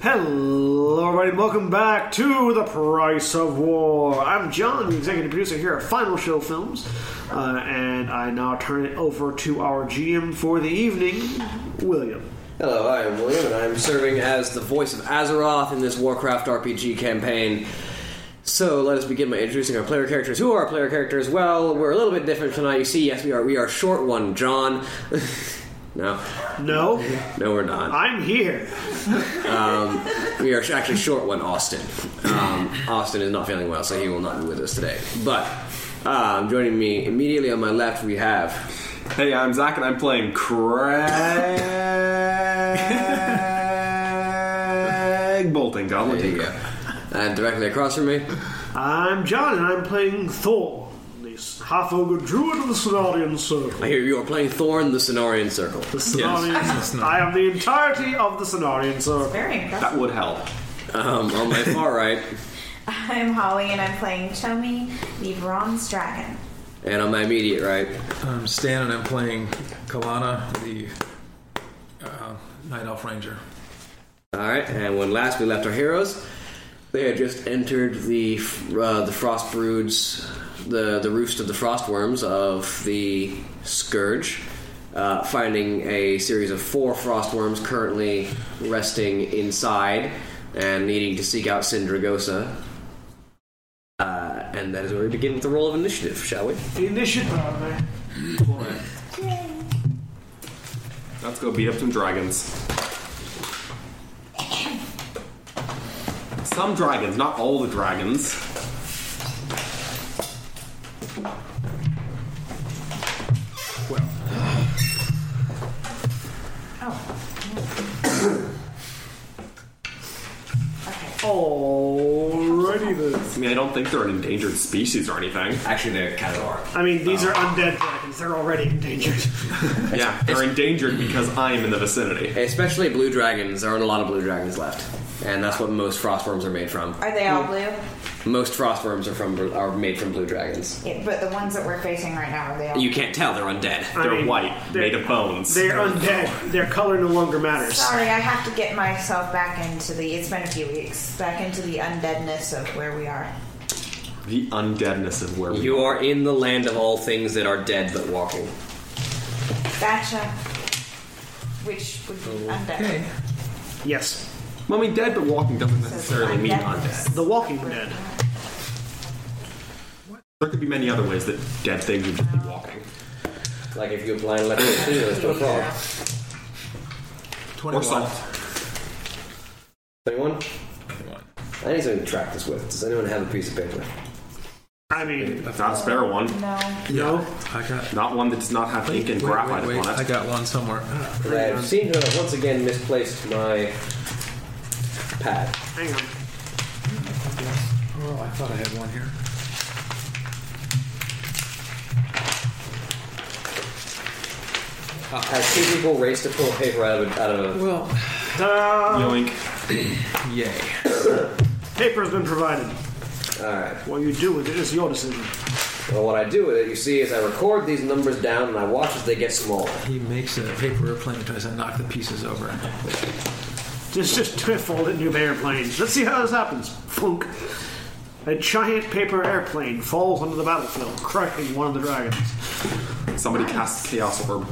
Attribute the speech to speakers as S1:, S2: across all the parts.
S1: Hello, everybody, and welcome back to The Price of War. I'm John, the executive producer here at Final Show Films, uh, and I now turn it over to our GM for the evening, William.
S2: Hello, I am William, and I'm serving as the voice of Azeroth in this Warcraft RPG campaign. So let us begin by introducing our player characters. Who are our player characters? Well, we're a little bit different tonight. You see, yes, we are. We are short one, John. no,
S1: No,
S2: no, we're not.
S1: I'm here.
S2: We are actually short one, Austin. Um, Austin is not feeling well, so he will not be with us today. But um, joining me immediately on my left, we have.
S3: Hey, I'm Zach, and I'm playing Craig Bolting, Goblin
S2: There you
S3: Tinker.
S2: go. And directly across from me,
S1: I'm John, and I'm playing Thor, the half-ogre druid of the Sonarian Circle.
S2: I hear you are playing Thorn, the Cenarian Circle.
S1: The Sonarian Circle. I am the entirety of the Sonarian Circle.
S4: Very impressive.
S3: That would help.
S2: Um, on my far right,
S4: I'm Holly and I'm playing Chomi, the bronze dragon.
S2: and on my immediate right,
S5: I'm Um, Stan, and I'm playing Kalana, the uh, Night Elf Ranger.
S2: All right, and when last we left our heroes, they had just entered the uh, the frost broods, the the roost of the frost worms of the scourge, uh, finding a series of four frost worms currently resting inside and needing to seek out Syndragosa. Uh, and that is where we begin with the roll of initiative, shall we?
S1: The initiative.
S3: Let's go beat up some dragons. Some dragons, not all the dragons.
S1: Alrighty then.
S3: I mean, I don't think they're an endangered species or anything.
S2: Actually, they're kind of are.
S1: I mean, these are undead dragons. They're already endangered.
S3: Yeah, they're endangered because I'm in the vicinity.
S2: Especially blue dragons. There aren't a lot of blue dragons left, and that's what most frost worms are made from.
S4: Are they all blue?
S2: Most frostworms are from are made from blue dragons.
S4: Yeah, but the ones that we're facing right now are they all?
S2: You can't tell they're undead.
S3: They're
S1: I mean,
S3: white,
S1: they're-
S3: made of bones.
S1: They're undead. Their color no longer matters.
S4: Sorry, I have to get myself back into the. It's been a few weeks. Back into the undeadness of where we are.
S3: the undeadness of where we
S2: You are in the land of all things that are dead but walking.
S4: Gotcha. Which would be undead.
S1: Yes,
S3: Well, I mean, dead but walking doesn't
S4: So it's
S3: necessarily mean undead.
S1: the Walking Dead.
S3: There could be many other ways that dead things would just be walking.
S2: Like if you apply an electric stimulus to a frog.
S4: Yeah.
S5: 21.
S3: Or salt.
S2: 21?
S5: 21.
S2: I need something to track this with. Does anyone have a piece of paper?
S1: I mean,
S3: Not a spare one.
S4: No.
S1: no.
S5: I got.
S3: Not one that does not have ink and
S5: wait,
S3: graphite
S5: wait, wait,
S3: upon it.
S5: I got one somewhere. Ah,
S2: I have seen her once again misplaced my pad.
S1: Hang on.
S5: Oh, I thought I had one here.
S2: As two people race to pull paper out of a, out of a
S5: Well,
S1: Ta-da!
S3: Yoink.
S5: yay.
S1: Paper's been provided.
S2: Alright.
S1: What you do with it is your decision.
S2: Well, what I do with it, you see, is I record these numbers down and I watch as they get smaller.
S5: He makes a paper airplane tries to knock the pieces over.
S1: Just, just fold it into an airplane. Let's see how this happens. Flunk. A giant paper airplane falls onto the battlefield, crushing one of the dragons.
S3: Somebody cast Chaos Orb.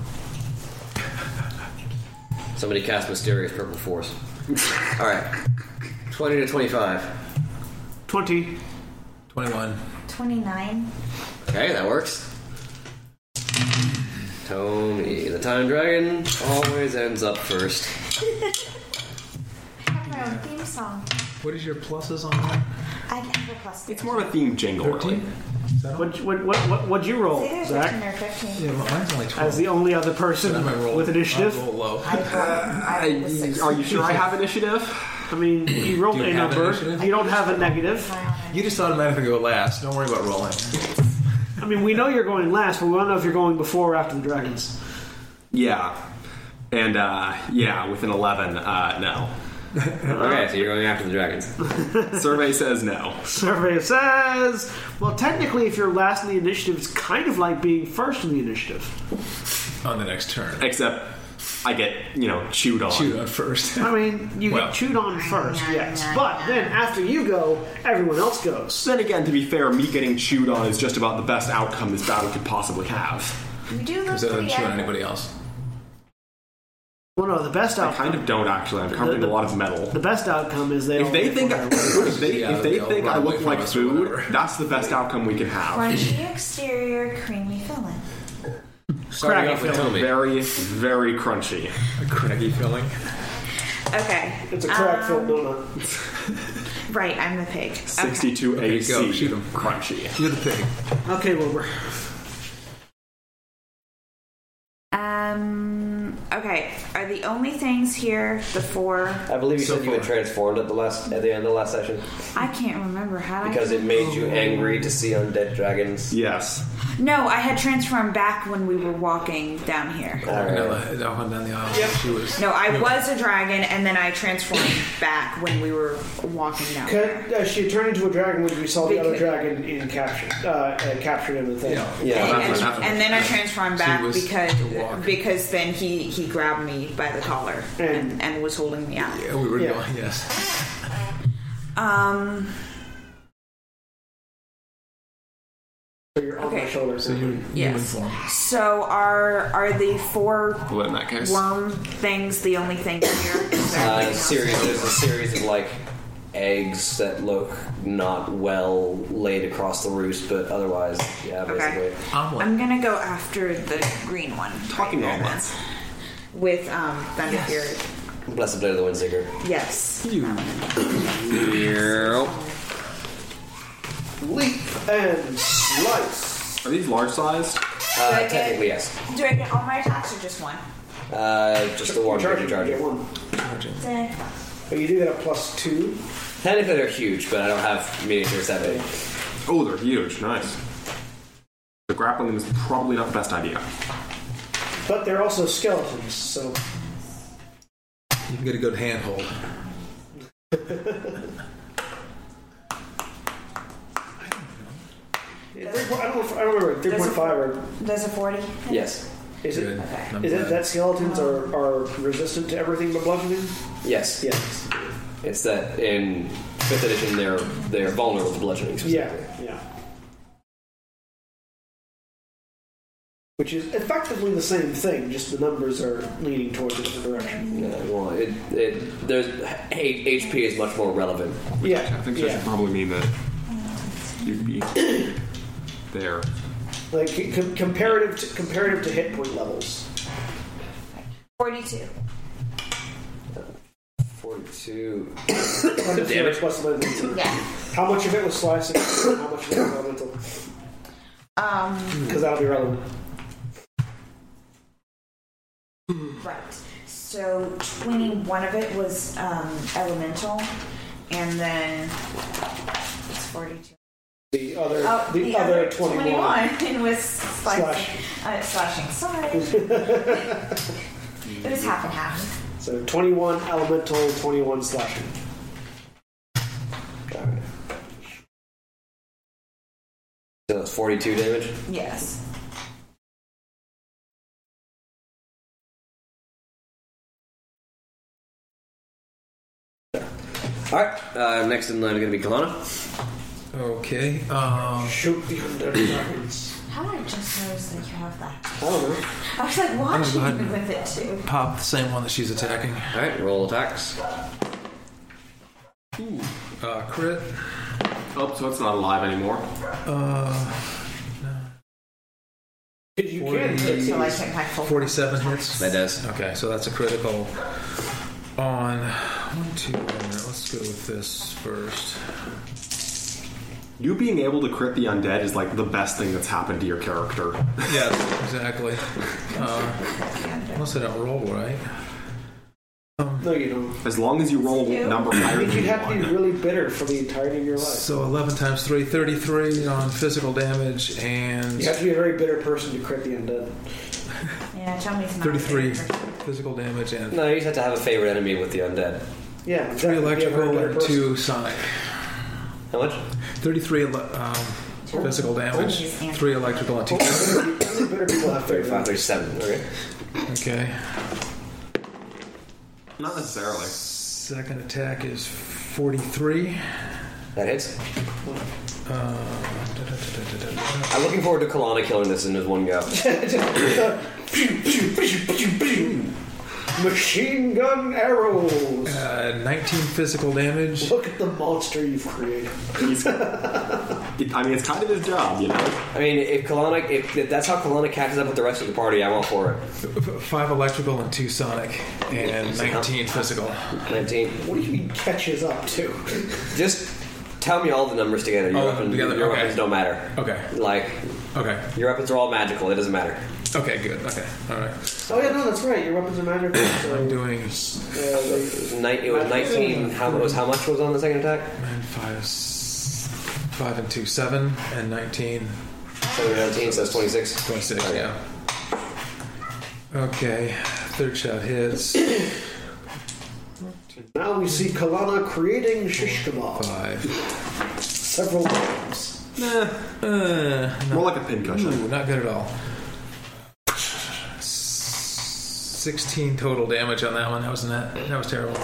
S2: Somebody cast Mysterious Purple Force. Alright. 20 to 25.
S1: Twenty.
S5: 21.
S4: 29.
S2: Okay, that works. Tony, the time dragon always ends up first.
S4: I have my own theme song.
S5: What is your pluses on that?
S4: I can have a plus.
S3: It's more of a theme jingle, really.
S5: 13? Is that all?
S1: What, what, what, what, what'd you roll,
S4: It's either 13
S1: Zach?
S4: or 15.
S5: Yeah, but mine's only 12.
S1: As the only other person
S5: I might roll-
S1: with initiative?
S5: I'll roll low.
S4: I, I, I was six.
S3: Are you sure I have initiative?
S1: I mean, you rolled
S5: Do you
S1: a
S5: have
S1: number.
S5: initiative?
S1: You don't have a negative.
S5: You just automatically go last. Don't worry about rolling.
S1: I mean, we know you're going last, but we don't know if you're going before or after the dragons.
S3: Yeah. And, uh, yeah, with an 11, uh, no.
S2: Okay, so you're going after the dragons.
S3: Survey says no.
S1: Survey says, well, technically, if you're last in the initiative, it's kind of like being first in the initiative.
S5: On the next turn.
S3: Except I get you know chewed on.
S5: Shoot on first.
S1: I mean, you
S5: Well.
S1: get chewed on first,
S4: yeah,
S1: yes.
S4: yeah,
S1: but
S4: yeah.
S1: then after you go, everyone else goes.
S3: Then again, to be fair, me getting chewed on is just about the best outcome this battle could possibly have.
S4: You do look
S5: Is that
S4: pretty
S5: on
S4: accurate.
S5: anybody else?
S1: Well, no, the best
S3: I
S1: outcome.
S3: kind of don't actually. I'm covered in a lot of metal.
S1: The best outcome is they.
S3: If
S1: all
S3: they
S1: get
S3: think I,
S1: one.
S3: if they,
S5: Yeah,
S3: if they
S5: they'll
S3: think I
S5: run away
S3: look
S5: from
S3: like
S5: us or
S3: food,
S5: whatever.
S3: that's the best outcome we can have.
S4: Crunchy exterior, creamy filling.
S5: Starting
S1: Cracky
S5: off with
S1: film.
S5: Toby.
S3: Very, very crunchy.
S5: A craggy feeling.
S4: Okay.
S1: It's a crack
S4: Um,
S1: filled donut.
S4: Right, I'm the pig. Okay.
S3: 62
S5: Okay,
S3: AC.
S5: go, shoot 'em.
S3: Crunchy.
S5: You're the pig.
S1: Okay, Wilbur.
S4: Um. Okay. Are the only things here the four?
S2: I believe you
S5: So
S2: said you had
S5: far.
S2: transformed at the last at the end of the last session
S4: I can't remember how.
S2: because
S4: I...
S2: it made you angry to see undead dragons.
S3: Yes.
S4: No, I had transformed back when we were walking down here.
S5: Vanilla is out down the aisle. She was.
S4: No, I was a dragon, and then I transformed back when we were walking down.
S1: Could, uh, she turned into a dragon when we saw the
S4: Because-
S1: other dragon in capture, uh, uh, captured in the thing.
S5: Yeah.
S2: Yeah.
S4: And,
S5: that's what happened.
S4: and then I transformed
S5: She
S4: back
S5: was
S4: because
S5: to walk.
S4: because then he, he grabbed me by the collar and, and was holding me out.
S5: Mm. Yeah, we were
S1: Yeah.
S5: going. Yes.
S4: Um,
S1: So you're on my
S4: Okay.
S1: shoulder.
S5: So you human
S4: yes.
S5: form.
S4: So are are the four
S3: Well, in that case.
S4: worm things the only thing here? Is there
S2: Uh,
S4: anything else?
S2: series, there's a series of like eggs that look not well laid across the roost, but otherwise, yeah, basically.
S4: Okay.
S5: Omelet.
S4: I'm gonna go after the green one.
S3: Talking
S4: there, then.
S3: omelets.
S4: With um thunder
S5: Yes.
S4: fury.
S2: Bless the blade of the windseeker.
S4: Yes.
S5: You.
S1: Leap and slice.
S3: Are these large sized?
S4: I
S2: Uh,
S4: get-
S2: technically, yes.
S4: Do I get all my attacks or just one?
S2: Uh, just the one charger
S1: you get
S2: charger.
S1: one.
S4: Eh.
S1: But you do get a plus two.
S2: Technically, they're huge, but I don't have miniatures that big.
S3: Oh, they're huge. Nice. The grappling is probably not the best idea.
S1: But they're also skeletons, so
S5: You can get a good handhold.
S1: I don't, know if- I don't remember. Three point five or
S4: There's a forty.
S2: Yes.
S1: is
S5: Good.
S1: it?
S5: I'm
S1: Is it
S5: glad.
S1: that skeletons are, are resistant to everything but bludgeoning?
S2: Yes.
S1: Yes.
S2: It's that in fifth edition they're they're vulnerable to bludgeoning.
S1: Yeah.
S2: specifically.
S1: Yeah. Which is effectively the same thing, just the numbers are leaning towards a different direction.
S2: Yeah, well, it, it there's H- HP is much more relevant.
S1: Yeah.
S3: I think that should
S1: yeah.
S3: probably mean that you'd be there.
S1: Like com- comparative to, comparative to hit point levels.
S4: Forty-two.
S2: Forty-two.
S1: Plus plus eleven.
S4: Yeah.
S1: How much of it was slicing? How much of it was elemental?
S4: Um.
S1: Because that'll be relevant.
S4: Right. So 21 of it was um, elemental, and then it's 42.
S1: The other,
S4: Oh,
S1: the, other twenty-one.
S4: 21 was slashing. Uh, slashing. Sorry. it was half and half.
S1: So 21 elemental, 21 slashing.
S2: So it's forty-two damage.
S4: Yes.
S2: All right. Uh, next in line is going to be Kalana.
S5: Okay. Um,
S1: Shoot the undead dragons.
S4: How did I just notice that you have that?
S1: I don't know.
S4: I was like watching
S5: ahead
S4: you with it too.
S5: pop the same one that she's attacking.
S2: All right. Roll attacks.
S5: Ooh. Uh, crit.
S3: Oh, so it's not alive anymore.
S5: Uh,
S1: Because you
S5: Forty.
S1: can hit
S4: So I
S1: these.
S4: took my full.
S5: 47 hits.
S2: That does.
S5: Okay, so that's a critical. On one, two, one minute. Let's go with this first.
S3: You being able to crit the undead is like the best thing that's happened to your character.
S5: Yes, exactly. Uh, unless I don't roll right.
S1: No, you don't.
S3: As long as you roll a number higher
S1: You'd have to
S3: than
S1: be
S3: one.
S1: really bitter for the entirety of your life.
S5: So 11 times 3, 33 on physical damage and
S1: You have to be a very bitter person to crit the undead.
S4: Yeah, tell me it's not.
S5: 33 physical damage and
S2: No, you just have to have a favorite enemy with the undead.
S1: Yeah, that
S5: 3
S1: would be a very
S5: electrical
S1: bitter
S5: and
S1: person.
S5: 2 sonic.
S2: How much?
S5: 33 ele- um, physical damage, 3 electrical and 2
S1: Only bitter people have
S2: 35,
S1: thirty-five.
S2: 37. Okay.
S5: Okay.
S3: Not necessarily.
S5: Second attack is 43.
S2: That hits.
S5: Da, da, da, da, da, da.
S2: I'm looking forward to Kalana killing this in his one go.
S1: Machine gun arrows.
S5: Uh, 19 physical damage.
S1: Look at the monster you've created.
S3: He's, it, I mean, it's kind of his job, you know.
S2: I mean, if Kalana, if, if that's how Kalana catches up with the rest of the party, I'm all for it.
S5: F- Five electrical and two sonic, and 19 physical.
S2: 19.
S1: What do you mean catches up to?
S2: Just tell me all the numbers together. Your,
S5: All of them
S2: weapon,
S5: Oh, together,
S2: your
S5: okay.
S2: weapons don't matter.
S5: Okay.
S2: Like,
S5: Okay.
S2: your weapons are all magical. It doesn't matter.
S5: Okay. Good. Okay. All right.
S1: Oh yeah, no, that's right. Your weapons are magical.
S5: I'm
S1: So,
S5: doing
S1: uh, they,
S2: Night, it was 19. How was how much was on the second attack?
S5: nine, five, s- five and two, seven, and 19,
S2: So 19, so that's 26.
S5: 26. Yeah. Okay. Third shot hits.
S1: now we see Kalana creating shish kebab
S5: Five.
S1: several times.
S5: Uh,
S3: More like a pincushion.
S5: Ooh, not good at all. Sixteen total damage on that one. That was not, that was terrible.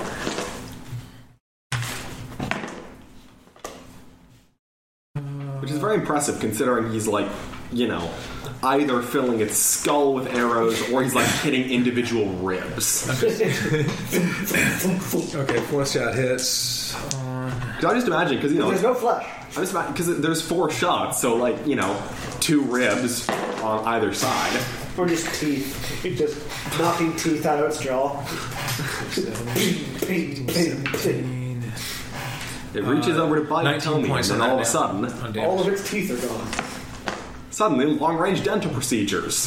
S3: Which is very impressive considering he's like, you know, either filling its skull with arrows or he's like hitting individual ribs.
S5: Okay, fourth shot hits. On,
S3: I just imagine, because, you know,
S1: There's no flesh.
S3: I just imagine, because there's four shots, so like, you know, two ribs on either side.
S1: Or just teeth. Just knocking teeth out of its jaw. Ping, ping, ping.
S3: It reaches over to bite and
S5: 19 Uh, points
S3: and
S5: on
S3: all of
S5: that
S3: a
S5: now.
S3: sudden,
S5: on
S1: All
S5: damage.
S1: of its teeth are gone.
S3: suddenly long range dental procedures.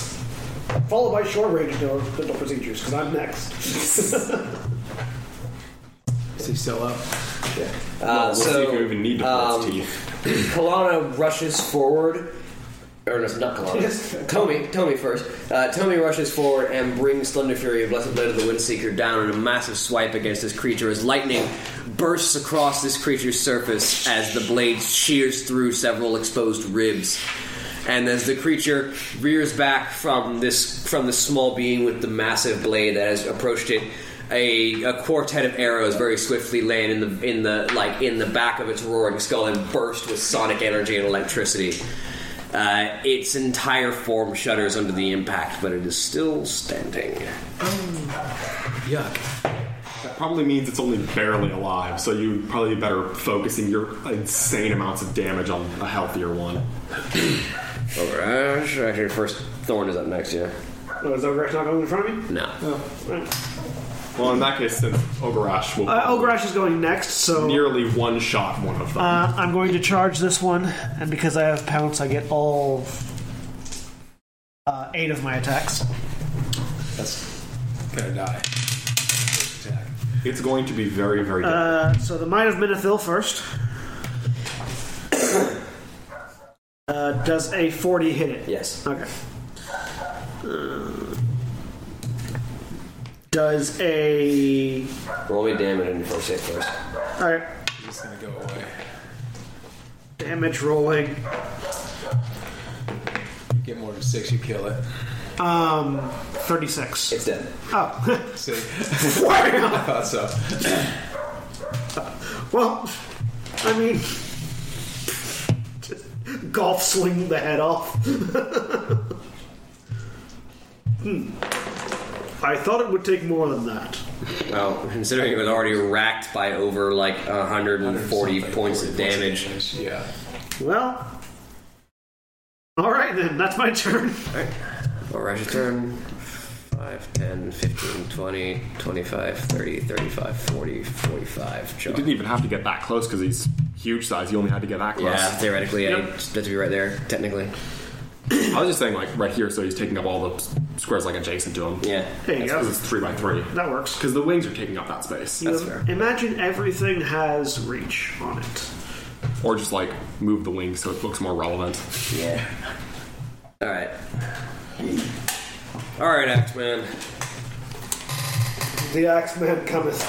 S1: Followed by short range dental dental procedures, because I'm next.
S5: Is he still up?
S2: Uh,
S3: we'll see
S2: so
S3: if you even need to pull its
S2: um,
S3: teeth.
S2: Kalana rushes forward. Or no, not Kalana. Tomy, Tomy first. Uh, Tomy rushes forward and brings Slender Fury of Blessed Blade of the Windseeker down in a massive swipe against this creature as lightning bursts across this creature's surface as the blade shears through several exposed ribs. And as the creature rears back from this from the small being with the massive blade that has approached it, a, a quartet of arrows very swiftly land in the in the like in the back of its roaring skull and burst with sonic energy and electricity. Uh, its entire form shudders under the impact, but it is still standing.
S5: Yuck.
S3: That probably means it's only barely alive, so you'd probably be better focusing your insane amounts of damage on a healthier one.
S2: Overrash. Actually, uh, first thorn is up next. Yeah.
S1: oh, is that Rex not going in front of me?
S2: No.
S3: Well, in that case, since Ogarash will
S1: Uh, Ogresh is going next, so
S3: nearly one shot one of them.
S1: Uh, I'm going to charge this one, and because I have pounce, I get all uh, eight of my attacks.
S5: That's gonna die. First attack.
S3: it's going to be very, very difficult.
S1: Uh, so the Might of Minithil first. Uh, does a 40 hit it?
S2: Yes.
S1: Okay. Uh, does a.
S2: Roll me damage and first hit first.
S1: Alright.
S5: It's gonna go away.
S1: Damage rolling.
S5: You get more than six, you kill it.
S1: 36.
S2: It's dead.
S1: Oh.
S5: See? I thought so.
S1: Well, I mean, golf sling the head off. hmm. I thought it would take more than that.
S2: Well, Oh, considering it was already racked by over like 140
S5: Something,
S2: points of
S5: 40
S2: damage.
S5: Yeah.
S1: Well, all right then. That's my turn.
S2: Alright, your turn. 5, 10, 15, 20, 25, 30, 35, 40, 45.
S3: you
S2: Jump.
S3: didn't even have to get that close because he's huge size. You only had to get that close.
S2: Yeah, theoretically, yeah,
S1: Yep.
S2: that'd be right there, technically.
S3: I was just saying, like, right here, so he's taking up all the s- squares, like, adjacent to him.
S2: Yeah.
S1: There you
S3: That's because
S1: go.
S3: it's three by three.
S1: That works.
S3: Because the wings are taking up that space.
S2: That's fair.
S1: Imagine everything has reach on it.
S3: Or just, like, move the wings so it looks more relevant.
S2: Yeah. Alright. Alright, Axeman.
S1: The Axeman cometh.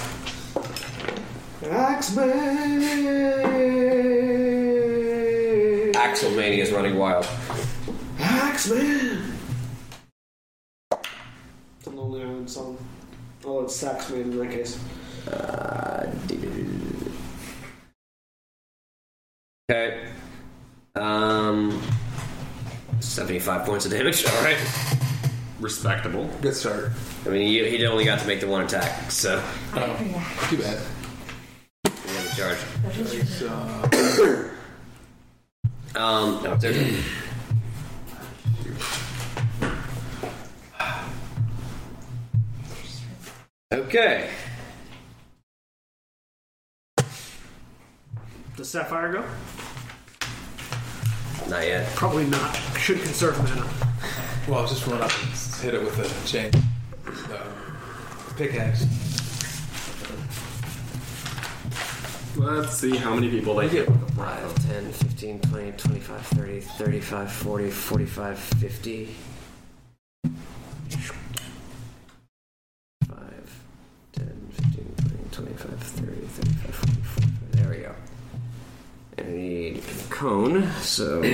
S1: Axeman.
S2: Axelmania is running wild.
S1: Axeman! It's a Lonely Island song. All it's Sax made in that case.
S2: Okay. Um, 75 points of damage. All right.
S3: Respectable.
S5: Good start.
S2: I mean, he, he only got to make the one attack, so
S5: Too bad.
S2: he has a charge.
S5: It's, uh,
S2: Um, no, there's- okay.
S1: Does Sapphire go?
S2: Not yet.
S1: Probably not. Should conserve mana.
S5: well, I was just run up and s- hit it with a chain. Uh, pickaxe.
S3: Let's see how many people they get with a bribe.
S2: 10, 15, 20, 25, 30, 35, 40, 45, 50. 5, 10, 15, 20, 25, 30, 35, 40, 45. There we go. And we need a cone, so.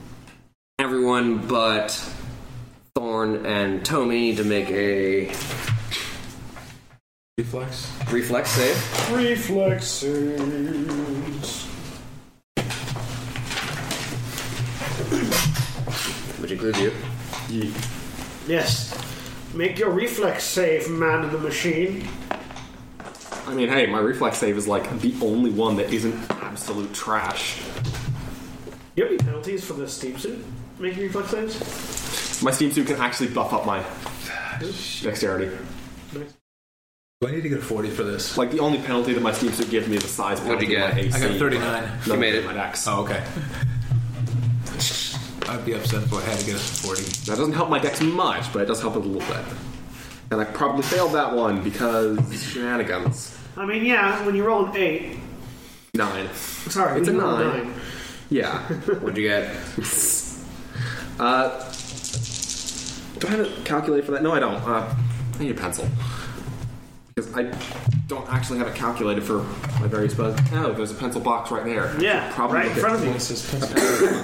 S2: Everyone but Thorn and Tomy need to make a
S5: Reflex.
S2: reflex save.
S1: Reflexes.
S2: Which includes you.
S3: Ye-
S1: Yes. Make your reflex save, man in the machine.
S3: I mean, hey, my reflex save is like the only one that isn't absolute trash.
S1: Do you have any penalties for the steam suit? Making reflex saves?
S3: My steam suit can actually buff up my dexterity.
S1: Nice.
S5: Do I need to get a 40 for this?
S3: Like the only penalty that my steam suit gives me is a size penalty.
S2: What'd you
S3: to
S2: get?
S3: My AC.
S5: I got 39.
S3: No,
S2: You made it.
S3: My dex.
S5: Oh, okay. I'd be upset if I had to get a 40.
S3: That doesn't help my dex much, but it does help it a little bit. And I probably failed that one because shenanigans.
S1: I mean, yeah, when you roll an 8.
S3: Nine.
S1: Sorry,
S3: It's
S1: when
S3: a
S1: you roll a
S3: nine.
S1: 9.
S3: Yeah.
S2: What'd you get?
S3: uh, do I have it calculated for that? No, I don't. Uh, I need a pencil. Because I don't actually have it calculated for my various bugs. Oh, there's a pencil box right there.
S1: Yeah,
S3: Probably
S1: right in
S3: look
S1: front of
S3: at-
S1: you.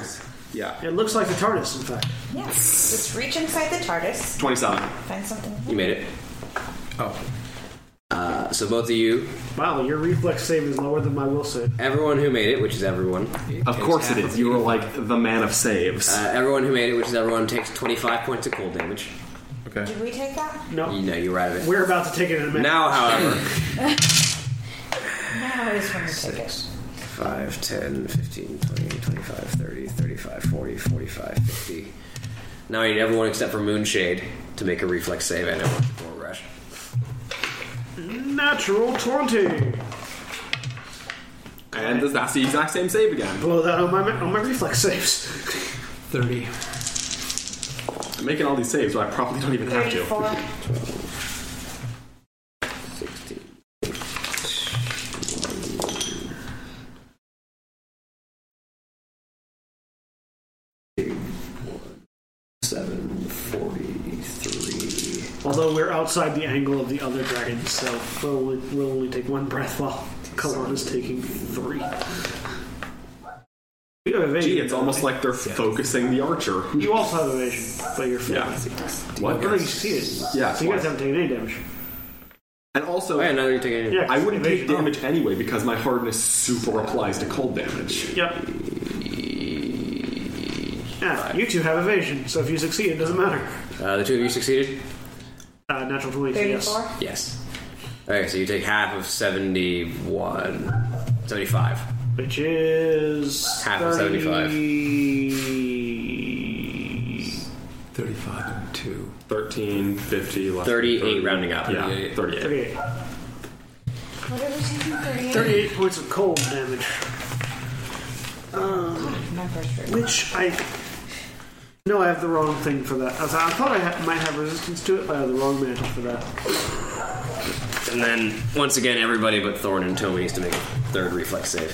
S3: Yeah.
S1: It looks like the TARDIS, in fact.
S6: Yeah. Just reach inside the TARDIS,
S3: 27.
S6: find something.
S2: You made it.
S5: Oh,
S2: Uh, so both of you
S1: Wow, your reflex save is lower than my will save.
S2: Everyone who made it, which is everyone.
S3: Of course it is. You are like the man of saves.
S2: Uh, everyone who made it, which is everyone, takes 25 points of cold damage.
S5: okay.
S6: Did we take that?
S1: No,
S2: You know, you're out of it.
S1: we're about to take it in a minute.
S2: Now, however,
S6: No, I just want to take it.
S2: 5, 10, 15, 20, 25, 30, 35, 40, 45, 50. Now I need everyone except for Moonshade to make a reflex save and everyone to forward rush.
S1: Natural 20.
S3: and that's the exact same save again.
S1: Blow that on my on my reflex saves.
S5: 30.
S3: I'm making all these saves, but I probably don't even have to.
S6: 34.
S2: 16. Seven forty-three.
S1: Although we're outside the angle of the other dragons, so we'll only, we'll only take one breath while Kalan is taking three. You have evasion.
S3: Gee, it's almost like they're focusing the archer.
S1: You also have evasion, but you're failing.
S3: Yeah. What?
S1: I don't think you see it.
S3: Yeah,
S1: So you guys
S3: twice.
S1: haven't taken any damage.
S3: And
S2: Oh, yeah,
S3: also,
S2: now you're taking it.
S1: Yeah,
S3: I wouldn't take
S1: evasion.
S3: damage anyway because my hardness super applies to cold damage.
S1: Yep. Yeah, you two have evasion, so if you succeed, it doesn't matter.
S2: Uh, the two of you succeeded?
S1: Uh, natural 20, yes.
S6: 34.
S2: Yes. Okay, so you take half of 71. 75.
S1: Which is.
S2: Half of 75.
S1: 30...
S5: 35 and 2.
S3: 13, 50, less
S2: 38 rounding up.
S3: Yeah, 38.
S1: 38.
S6: What are we taking? 38.
S1: 38 points of cold damage.
S6: Numbers for you.
S1: Which I. No, I have the wrong thing for that. I, was- I thought I ha- might have resistance to it, but I have the wrong mantle for that.
S2: And then, once again, everybody but Thorn and Tomy needs to make a third reflex save.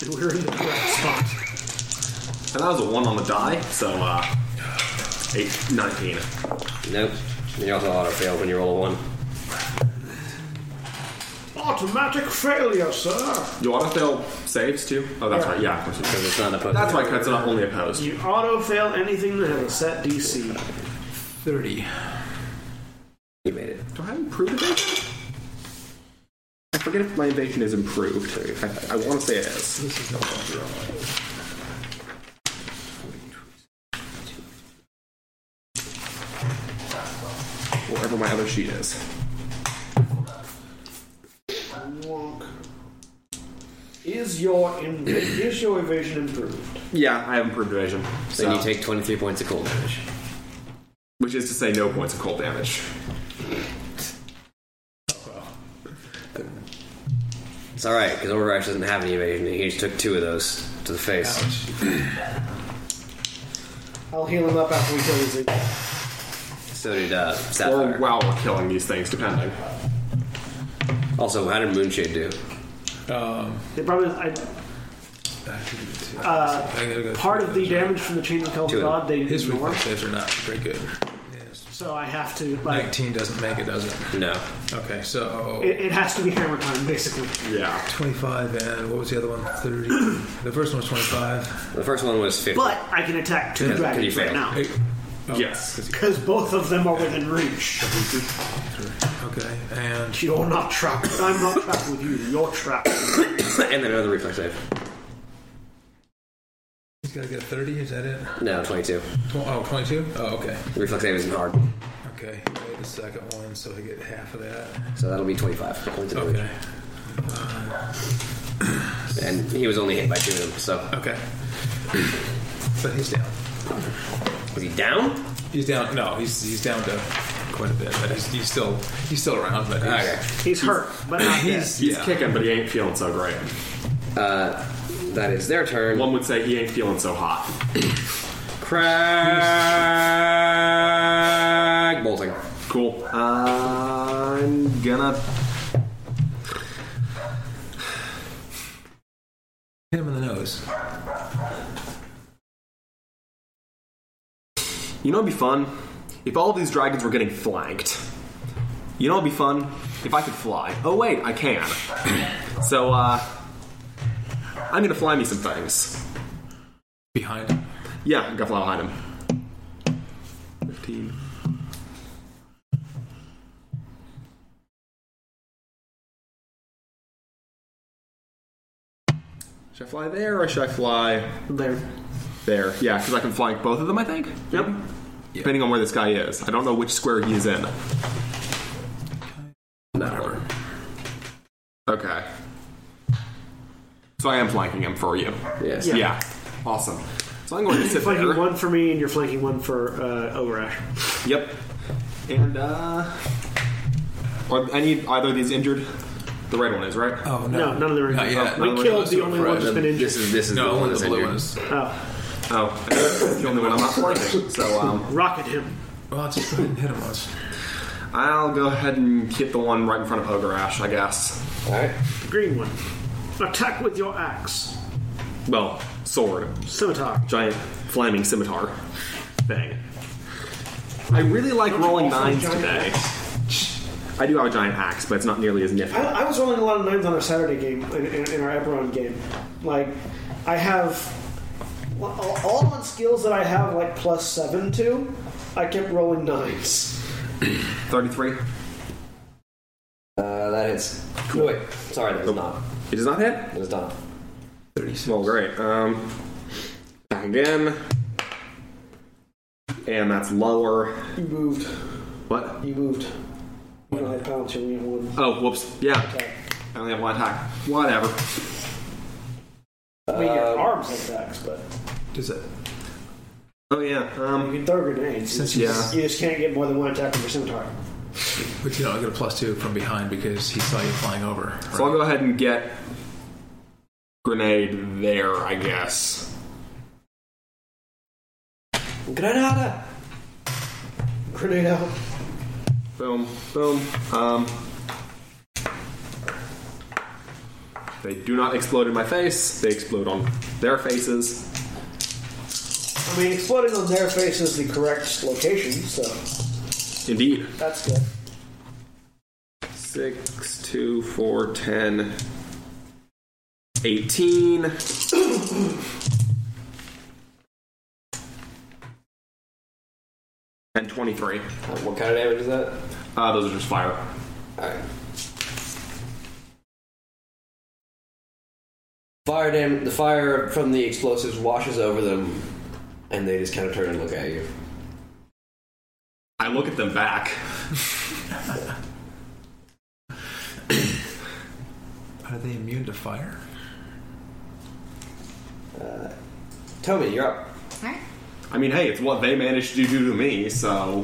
S1: And we're in the correct spot.
S3: And that was a 1 on the die, so, uh, 8, 19.
S2: Nope. And you also auto fail when you roll a 1.
S1: Automatic failure, sir!
S3: You auto fail saves too? Oh, that's right, yeah. of course you do.
S2: Because it's not an opposed.
S3: That's why cuts it up only opposed.
S1: You auto fail anything that has a set DC.
S5: 30.
S2: You made
S3: I improve evasion? I forget if my evasion is improved. I, I want to say it is.
S5: This is no longer online.
S3: Wherever my other sheet is.
S1: Wonk. Is your inv- is your evasion improved?
S3: Yeah, I have improved evasion.
S7: Then
S3: So,
S7: you take 23 points of cold damage.
S3: which is to say, no points of cold damage.
S7: It's alright, because Overwatch doesn't have any evasion. He just took two of those to the face.
S1: I'll heal him up after we kill these things.
S7: So did uh,
S3: Or
S7: Sapphire.
S3: while we're killing these things, depending.
S7: Also, how did Moonshade do?
S5: Um,
S1: They probably I,
S5: I gotta go
S1: part of the
S5: through
S1: damage from the chain of Hell
S7: Two of them.
S1: God they
S5: His
S1: ignore,
S5: reflex saves are not very good. Yes.
S1: so I have to like
S5: 19 doesn't make it, does it?
S7: No.
S5: Okay, so
S1: it, it has to be hammer time basically.
S3: Yeah.
S5: 25 and what was the other one? 30. the first one was 25.
S7: The first one was 50.
S1: But I can attack two
S5: Yeah,
S7: you
S1: dragons
S7: fail?
S1: right now
S5: Eight. Oh,
S3: Yes.
S5: cause he-
S1: because both of them are within reach.
S5: Okay, and
S1: You're not trapped. I'm not trapped with you. You're trapped.
S7: and then another reflex save.
S5: he's got to get a 30. Is that it?
S7: No, 22.
S5: Tw- Oh, 22? Oh, okay.
S7: Reflex save isn't hard.
S5: Okay, wait the second one, so I get half of that.
S7: So that'll be 25 points of damage.
S5: Okay.
S7: And he was only hit by two of them, so.
S5: Okay. But he's down.
S7: Was he down?
S5: He's down. No, he's he's down to quite a bit, but he's, he's still he's still around. But he's,
S7: Okay.
S1: He's hurt, but not
S5: he's
S3: He's
S5: yeah.
S3: kicking, but he ain't feeling so great.
S7: That is their turn.
S3: One would say he ain't feeling so hot.
S7: Crag bolting.
S3: Cool. Uh, I'm gonna.
S5: hit him in the nose.
S3: You know, it'd be fun if all of these dragons were getting flanked. You know, it'd be fun if I could fly. Oh wait, I can. so, uh, I'm gonna fly me some things.
S5: behind him.
S3: Yeah, I'm gonna fly behind him. Fifteen. Should I fly there or should I fly
S1: there.
S3: There, yeah, because I can flank both of them, I think. Yep. Depending on where this guy is, I don't know which square he is in. Whatever. Okay. So I am flanking him for you.
S7: Yes.
S3: Yeah. Awesome. So I'm going to sit
S1: Flanking
S3: there.
S1: one for me, and you're flanking one for uh, Overash.
S3: Yep. And uh, are any either of these injured? The red one is right.
S5: Oh
S1: No,
S5: no,
S1: none of them are
S5: Not yet.
S1: We
S5: None of them
S1: killed
S5: are
S1: the only one that's
S5: frozen.
S1: been injured.
S7: This is this is the
S5: no,
S7: one
S5: the
S7: that's
S5: blue
S7: injured.
S5: one is.
S1: Oh,
S3: Oh, that's the only one I'm not flanking. So um,
S1: rocket him.
S5: Well, just go ahead and hit him once.
S3: I'll go ahead and hit the one right in front of Ogreash, I guess.
S7: Alright.
S1: The green one. Attack with your axe.
S3: Well, sword.
S1: Scimitar.
S3: giant flaming scimitar thing. I really like rolling nines today. I do have a giant axe, but it's not nearly as nifty.
S1: I, I was rolling a lot of nines on our Saturday game, in, in, in our Eberron game. Like, I have all all on skills that I have like plus seven to. I kept rolling nines.
S3: 33.
S7: Uh, that hits. No, wait. Sorry, that is not.
S3: It does not hit?
S7: That is not.
S2: uh,
S3: Well, great. Um, back again. And that's lower.
S1: You moved.
S3: What?
S1: You moved. You don't have pounds. You only have one.
S3: Oh, whoops. Yeah,
S1: attack.
S3: I only have one attack. Whatever.
S1: I mean, your arms have attacks, but
S5: Does it?
S3: Oh, yeah.
S1: you
S3: Um,
S1: can throw grenades. You
S5: Since
S1: just,
S5: he's,
S3: yeah.
S1: you just can't get more than one attack with your scimitar.
S5: but you know, I get a plus two from behind because he saw you flying over.
S3: so I'll go ahead and get grenade there, I guess.
S7: Granada!
S1: Grenade out.
S3: Boom, boom. Um, they do not explode in my face. They explode on their faces.
S1: I mean, exploding on their face is the correct location, so
S3: Indeed.
S1: that's good.
S3: Six, two, four, ten, eighteen. And 25. 23.
S2: What kind of damage is that?
S3: Uh, those are just fire.
S2: Alright. Fire dam- the fire from the explosives washes over them, and they just kind of turn and look at you.
S3: I look at them back.
S5: Are they immune to fire?
S2: Tommy, you're up.
S4: Alright.
S3: I mean, hey, it's what they managed to do to me, so.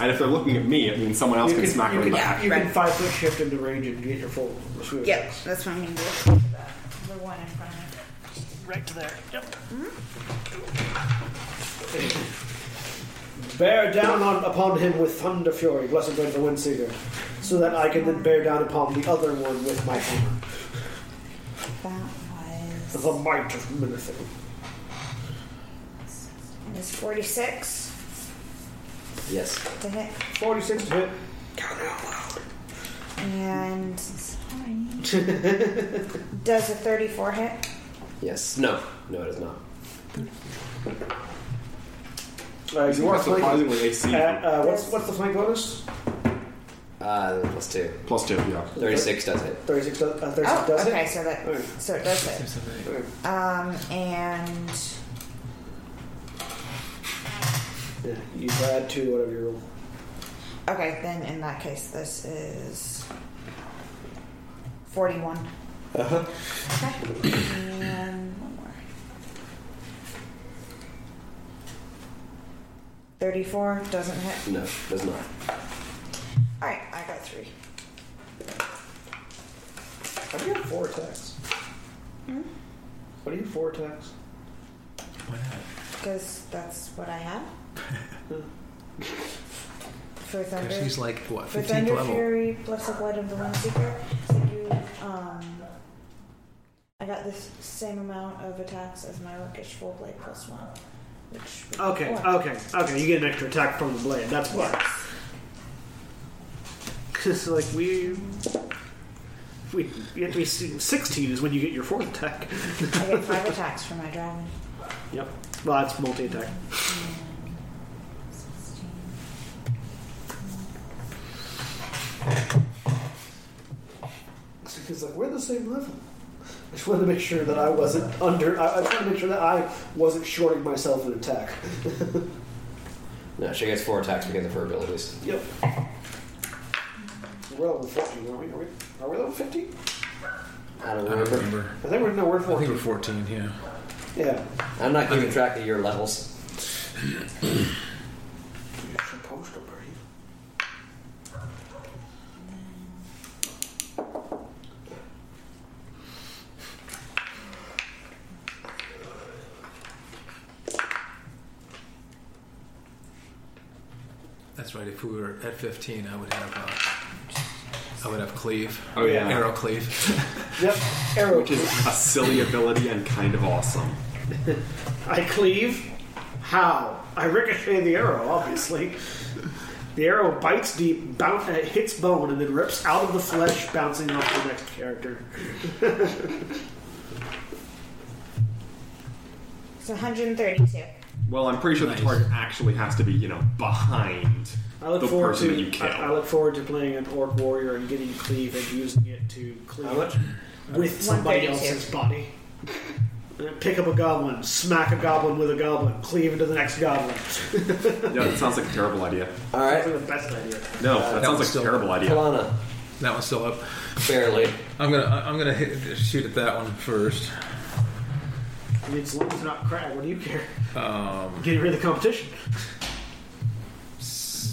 S3: And if they're looking at me, it means someone else
S1: You
S3: can,
S1: can,
S3: smack
S1: you
S3: them
S1: can,
S3: back.
S1: you can
S4: Right.
S1: five foot shift into range and get your full. sweep.
S8: Yep, that's what I'm gonna do.
S4: The one in front of me.
S1: Right to there. Yep. Bear down on, upon him with thunder fury, blessed be the windseeker, so that I can then bear down upon the other one with my hammer,
S4: That was.
S1: the might of Minifig.
S4: It's 46
S2: Yes.
S4: to hit.
S1: Forty-six to hit. Uh,
S4: And. Does a 34 hit?
S2: Yes. No. No, it is not.
S1: Uh,
S3: You
S1: you are
S3: are
S1: flanking.
S3: surprisingly AC.
S1: At, uh, what's what's the flank bonus?
S2: Uh, plus two.
S3: Plus two, yeah.
S2: 36 does hit.
S1: Thirty-six. does- Uh, Thirty-six
S4: Oh,
S1: does
S4: okay,
S1: it.
S4: so that
S1: Alright.
S4: so it does hit.
S1: Alright.
S4: Um, and
S1: Yeah, you add two, whatever you roll.
S4: okay, then in that case, this is forty-one.
S2: Uh-huh.
S4: Uh huh. Okay, and one more. Thirty-four doesn't hit.
S2: No, does not.
S4: All right, I got three.
S1: How do you have four attacks?
S4: Hmm?
S1: What do you have four attacks?
S5: Why not?
S4: Because that's what I have. For thunder.
S5: Because he's like, what,
S4: For
S5: 15th
S4: Thunder
S5: level?
S4: Fury plus the Blood of the Windseeker, so you, um, I got the s- same amount of attacks as my Rookish Full Blade plus one. Which would be
S1: Okay, oh,
S4: four.
S1: okay, okay. You get an extra attack from the blade. That's why.
S4: Yes.
S1: Because like we, we you have to be sixteen is when you get your fourth attack.
S4: I get five attacks for my dragon.
S1: Yep. Well, that's multi attack. He's like, we're the same level. I just wanted to make sure that I wasn't under. I, I just wanted to make sure that I wasn't shorting myself an attack.
S2: No, she gets four attacks because of her abilities.
S1: Yep. We're level 14, aren't we? Are we, are we level 15?
S2: I don't
S5: I don't
S2: remember.
S5: remember.
S1: I think we're, no, we're
S5: I
S1: 14.
S5: think we're 14, yeah.
S1: Yeah.
S2: I'm not keeping track of your levels.
S1: You're supposed to breathe.
S5: That's right. If we were at 15, I would have. Uh, I would have cleave.
S3: Oh, yeah.
S5: Arrow cleave.
S1: Yep. Arrow.
S3: Which is a silly ability and kind of awesome.
S1: I cleave. How? I ricochet the arrow, obviously. The arrow bites deep, bounce, it hits bone, and then rips out of the flesh, bouncing off the next character.
S4: It's 132.
S3: Well, I'm pretty sure
S5: Nice.
S3: the target actually has to be, you know, behind
S1: I look
S3: the
S1: forward
S3: person
S1: to
S3: that you kill.
S1: I, I look forward to playing an orc warrior and getting cleave and using it to cleave with somebody
S4: 132.
S1: else's body. Pick up a goblin, smack a goblin with a goblin, cleave into the next goblin.
S3: yeah, that sounds like a terrible idea.
S1: That's
S2: Alright.
S1: the best idea.
S3: No, that,
S5: that
S3: sounds
S5: one's
S3: like a
S5: still-
S3: terrible idea.
S2: Kalana,
S5: That one's still up.
S2: barely.
S5: I'm gonna. I- I'm gonna hit, shoot at that one first.
S1: I mean, as long as it's not crab, what do you care?
S3: Um,
S1: Getting rid of the competition.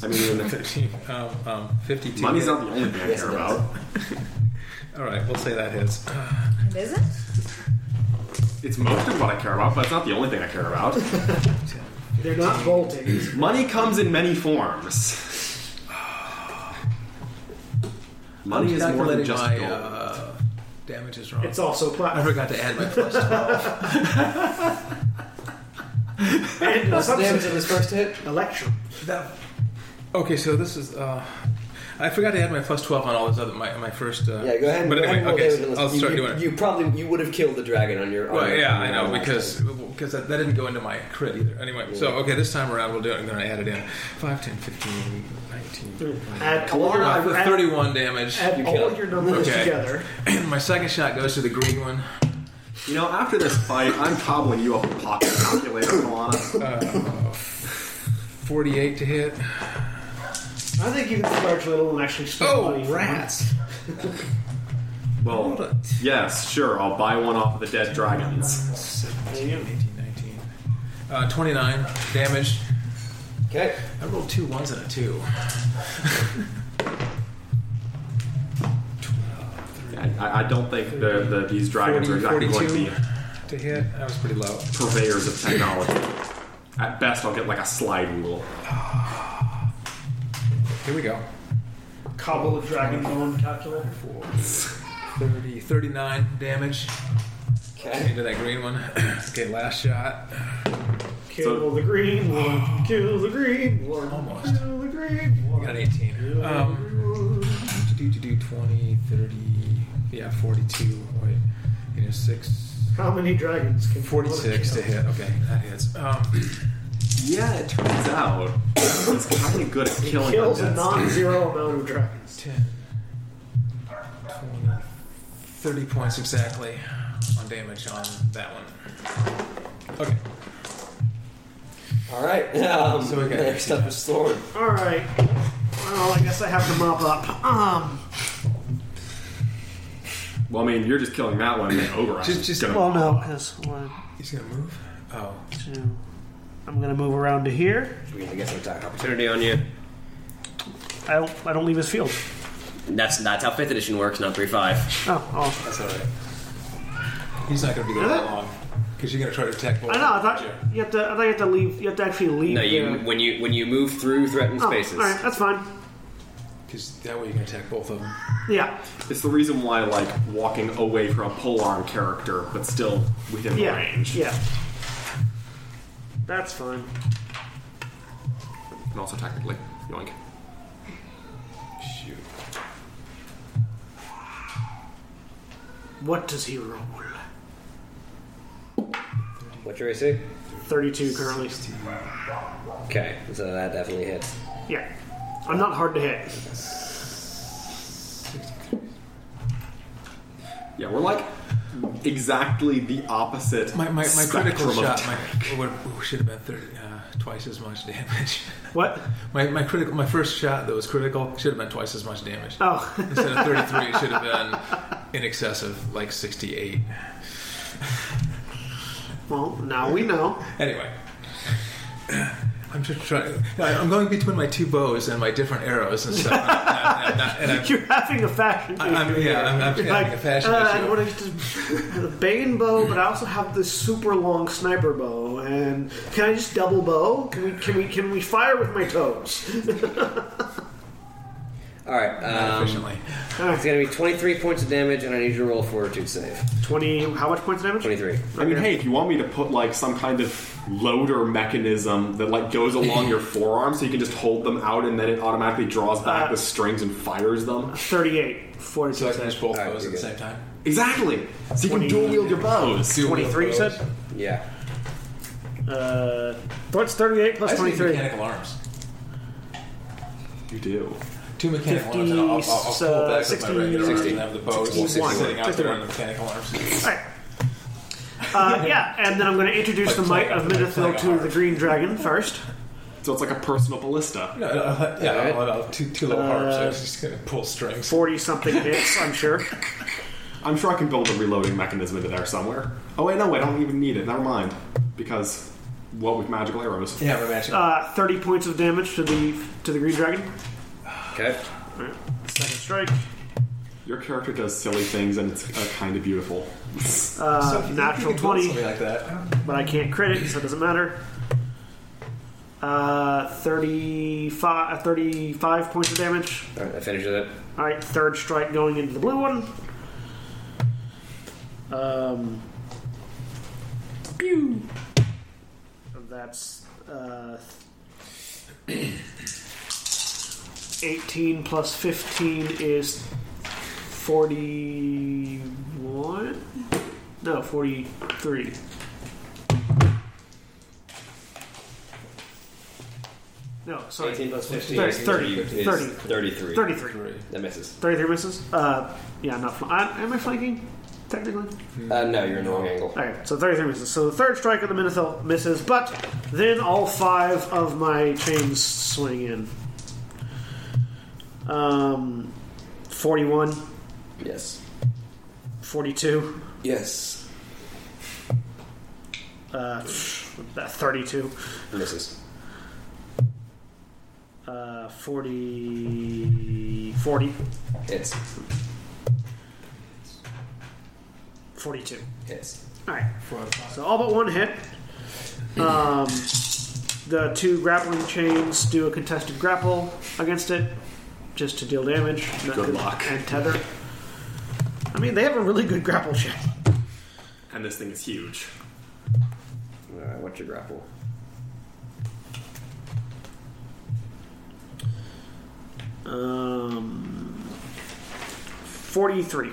S3: I mean,
S5: 15, um, um, 52.
S3: money's
S5: hit.
S3: not the only thing I
S2: Yes,
S3: care
S2: it is.
S3: about.
S5: All right, we'll say that hits.
S4: It isn't?
S3: It's most of what I care about, but it's not the only thing I care about.
S1: They're not bolting.
S3: Money comes in many forms. Money is more than
S5: Calculating
S3: just
S5: my
S3: gold.
S5: uh, damage is wrong.
S1: It's also
S5: I
S1: platinum.
S5: forgot to add my plus 12.
S1: And
S2: Damage of
S1: substance
S2: his first hit?
S1: electrum.
S5: that, okay, so this is. Uh, I forgot to add my plus twelve on all this other my my first. Uh,
S2: Yeah, go ahead. and
S5: But
S2: go
S5: anyway,
S2: ahead and roll
S5: okay,
S2: damage on this.
S5: I'll
S2: you,
S5: start
S2: you,
S5: doing it.
S2: You probably you would have killed the dragon on your. on
S5: Well,
S2: your-
S5: yeah,
S2: on
S5: I
S2: your
S5: know
S2: last
S5: because
S2: turn.
S5: because that, that didn't go into my crit either. Anyway, so okay, this time around we'll do it. I'm going to add it in. 5, 10, 15, 19.
S1: Add
S5: Uh,
S1: Kalana.
S5: with
S1: Add,
S5: 31 damage.
S1: add all your numbers
S5: Okay.
S1: together.
S5: my second shot goes to the green one.
S3: You know, after this fight, I'm cobbling you up a pocket calculator, Kalana.
S5: 48 to hit.
S1: I think you can start your little and actually spend money.
S5: Oh,
S1: for
S5: rats. Hold
S3: Well,
S5: it.
S3: yes, sure, I'll buy one off of the dead dragons.
S5: 17, 18, 19. Uh, 29 damage.
S2: Okay.
S5: I rolled two ones and a two.
S3: I, I don't think the, the, these dragons are
S5: 40,
S3: exactly going to be
S5: 42 to hit. That was pretty low.
S3: purveyors of technology. At best, I'll get like a sliding little.
S5: Here we go.
S1: them. Cobble a dragon bone calculator.
S5: 30, 39 damage
S2: Okay.
S5: into that green one. okay, last shot.
S1: Kill the green one. Kill the green one.
S5: Almost.
S1: Kill the green
S5: Got an
S1: one.
S5: 18. Um, to do to do 20 30 yeah 42 wait you know 6
S1: How many dragons can
S5: 46 to
S1: Kalana
S5: hit okay that hits um,
S3: Yeah, it turns out he's kind of good at
S1: kill?
S3: killing
S1: Kills a
S3: undead stuff.
S1: non-zero amount of dragons.
S5: 10 20 30 points exactly on damage on that one okay
S2: All right. Um,
S5: So we got-
S2: next up is Thorn.
S1: All right. Well, I guess I have to mop up. Um.
S3: Well, I mean, you're just killing that one, and then Overwatch.
S5: Just- just-
S3: gonna,
S1: Well, no, because one,
S5: he's gonna move oh
S1: two. I'm gonna move around to here.
S2: We're gonna get some attack opportunity on you.
S1: I don't. I don't leave his field.
S2: That's that's how fifth edition works, not three five.
S1: Oh, oh.
S5: that's alright he's not gonna be there that long because you're gonna try to attack both
S1: I know. I thought you have to. I thought you have to leave. You have to actually leave.
S2: No, you
S1: the-
S2: when you when you move through threatened
S1: Oh,
S2: spaces.
S1: all right, that's fine.
S5: because that way you can attack both of them
S1: Yeah,
S3: it's the reason why I like walking away from a polearm character, but still within
S1: yeah,
S3: range.
S1: yeah. That's fine.
S3: And also technically, yoink.
S5: shoot
S1: What does he roll?
S2: What's your AC?
S1: Thirty-two currently.
S2: Okay, so that definitely hits.
S1: Yeah, I'm not hard to hit.
S3: Yeah, we're like exactly the opposite.
S5: my, my, my critical
S3: spectrum of
S5: shot
S3: attack.
S5: my, oh, would, should have been 30, uh, twice as much damage
S1: What?
S5: My, my critical, my first shot that was critical should have been twice as much damage.
S1: Oh,
S5: Instead of 33, it should have been in excess of like 68.
S1: well, now we know.
S5: Anyway, I'm just trying. I'm going between my two bows and my different arrows and stuff. And I'm, and I'm, and I'm-
S1: You're having a fashion.
S5: I- I'm-
S1: issue
S5: yeah,
S1: here.
S5: I'm- I'm
S1: You're
S5: having
S1: like,
S5: a fashion
S1: uh,
S5: issue.
S1: I want to the bane bow, but I also have this super long sniper bow. And can I just double bow? Can we? Can we? Can we fire with my toes?
S2: All right.
S5: not
S2: Um,
S5: efficiently.
S2: it's gonna be 23 points of damage, and I need you to roll a fortitude save.
S1: Twenty. How much points of damage?
S2: 23.
S3: I mean, hey, if you want me to put like some kind of loader mechanism that like goes along your forearm, so you can just hold them out and then it automatically draws back
S1: Uh,
S3: the strings and fires them.
S1: Thirty-eight.
S5: So I
S1: Forty-two.
S5: can use both
S2: All right,
S5: bows at the
S2: you're
S5: same time.
S3: Exactly. So you can
S1: 20.
S3: dual wield your bows.
S5: Dual
S1: Twenty-three. You
S5: bows.
S1: said.
S2: Yeah.
S1: Uh, what's thirty-eight
S5: I
S1: plus
S5: just need
S1: twenty-three?
S5: mechanical arms.
S3: You do.
S5: Two mechanical
S1: 50,
S5: arms. And I'll, I'll, I'll
S1: so,
S5: pull back with
S1: 60,
S5: my regular arms
S2: 60,
S5: and have the bows
S2: 61,
S5: sitting out there
S1: 61.
S5: on the mechanical arms.
S1: All right. Uh, yeah, and then I'm going to introduce the might of Minithil to the Green Dragon first.
S3: So it's like a personal ballista.
S5: No, no, no, yeah,
S2: All right.
S5: I'll, I'll, two, two little harps.
S1: Uh,
S5: I was just gonna pull strings.
S1: Forty something hits, I'm sure.
S3: I'm sure I can build a reloading mechanism into there somewhere. Oh wait, no, I don't even need it. Never mind, because what with magical arrows?
S5: Yeah, we're matching.
S1: Uh, Thirty points of damage to the to the Green Dragon.
S2: Okay.
S1: Second strike.
S3: Your character does silly things, and it's uh, kind of beautiful.
S1: Uh,
S5: So if you think
S1: natural
S5: you can build
S1: twenty,
S5: Something like that.
S1: but I can't crit it, so it doesn't matter. Uh, 35, uh, 35 points of damage.
S2: All right, that finishes it.
S1: All right, third strike going into the blue one. Um, pew. That's uh, 18 plus 15 is 41? No, 43. No, sorry.
S2: 18 plus 15
S1: Sorry,
S2: is
S1: 30, 30.
S2: 33.
S1: 33.
S2: That misses.
S1: 33 misses? Uh, yeah, not fl- I, Am I flanking? Technically?
S2: Uh, no, you're in the wrong angle.
S1: Alright, so 33 misses. So the third strike of the Minotaur misses, but then all five of my chains swing in. Um, 41,
S2: Yes.
S1: 42,
S2: Yes.
S1: uh, uh, 32,
S2: Misses.
S1: uh, 40, 40,
S2: Hits.
S1: 42.
S2: Hits.
S1: Alright, so all but one hit. Um, the two grappling chains do a contested grapple against it just to deal damage. Good
S3: luck.
S1: And tether. I mean, they have a really good grapple check.
S3: And this thing is huge.
S2: Alright, what's your grapple?
S1: Um, 43.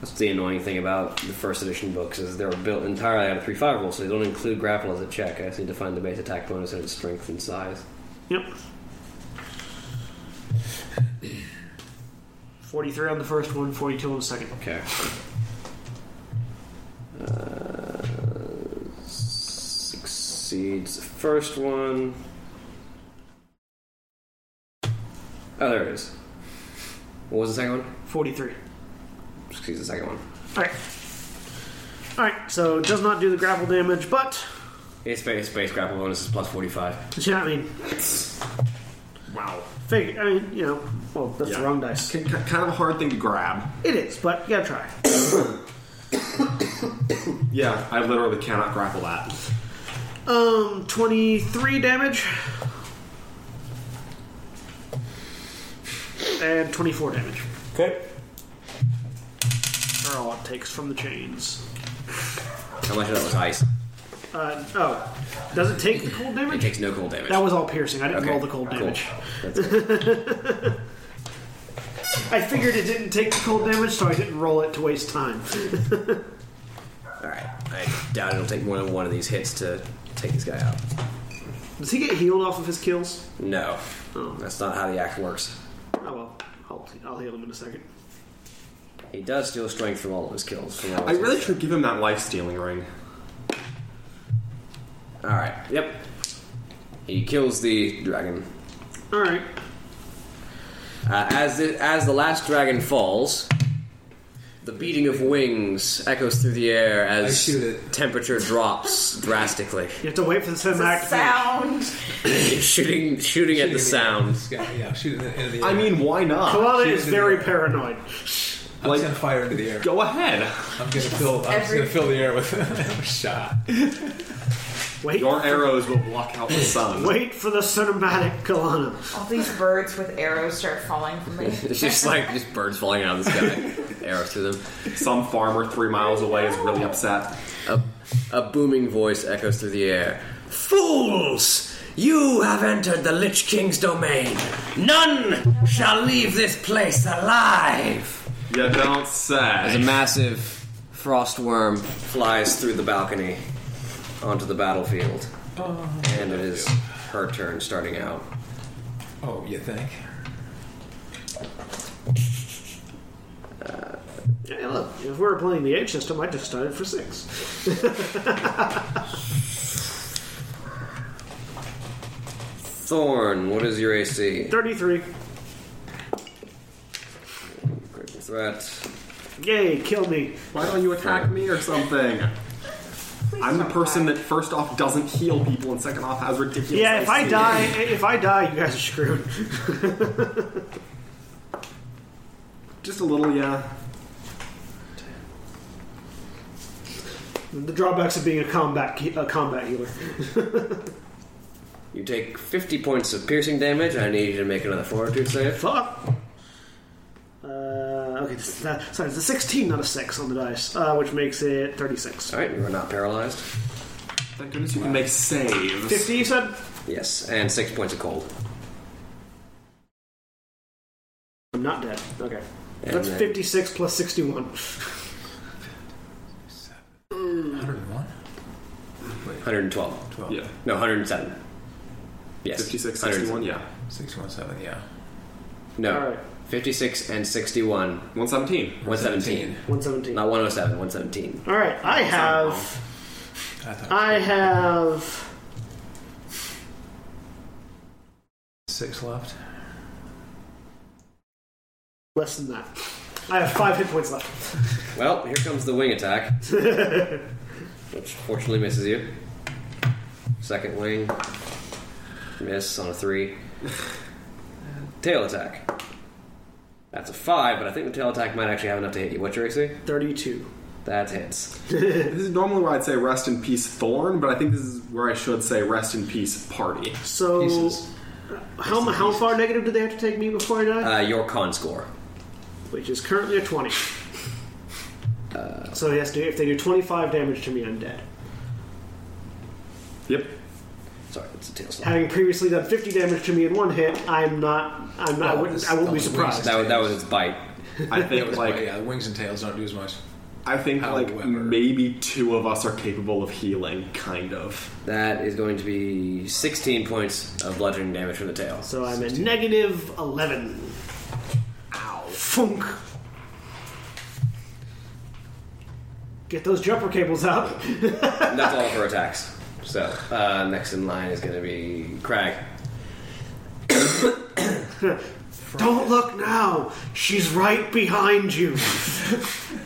S2: That's the annoying thing about the first edition books is they were built entirely out of three five rules, so they don't include grapple as a check. I just need to find the base attack bonus and its strength and size.
S1: Yep. 43 on the first one, 42 on the second.
S2: Okay. Uh, succeeds the first one. Oh, there it is. What was the second one?
S1: 43.
S2: Succeeds the second one.
S1: Alright. Alright, so it does not do the grapple damage, but.
S2: Its space space grapple bonus is plus forty five.
S1: Yeah, I mean,
S3: Wow.
S1: fig- I mean, you know, well, that's
S3: Yeah.
S1: the wrong dice.
S3: K- k- kind of a hard thing to grab.
S1: It is, but you gotta try.
S3: Yeah, I literally cannot grapple that.
S1: Um, 23 damage. And 24 damage.
S2: Okay.
S1: Are all it takes from the chains.
S2: How much of that was ice?
S1: Uh, oh, does it take the cold
S2: It
S1: damage?
S2: takes no cold damage.
S1: That was all piercing. I didn't
S2: Okay,
S1: roll the cold
S2: cool.
S1: damage.
S2: That's good.
S1: I figured it didn't take the cold damage, so I didn't roll it to waste time.
S2: All right. I doubt it'll take more than one of these hits to take this guy out.
S1: Does he get healed off of his kills?
S2: No, that's not how the act works.
S1: Oh well, I'll, I'll heal him in a second.
S2: He does steal strength from all of his kills. from all of
S3: I
S2: his-
S3: really should give him that life stealing ring.
S2: All right. Yep. He kills the dragon.
S1: All right.
S2: Uh, as the, as the last dragon falls, the beating of wings echoes through the air as
S5: shoot it.
S2: temperature drops drastically.
S1: You have to wait for the cinematic.
S6: The
S1: to finish.
S6: sound.
S2: shooting shooting at the sound.
S5: This guy, yeah, shoot it in- into the
S3: I
S5: air.
S3: mean, why not?
S1: Kalana
S5: Shoot
S1: is
S5: in the
S1: very
S5: air.
S1: paranoid.
S5: I'm just gonna fire into the air.
S3: Go ahead.
S5: I'm gonna fill. I'm just
S6: Every-
S5: gonna fill the air with a shot.
S1: Wait,
S3: Your arrows will block out the sun.
S1: wait for the cinematic, Kalana.
S6: All these birds with arrows start falling from me.
S2: It's just like just birds falling out of the sky, arrows through them.
S3: Some farmer three miles away is really upset.
S2: A, a booming voice echoes through the air. Fools! You have entered the Lich King's domain. None shall leave this place alive.
S3: You don't say.
S2: massive frost worm flies through the balcony onto the battlefield, and it is her turn starting out.
S5: Oh, you think?
S1: Hey, look, if we were playing the age system, I'd just started for six.
S2: Thorn, what is your AC?
S1: Thirty-three.
S2: Critical threat.
S1: Yay! Kill me.
S3: Why don't you attack me or something? I'm the person that first off doesn't heal people and second off has ridiculous.
S1: Yeah, if I
S3: AC.
S1: die, if I die, you guys are screwed.
S3: just a little, yeah.
S1: The drawbacks of being a combat a combat healer.
S2: You take 50 points of piercing damage. I need you to make another fortitude save.
S1: Fuck. Uh, okay, this is not, sorry, it's a 16, not a 6 on the dice, uh, which makes it 36.
S2: All right, you are not paralyzed.
S3: Thank goodness you can make saves.
S1: 50, you said?
S2: Yes, and six points of cold.
S1: I'm not dead. Okay.
S7: And
S1: That's
S7: then-
S1: 56 plus 61.
S5: 101?
S7: 112.
S5: 12.
S3: Yeah.
S7: No, 107. Yes.
S3: 56, 61, yeah.
S5: 617, yeah.
S7: No.
S1: All right.
S7: 56 and 61.
S3: 117.
S7: 117.
S1: 117.
S7: Not 107, 117.
S1: All right. I have.
S5: I thought
S1: I have.
S5: six left.
S1: Less than that. I have five hit points left.
S7: Well, here comes the wing attack. which fortunately misses you. Second wing. Miss on a three. tail attack. That's a five, but I think the tail attack might actually have enough to hit you. What's your AC?
S1: 32.
S7: That hits.
S3: This is normally where I'd say rest in peace, Thorn, but I think this is where I should say rest in peace, party.
S1: So.
S5: Pieces.
S1: How, how far negative do they have to take me before I die?
S7: Uh, your con score.
S1: Which is currently a 20. so he has to, if they do 25 damage to me, I'm dead.
S3: Yep.
S7: Sorry, it's a tail slap.
S1: Having previously done 50 damage to me in one hit, I'm not. I'm not. I
S5: Oh,
S1: wouldn't.
S5: this-
S1: I wouldn't
S5: that
S1: be
S5: was
S1: surprised.
S5: wasted.
S7: That, was- that was its bite.
S3: I think
S5: But,
S3: like
S5: yeah, the wings and tails don't do as much.
S3: I think like
S5: However.
S3: maybe two of us are capable of healing, kind of.
S7: That is going to be 16 points of bludgeoning damage from the tail.
S1: So I'm at negative 11. Ow. Funk. Get those jumper cables out.
S7: And that's all for attacks. So uh, next in line is going to be Crag.
S1: Don't look now. She's right behind you.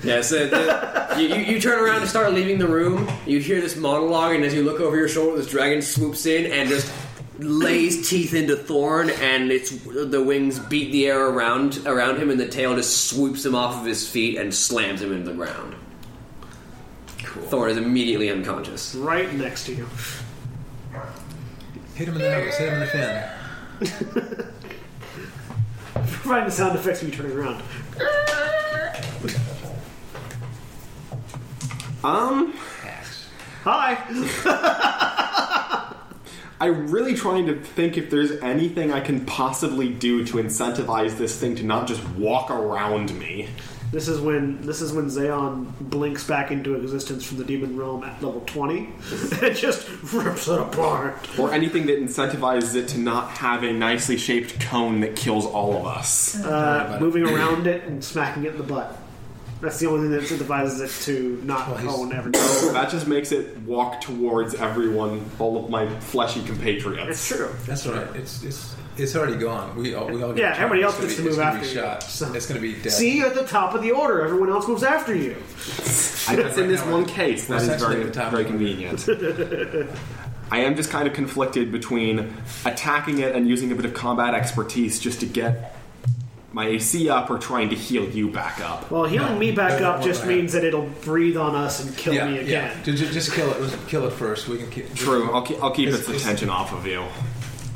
S7: Yeah, so the, you, you, you turn around and start leaving the room. You hear this monologue, and as you look over your shoulder, this dragon swoops in and just lays teeth into Thorn, and it's the wings beat the air around around him, and the tail just swoops him off of his feet and slams him into the ground. Thorn is immediately unconscious.
S1: right next to you.
S5: Hit him in the nose, hit him in the fin.
S1: Providing the sound effects of you turning around.
S3: Um,
S1: Hi.
S3: I'm really trying to think if there's anything I can possibly do to incentivize this thing to not just walk around me.
S1: This is when this is when Zeon blinks back into existence from the demon realm at level twenty. it just rips it apart.
S3: Or anything that incentivizes it to not have a nicely shaped cone that kills all of us.
S1: Uh, moving around it and smacking it in the butt. That's the only thing that incentivizes it to not
S5: Well, he's-
S1: own everything.
S3: that just makes it walk towards everyone, all of my fleshy compatriots.
S1: It's true.
S5: That's all right. It's it's it's already gone. We all we all.
S1: Yeah,
S5: get
S1: everybody else
S5: chopped.
S1: gets to
S5: It's gonna
S1: move
S5: be-
S1: after
S5: it's
S1: you.
S5: gonna be shot.
S1: So-
S5: It's going to be dead.
S1: See, you're at the top of the order. Everyone else moves after you.
S3: I guess in this
S5: Right now,
S3: one case, that
S5: we're
S3: is
S5: essentially
S3: very,
S5: at the top
S3: very
S5: of the
S3: convenient. I am just kind of conflicted between attacking it and using a bit of combat expertise just to get my AC up or trying to heal you back up.
S1: Well, healing
S5: No,
S1: me back
S5: no, no,
S1: up
S5: no,
S1: just
S5: no.
S1: means that it'll breathe on us and kill
S5: yeah,
S1: me again.
S5: yeah. Ju- ju- Just kill it. Listen, Kill it first. We can kill.
S3: True, I'll, ke- I'll keep
S5: It's-
S3: its
S5: it's-
S3: attention off of you.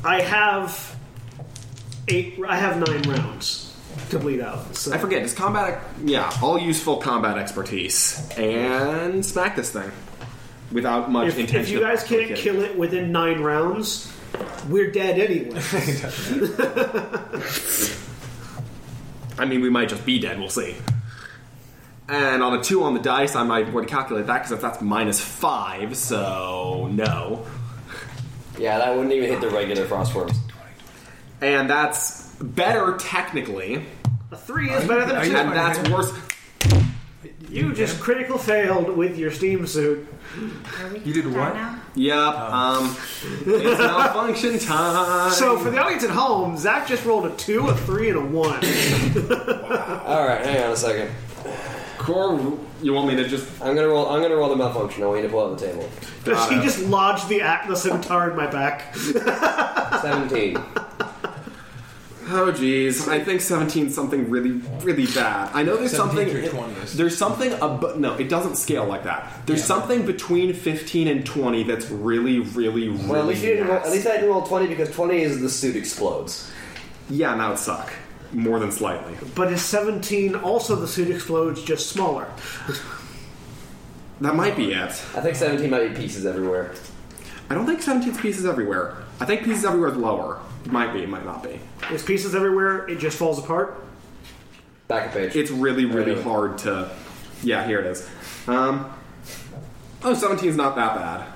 S1: I have eight. I have nine rounds to bleed out. So
S3: I forget, does combat. ex- Yeah, all useful combat expertise. And smack this thing. Without much
S1: if,
S3: intention.
S1: if you
S3: of
S1: guys
S3: actually
S1: can't
S3: hitting.
S1: kill it within nine rounds, we're dead anyway.
S3: I mean, we might just be dead. We'll see. And on a two on the dice, I'm not even going to calculate that because that's minus five. So no.
S2: Yeah, that wouldn't even hit the regular frostworms.
S3: And that's better technically,
S1: A three is better than
S5: Are
S1: a
S5: you-
S1: two.
S3: and that's worse.
S1: You just critical failed with your steam suit.
S5: You did what?
S6: Now?
S3: Yep.
S5: Oh.
S3: Um, it's malfunction time.
S1: So for the audience at home, Zach just rolled a two, a three, and a one.
S2: All right, hang on a second.
S3: core, you want me to just?
S2: I'm gonna roll. I'm gonna roll the malfunction. I want you to pull out the table.
S1: he just lodged the act, the scimitar in my back.
S2: Seventeen.
S3: Oh geez, I think 17 's something really, really bad. I know there's
S5: 17
S3: something.
S5: through 20 is-
S3: There's something above. No, it doesn't scale like that. There's something between 15 and 20 that's really, really, really.
S2: Well, at least you didn't. Roll, at
S3: nasty.
S2: least I didn't roll twenty because twenty is the suit explodes.
S3: Yeah, and that would suck. More than slightly.
S1: But is seventeen also the suit explodes just smaller?
S3: That might be it.
S2: I think seventeen might be pieces everywhere.
S3: I don't think 17th piece is everywhere. I think pieces everywhere is lower. It might be, it might not be.
S1: Is pieces everywhere? It just falls apart.
S2: Back a page.
S3: It's really, really
S2: Anyway.
S3: hard to. Yeah, here it is. Um, oh, 17 is not that bad.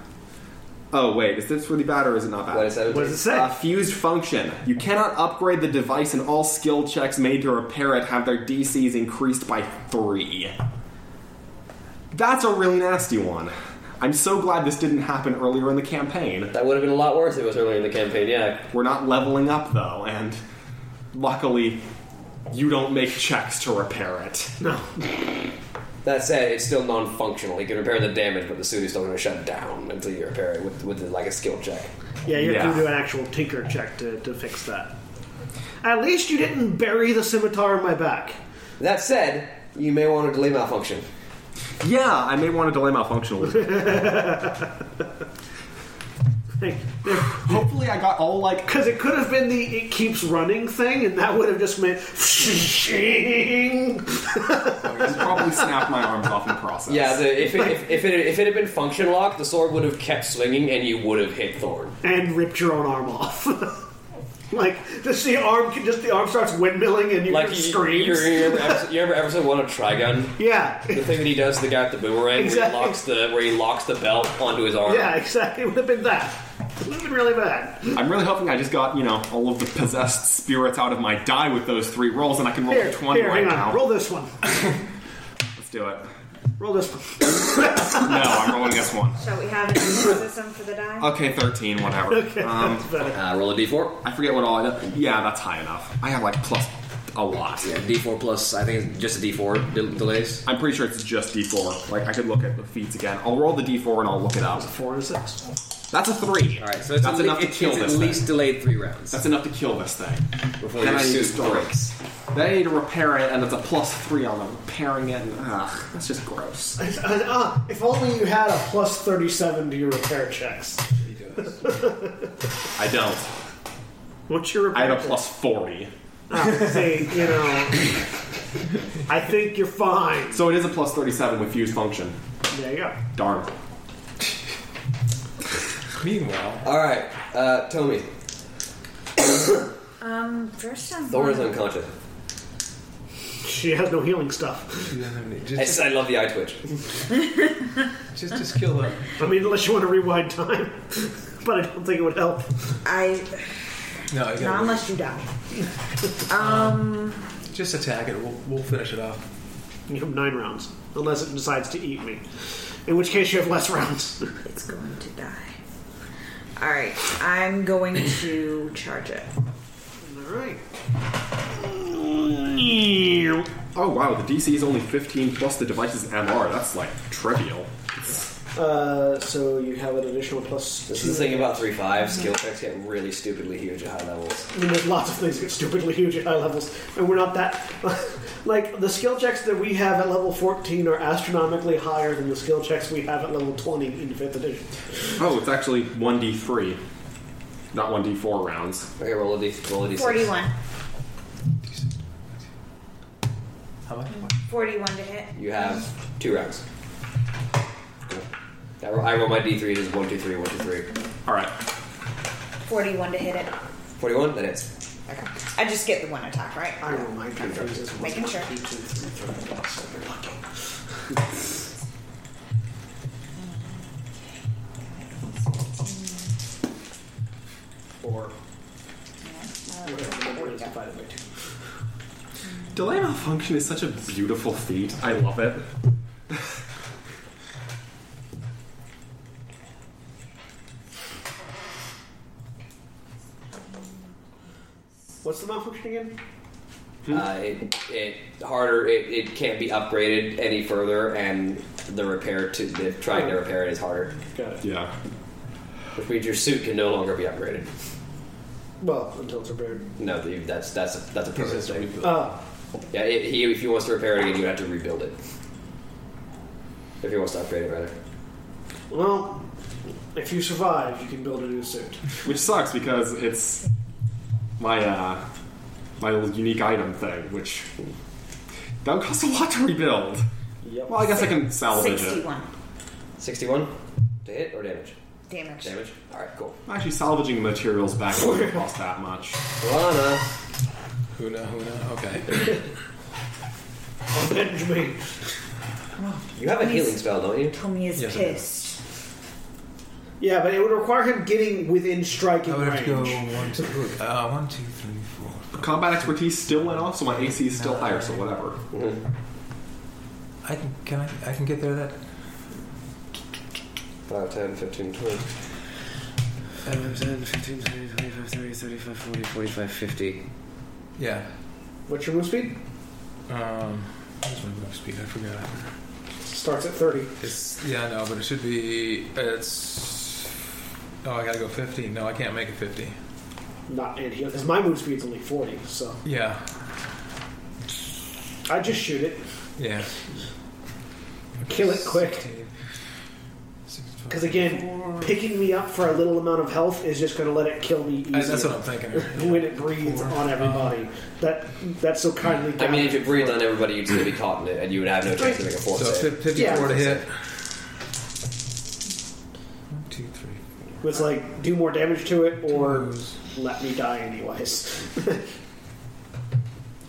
S3: Oh, wait, is this really bad or is it not bad?
S2: What is that?
S1: What does it say?
S3: Uh, fused function. You cannot upgrade the device, and all skill checks made to repair it have their DCs increased by three. That's a really nasty one. I'm so glad this didn't happen earlier in the campaign.
S2: That would have been a lot worse if it was earlier in the campaign, yeah.
S3: We're not leveling up though, and luckily, you don't make checks to repair it.
S1: No.
S2: That said, it's still non functional. You can repair the damage, but the suit is still going to shut down until you repair it with, with like a skill check.
S1: Yeah, you have
S3: Yeah.
S1: to do an actual tinker check to, to fix that. At least you didn't bury the scimitar in my back.
S2: That said, you may want to delay malfunction.
S3: Yeah, I may want to delay malfunction a little. bit. Hopefully, I got all like
S1: Because it could have been the it keeps running thing, and that would have just meant.
S3: I'd probably snap my arms off in the process.
S2: Yeah, the, if, it, if, if, it, if it had been function locked, the sword would have kept swinging and you would have hit Thorn.
S1: and ripped your own arm off. like just the arm, just the arm starts windmilling, and you
S2: Like,
S1: hear
S2: you,
S1: screams.
S2: you, you remember episode, you remember episode one of Trigun?
S1: yeah,
S2: The thing that he does to the guy with the boomerang,
S1: Exactly.
S2: where, he locks the, where he locks the belt onto his arm.
S1: yeah, exactly. It would have been that. It would have been really bad.
S3: I'm really hoping I just got you know all of the possessed spirits out of my die with those three rolls, and I can roll
S1: Here,
S3: a twenty
S1: here,
S3: right
S1: hang on.
S3: now.
S1: Roll this one.
S3: Let's do it.
S1: Roll this one.
S3: No, I'm rolling this one.
S6: Shall we have an immune system for the
S5: Uh,
S6: die?
S3: Okay, thirteen, whatever. Um,
S2: Uh, roll a d4.
S3: I forget what all. I yeah, that's high enough. I have like plus a lot.
S7: Yeah, D4 plus, I think it's just a D4 de- delays.
S3: I'm pretty sure it's just D4. Like I could look at the feats again. I'll roll the D4 and I'll look it up.
S1: Four and six.
S3: That's a three.
S7: All right, so it's
S3: that's
S7: at, le-
S3: enough to
S7: it's-
S3: kill
S7: it's
S3: this
S7: at
S3: thing.
S7: least delayed three rounds.
S3: That's enough to kill this thing.
S7: before
S3: And
S7: your
S3: I need
S7: suit breaks.
S3: stories. Then I need to repair it, and it's a plus three on the repairing it. And, ugh, that's just gross.
S1: Uh, if only you had a plus thirty-seven to your repair checks.
S3: I don't.
S1: What's your
S3: I
S1: repair?
S3: have a plus forty.
S1: check? Say, you know. I think you're fine.
S3: So it is a plus 37 with fuse function.
S1: There you go.
S3: Darn.
S5: Meanwhile,
S2: Alright, uh, Tommy.
S6: Um, first I'm
S2: Thorn is
S6: going-
S2: unconscious.
S1: She has no healing stuff.
S5: she doesn't have any-
S2: I,
S5: just,
S2: s- I love the eye twitch.
S5: just just kill her.
S1: I mean, unless you want to rewind time, but I don't think it would help.
S6: I
S5: No, I
S6: not
S5: got
S6: unless you die.
S5: just attack it. We'll, we'll finish it off.
S1: You have nine rounds, unless it decides to eat me. In which case, you have less rounds.
S6: It's going to die. All right, I'm going to charge it.
S1: All right. You
S3: Oh wow, the DC is only 15 plus the device's MR. That's like trivial.
S1: Uh, so you have an additional plus
S2: This is the thing about 3-5. Skill
S1: Mm-hmm.
S2: checks get really stupidly huge at high levels.
S1: I mean, there's lots of things that get stupidly huge at high levels, and we're not that. like, the skill checks that we have at level 14 are astronomically higher than the skill checks we have at level 20 in 5th edition.
S3: Oh, it's actually 1d3, not 1d4 rounds.
S2: Okay, roll a d roll a d6.
S6: Forty-one.
S5: How much?
S6: Forty-one to hit.
S2: You have two rounds. I roll, I roll my d3 as 1, 2, 3, 1, 2, 3.
S3: All right.
S6: Forty-one to hit it.
S2: 41, that hits.
S6: Okay. I just get the one attack, right?
S1: I don't mind confuses.
S6: Making sure.
S1: Or whatever the number is divided by two.
S3: Delay malfunction is such a beautiful feat. I love it.
S1: What's the malfunction again?
S2: Uh, it, it harder. It, it can't be upgraded any further, and the repair to the trying to repair it is harder,
S1: Got it.
S3: Yeah.
S2: which means your suit can no longer be upgraded.
S1: Well, until it's repaired.
S2: No, the- that's that's a, that's a permanent thing.
S1: Oh,
S2: Yeah, it, he, if he wants to repair it again, you have to rebuild it. If he wants to upgrade it, rather.
S1: well, if you survive, you can build a new suit.
S3: Which sucks because it's my uh, my little unique item thing, which that would cost a lot to rebuild.
S1: Yep.
S3: Well, I guess I can salvage it.
S6: Sixty-one
S2: 61 to hit or damage?
S6: damage.
S2: Damage? Alright, cool.
S3: Actually, salvaging materials back wouldn't cost that much.
S2: Lana!
S5: Huna, Huna. Okay.
S1: Avenge me.
S2: You have a healing spell, don't you?
S6: Tommy is
S5: Yes, I do.
S6: pissed.
S1: Yeah, but it would require him getting within striking
S5: I would have to go
S1: range.
S5: one, two, uh, one, two, three, four.
S3: Combat expertise still went off, so my AC is still higher, so whatever.
S5: I can, can I, I can get there that.
S2: 5, 10, 15, 20.
S7: 10, 15, 20, 25, 30, 35, 40, 45, 50.
S5: Yeah.
S1: What's your move speed?
S5: Um, what's my move speed? I forgot.
S1: Starts at 30.
S5: It's yeah, no, but it should be. It's. Oh, I gotta go 50. No, I can't make it 50.
S1: Not in here, because my move speed's only 40, so.
S5: Yeah,
S1: I just shoot it.
S5: yeah.
S1: Kill it quick.
S5: 16, 16,
S1: Because again, picking me up for a little amount of health is just going to let it kill me
S5: I- that's what
S1: easier
S5: I'm thinking.
S1: when it breathes on everybody. That that's so kindly.
S2: I
S1: guided.
S2: mean, if it breathed on everybody, you'd still be caught in it, and you would have no chance to make a force
S5: So it's
S2: save.
S5: fif- 54
S1: Yeah.
S5: to hit. One, two, three.
S1: it's like do more damage to it or
S5: Twos.
S1: let me die anyways.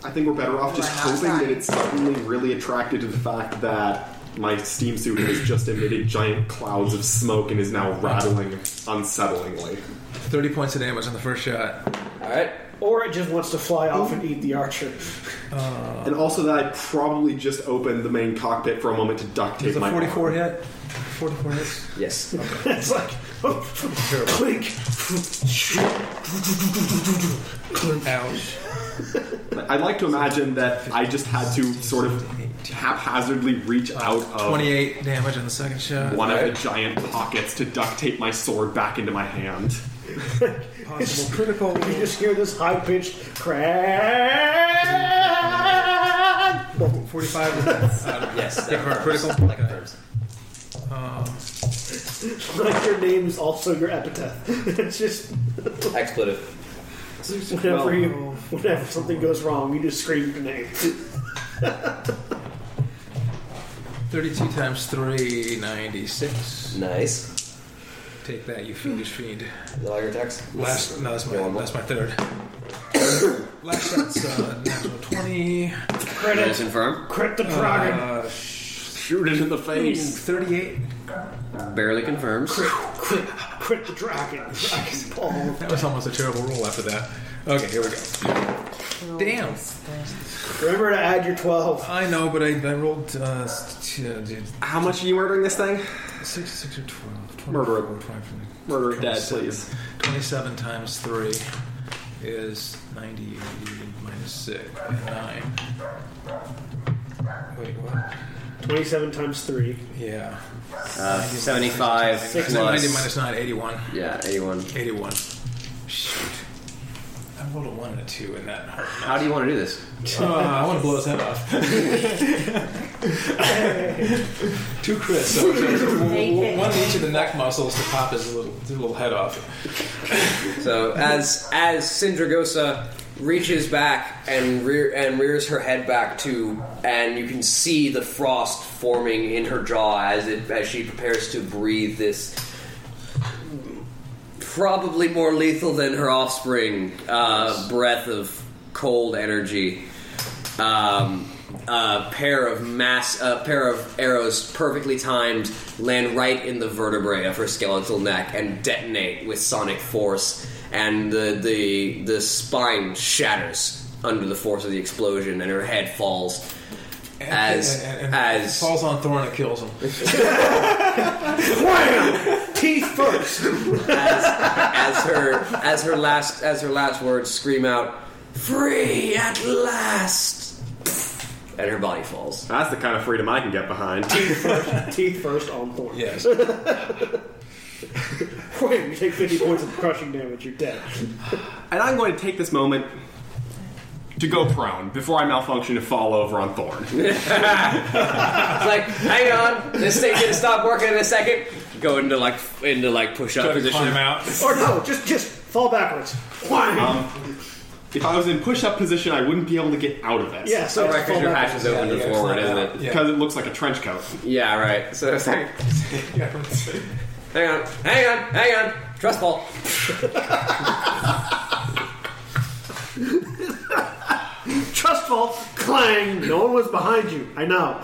S3: I think we're better off just hoping that it's suddenly really attracted to the fact that my steam suit has just emitted giant clouds of smoke and is now rattling unsettlingly.
S5: 30 points of damage on the first shot.
S2: Alright.
S1: or it just wants to fly off and eat the archer.
S3: And also that I probably just opened the main cockpit for a moment to duct tape
S5: Does a
S3: my
S5: 44
S3: arm.
S5: hit? 44 hits?
S2: Yes.
S1: it's like clink,
S5: Ouch.
S3: I'd like to imagine that I just had to sort of haphazardly reach out of
S5: 28 damage on the second shot.
S3: one of the giant pockets to duct tape my sword back into my hand.
S5: Possible critical.
S1: you just hear this high pitched crack.
S5: 45 hits. Uh,
S2: Yes.
S5: Different
S2: that
S5: critical?
S2: confirms. That confirms.
S5: Um,
S1: Like your name's also your epitaph. it's just
S2: Expletive.
S1: Whenever you, whenever something goes wrong, you just scream your name.
S5: 32 times 3, 96.
S2: Nice.
S5: Take that, you fiendish fiend.
S2: Is that all your attacks?
S5: Last, no, that's my,
S2: Normal.
S5: that's my third. Last shot's uh, natural 20.
S1: Credit,
S7: Nice and firm.
S1: crit the prog.
S5: Uh, sh-
S3: Shoot it in the face.
S5: 38.
S7: Barely confirms.
S1: Crit, crit the dragon. Dragon ball.
S5: That was almost a terrible roll after that. Okay, here we go. Damn.
S1: Remember to add your 12.
S5: I know, but I, I rolled uh, s- t- uh, dude,
S3: How much are you murdering this thing?
S5: 6, 6 or 12. 24,
S3: Murder it.
S5: 25,
S3: Murder it dead,
S5: 27.
S3: please.
S5: 27 times 3 is 90 minus 6, 9. Wait, what?
S1: 27 times 3.
S5: Yeah.
S7: Uh, 75
S5: Six, 90 minus 9, 81.
S7: Yeah, 81.
S5: 81. Shoot. I rolled a 1 and a 2 in that.
S7: How do you want to do this?
S5: Uh, I want to blow his head off. Two crits, so one one each of the neck muscles to pop his little, his little head off.
S2: So as as Syndragosa reaches back and rear and rears her head back too, and you can see the frost forming in her jaw as it as she prepares to breathe this probably more lethal than her offspring uh, breath of cold energy. Um, a pair of mass, a pair of arrows, perfectly timed, land right in the vertebrae of her skeletal neck and detonate with sonic force, and the the the spine shatters under the force of the explosion, and her head falls. As as
S5: falls on Thorn and kills him.
S1: Teeth first!
S2: as, as her as her last as her last words scream out, "Free at last!" and her body falls.
S3: That's the kind of freedom I can get behind.
S1: Teeth first on Thorn.
S5: Yes.
S1: Wham, you take 50 points of crushing damage, you're dead.
S3: And I'm going to take this moment to go prone before I malfunction to fall over on Thorn.
S2: It's like, hang on, this thing gonna stop working in a second. Go into like into like push up
S5: Climb
S2: position.
S5: out.
S1: Or no, just just fall backwards. Wham!
S3: Um, If I was in push up position, I wouldn't be able to get out of this.
S1: yeah, so
S2: Oh,
S1: it's
S2: right, 'cause
S1: fall
S2: your hatch
S1: backwards.
S2: is open
S5: Yeah,
S2: and
S5: yeah,
S2: forward,
S5: it's not
S2: isn't
S5: out.
S2: it?
S5: Yeah.
S3: Because it looks like a trench coat.
S2: Yeah, right. So it's like, hang on, hang on, hang on. Trust fall.
S1: Trust First of all, clang! No one was behind you. I know.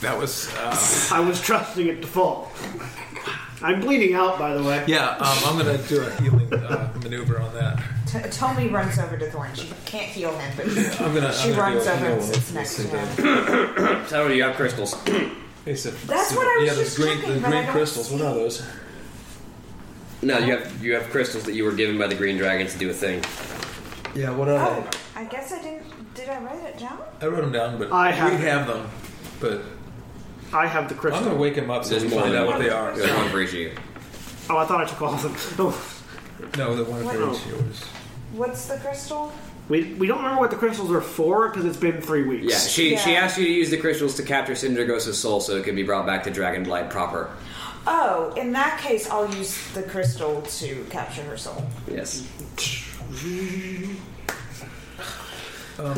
S5: That was. Uh,
S1: I was trusting it to fall. I'm bleeding out, by the way.
S5: yeah, um, I'm gonna do a healing uh, maneuver on that.
S4: T- Tommy runs over to Thorn. She can't heal him, but she,
S5: I'm gonna.
S4: she
S5: I'm gonna
S4: runs
S5: do a
S4: over
S5: heal
S4: and sits
S5: with
S4: next to
S5: this
S4: him.
S5: again.
S2: Tell me you have crystals.
S5: It's a-
S4: That's what I was
S5: yeah, those
S4: just
S5: green,
S4: checking,
S5: those
S4: but I
S5: green
S4: don't
S5: crystals. What
S4: see-
S5: are those?
S2: No, you have you have crystals that you were given by the green dragon to do a thing.
S5: Yeah, what are
S4: Oh,
S5: they?
S4: I guess I didn't. Did I write it down?
S5: I wrote them down, but
S1: I have
S5: we
S1: it.
S5: have them. But
S1: I have the
S5: I'm gonna
S1: crystal.
S5: wake him up so we
S2: more
S5: find
S2: than
S5: out what
S2: one.
S5: they are.
S2: There's one for each of you.
S1: Oh, I thought I took all of them. Oh.
S5: No, the one for
S4: Wow.
S5: each yours.
S4: What's the crystal?
S1: We, we don't remember what the crystals are for because it's been three weeks.
S2: Yeah, she she
S4: Yeah.
S2: asked you to use the crystals to capture Syndragosa's soul so it could be brought back to Dragonblight proper.
S4: Oh, in that case, I'll use the crystal to capture her soul.
S2: Yes.
S3: And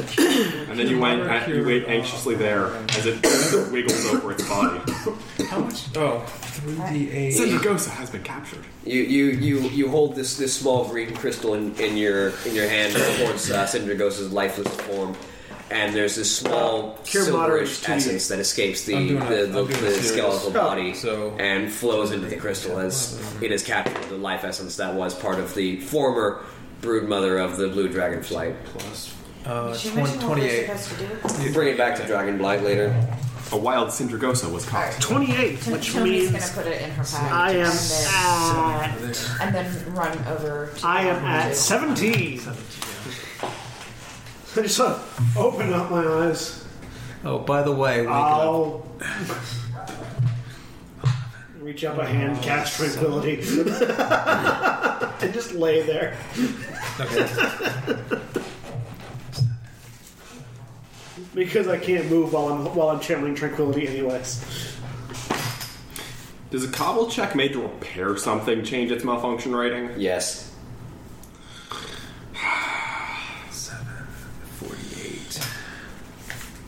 S3: then you wait, and you wait anxiously there as it wiggles over its body.
S5: How much? Oh, 3d8.
S3: Syndragosa has been captured.
S2: You you you you hold this this small green crystal in, in your in your hand towards uh, Syndragosa's lifeless form. And there's this small
S1: Cure moderate
S2: silverish
S1: to you.
S2: essence that escapes the
S5: I'm doing
S2: the,
S5: it.
S2: the,
S5: I'm doing
S2: the
S5: it serious.
S2: skeletal body
S5: so-
S2: and flows into the crystal as it has captured the life essence that was part of the former brood mother of the blue dragonflight.
S5: Uh,
S4: Did she
S5: 20,
S4: mention what we're
S5: 28.
S4: supposed to do with this?
S2: Bring it back to Dragonblight later.
S3: A wild Syndragosa was caught.
S1: 28,
S4: Tom-
S1: which
S4: Tommy's
S1: means
S4: gonna put it in her pack.
S1: I am
S4: and then,
S1: at,
S4: and then run over. To
S1: I am
S4: Thorn
S1: at
S4: to-
S1: 17. I just sort of open up my eyes.
S5: Oh, by the way, wake up.
S1: I'll reach up a hand, cast tranquility, and just lay there. Because I can't move while I'm while I'm channeling tranquility, anyways.
S3: Does a cobble check made to repair something change its malfunction rating?
S2: Yes.
S5: 48.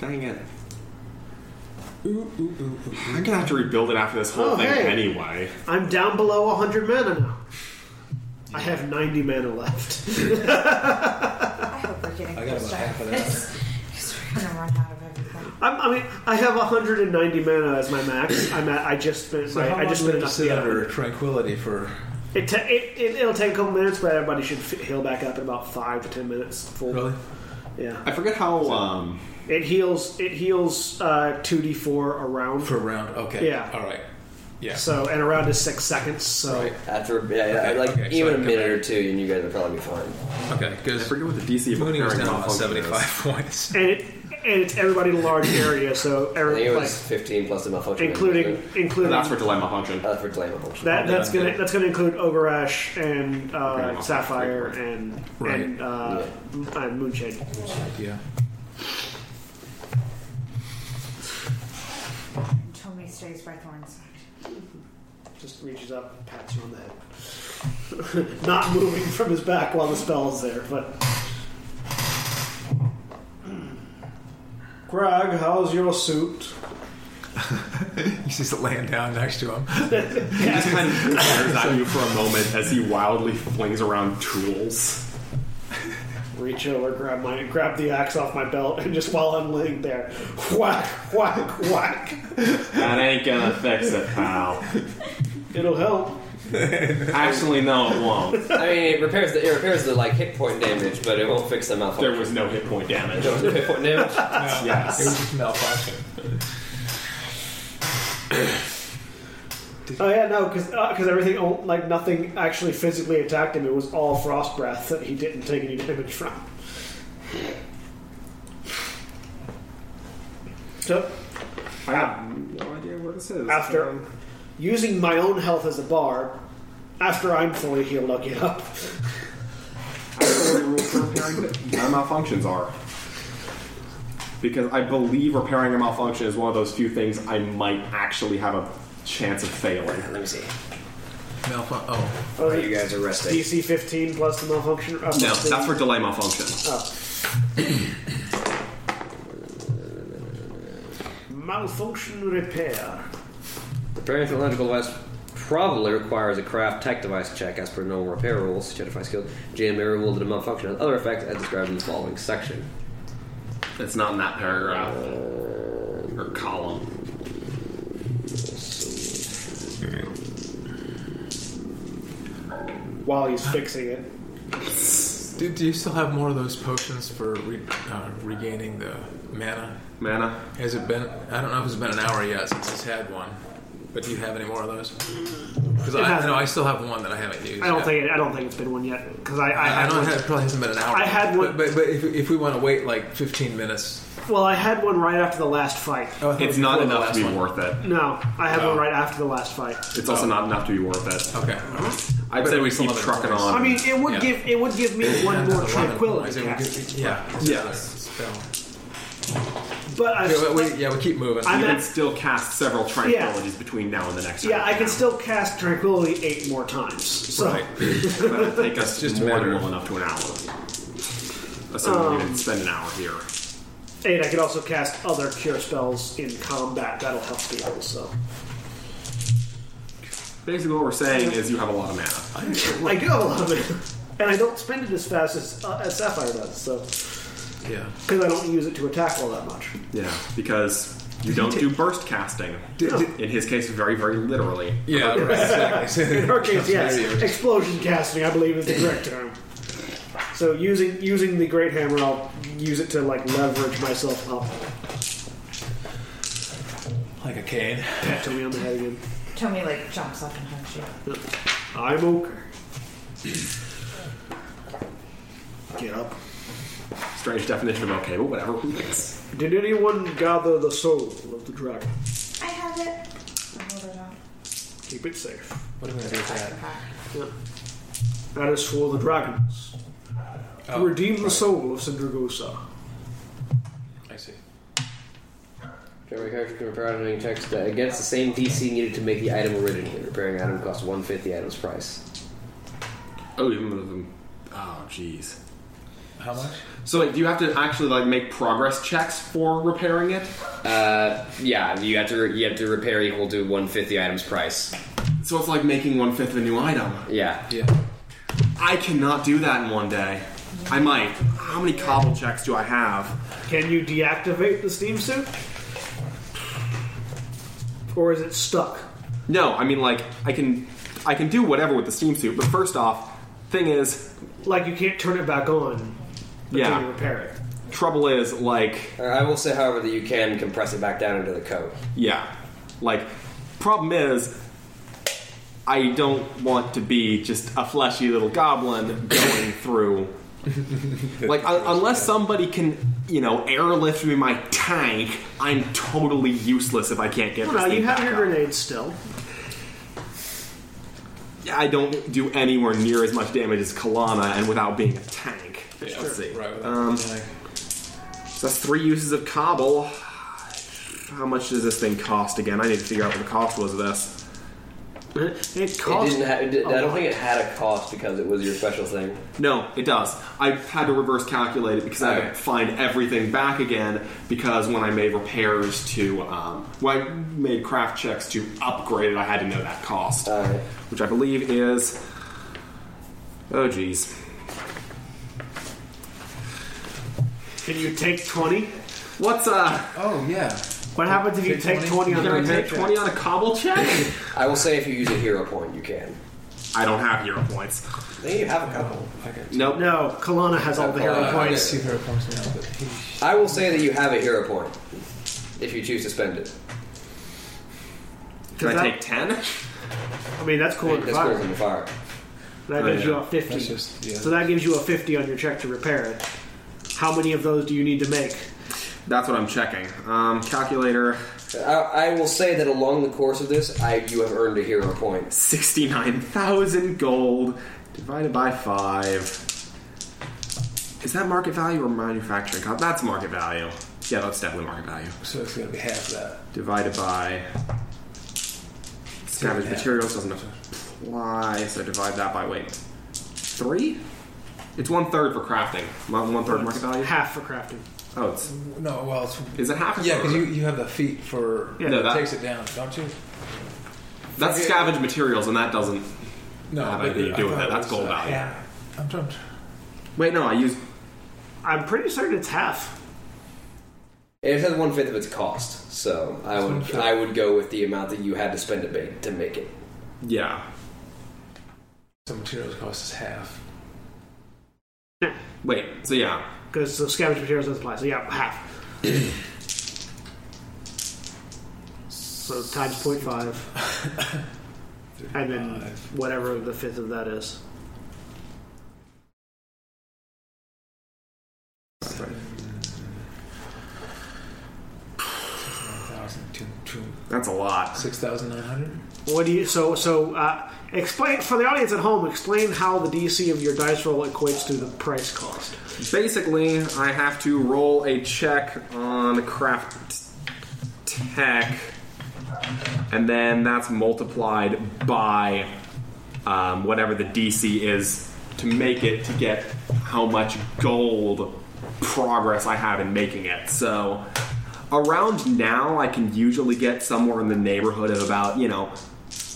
S3: Dang it. I'm gonna have to rebuild it after this whole
S1: Oh,
S3: thing
S1: hey.
S3: anyway.
S1: I'm down below 100 mana now. I have 90 mana left.
S4: I hope we're getting
S5: I got
S4: close
S5: about
S4: to
S5: half of
S4: this, 'cause we're gonna run out of everything.
S1: I'm, I mean, I have 190 mana as my max. I'm at, I just spent
S5: So
S1: my,
S5: how
S1: I just
S5: long
S1: spent
S5: did you
S1: enough
S5: sit
S1: the
S5: under tranquility for?
S1: It, ta- it, it it'll take a couple minutes, but everybody should f- heal back up in about five to ten minutes. Full.
S5: Really?
S1: Yeah.
S3: I forget how. Um,
S1: It heals. It heals uh, two d four around.
S5: For a round? Okay.
S1: Yeah.
S5: All right. Yeah.
S1: so and around is six seconds. So
S5: Right.
S2: After yeah, yeah,
S5: Okay,
S2: like
S5: okay, so
S2: even
S5: I
S2: a
S5: come
S2: minute
S5: back.
S2: or two, and you guys would probably be fine.
S5: Okay.
S3: I
S5: Because
S3: forget what the DC of
S5: Mooney was
S3: repairing
S5: down about
S3: malfunction is.
S5: 75 points.
S1: and it and it's everybody in a large area. So
S2: I think
S1: every,
S2: it
S1: like,
S2: was fifteen plus the malfunction,
S1: including including
S3: That's for delay malfunction.
S2: uh, for delay malfunction.
S1: that that's
S5: Yeah.
S1: gonna that's gonna include Ogresh and
S3: Okay.
S1: uh, Sapphire and
S5: Right.
S1: and uh, uh, Moonshade.
S5: Yeah.
S4: Tommy stays by Thorn's side.
S1: Just reaches up, and pats you on the head. Not moving from his back while the spell is there, but. Greg, how's your suit?
S5: He's just laying down next to him.
S3: He just kind of stares at you for a moment as he wildly flings around tools.
S1: Reach over, grab my grab the axe off my belt, and just while I'm laying there, whack, whack, whack.
S3: That ain't gonna fix it, pal.
S1: It'll help.
S3: Actually, no, it won't.
S2: I mean, it repairs the it repairs the like hit point damage, but it won't fix the
S3: There
S2: malfunction.
S3: was no hit point damage.
S2: There was no hit point damage.
S5: It was
S3: Yes.
S5: just malfunction.
S1: Oh yeah, no, because everything o- like nothing actually physically attacked him. It was all frost breath that he didn't take any damage from. So
S3: I have no idea where this is. Um,
S1: after using my own health as a bar, after I'm fully healed, I'll get up.
S3: I don't know what the rules for repairing my malfunctions are. Because I believe repairing a malfunction is one of those few things I might actually have a chance of failing.
S2: Let me see.
S5: Malfunction. Oh.
S1: Oh,
S2: While you guys are resting.
S1: DC 15 plus the malfunction. Uh,
S3: No,
S1: plus the-
S3: that's for delay malfunction.
S1: malfunction repair.
S2: Repairing technological device probably requires a craft tech device check as per normal repair rules, to identify skills, jam every rule to malfunction and other effects as described in the following section.
S3: It's not in that paragraph or column.
S1: while he's fixing it.
S5: Do, do you still have more of those potions for re, uh, regaining the mana?
S3: Mana.
S5: Has it been? I don't know if it's been an hour yet since he's had one. But do you have any more of those? Because I, I know I still have one that I haven't used.
S1: I don't
S5: yet.
S1: think it, I don't think it's been one yet because I, I,
S5: I,
S1: had
S5: I don't
S1: one-
S5: have. It probably hasn't been an hour.
S1: I had one-
S5: But but, but if, if we want to wait like 15 minutes,
S1: well I had one right after the last fight.
S5: oh, I thought it
S3: It's
S5: was
S3: not
S5: before the
S3: enough
S5: last
S3: to be
S5: one.
S3: worth it.
S1: No, I had
S5: Oh.
S1: one right after the last fight.
S3: It's also not enough to be worth it.
S5: Okay.
S3: I'd
S5: But
S3: say we
S5: it's
S3: keep
S5: eleven
S3: trucking
S5: points.
S3: on.
S1: I mean, it would
S5: Yeah.
S1: give it would give me one more
S5: Another I
S1: tranquility.
S5: said we
S1: pack.
S5: could- Yeah.
S3: Yeah.
S5: Spell.
S1: But I,
S5: Yeah, we, yeah, we keep moving.
S1: I'm
S3: you
S1: at-
S3: can still cast several
S1: Yeah.
S3: tranquilities between now and the next.
S1: yeah,
S3: round.
S1: I can still cast tranquility eight more times. So
S5: Right.
S3: That'll take us
S5: Just
S3: just
S5: a
S3: more
S5: matter
S3: than
S5: of-
S3: well enough to an hour. So we
S1: Um.
S3: didn't spend an hour here.
S1: and I could also cast other cure spells in combat. That'll help me also.
S3: Basically, what we're saying is you have a lot of mana.
S1: I do have a lot of it, and I don't spend it as fast as, uh, as Sapphire does. So
S5: yeah.
S1: because I don't use it to attack all that much.
S3: Yeah, because you don't do burst casting.
S5: Did- did-
S3: In his case, very, very literally.
S5: Yeah, right, exactly.
S1: In her case, yes, explosion casting, I believe, is the correct term. So using using the great hammer, I'll use it to like leverage myself up.
S5: Like a cane.
S1: Pat Tony on the head again.
S4: Tommy like jumps up and hugs you.
S1: I'm okay. Get up.
S3: Strange definition of okay, but whatever.
S1: Did anyone gather the soul of the dragon?
S4: I have it. I hold it up.
S1: Keep it safe.
S5: What am I gonna do with that?
S1: That is for the dragons.
S5: Oh,
S1: Redeem the soul of Syndragosa.
S5: I see.
S2: Every character can repair item checks that against the same DC needed to make the item originally. Repairing item costs one fifth the item's price.
S3: oh, even with them. Oh, jeez.
S5: How much?
S3: So, wait, do you have to actually like make progress checks for repairing it?
S2: Uh, yeah, you have to you have to repair equal to one fifth the item's price.
S3: So it's like making one fifth of a new item.
S2: Yeah,
S5: Yeah.
S3: I cannot do that in one day. I might. How many cobble checks do I have?
S1: Can you deactivate the steam suit? Or is it stuck?
S3: No, I mean like I can, I can do whatever with the steam suit. But first off, thing is,
S1: Like you can't turn it back on until
S3: Yeah.
S1: you repair it.
S3: trouble is like
S2: Uh, I will say, however, that you can compress it back down into the code.
S3: yeah, like problem is. I don't want to be just a fleshy little goblin going through. like, un- unless somebody can, you know, airlift me my tank, I'm totally useless if I can't get this
S1: Well,
S3: thing
S1: you have
S3: back
S1: your
S3: up.
S1: grenades still.
S3: I don't do anywhere near as much damage as Kalana, and without being a tank. Let's see.
S5: Right. With
S3: Um,
S5: that.
S3: So that's three uses of Cobble. How much does this thing cost again? I need to figure out what the cost was of this.
S1: It, it
S2: It
S1: costs.
S2: didn't ha- it did-
S1: a
S2: I don't
S1: lot.
S2: think it had a cost because it was your special thing.
S3: No, it does. I had to reverse calculate it because I had to
S2: Alright.
S3: find everything back again. Because when I made repairs to, um, when I made craft checks to upgrade it, I had to know that cost,
S2: Alright.
S3: which I believe is, oh geez,
S1: Can you take twenty?
S3: what's uh?
S5: Oh yeah.
S1: What happens if you
S5: Take
S1: take
S5: 20?
S1: twenty, on
S3: Can
S1: the
S3: I
S1: repair
S3: take
S1: check?
S3: twenty on a Cobble check?
S2: I will say, if you use a hero point, you can.
S3: I don't have hero points.
S2: I think you have a couple.
S3: Nope.
S1: No, Kalana has all the hero
S2: Uh,
S5: I
S1: points.
S5: get two hero points now, but he,
S2: I will say that you have a hero point if you choose to spend it.
S3: Can
S1: Does that-
S3: I take ten?
S1: I mean, that's cool. and
S2: That's
S1: fine.
S2: cooler than the fire.
S1: That
S3: Oh,
S1: gives
S3: yeah.
S1: you a fifty.
S5: that's just yeah.
S1: So that gives you a fifty on your check to repair it. How many of those do you need to make?
S3: That's what I'm checking. Um, calculator,
S2: I, I will say that along the course of this, I you have earned a hero point.
S3: sixty-nine thousand gold divided by five. Is that market value or manufacturing cost? That's market value. Yeah, that's definitely market value.
S5: So it's gonna be half that.
S3: Divided by scavenged materials doesn't apply, so divide that by wait three. It's one third for crafting. One one third market value.
S1: Half for crafting.
S3: Oh, it's
S5: No, well, it's,
S3: is it half? or
S5: yeah, because
S3: third?
S5: you, you have the feet for
S1: Yeah.
S5: yeah,
S3: No, that-
S5: takes it down, don't you?
S3: That's scavenge materials, and that doesn't.
S5: No,
S3: Have
S5: but
S3: anything to do
S5: I
S3: with
S5: thought
S3: it. That's
S5: was,
S3: gold
S5: uh,
S3: value.
S5: Yeah, I'm trying. to-
S3: Wait, no, I used.
S1: I'm pretty certain it's half.
S2: It has one fifth of its cost, so I would
S5: Sure.
S2: I would go with the amount that you had to spend to make to make it.
S3: Yeah.
S5: So materials cost is half.
S3: Wait. So yeah.
S1: Because the scavenge materials doesn't apply. So yeah, half. so times 0.5. and then whatever the fifth of that is.
S3: That's a lot.
S5: 6,900?
S1: What do you so so? Uh, explain for the audience at home. Explain how the DC of your dice roll equates to the price cost.
S3: Basically, I have to roll a check on craft tech, and then that's multiplied by um, whatever the DC is to make it to get how much gold progress I have in making it. So around now, I can usually get somewhere in the neighborhood of about you know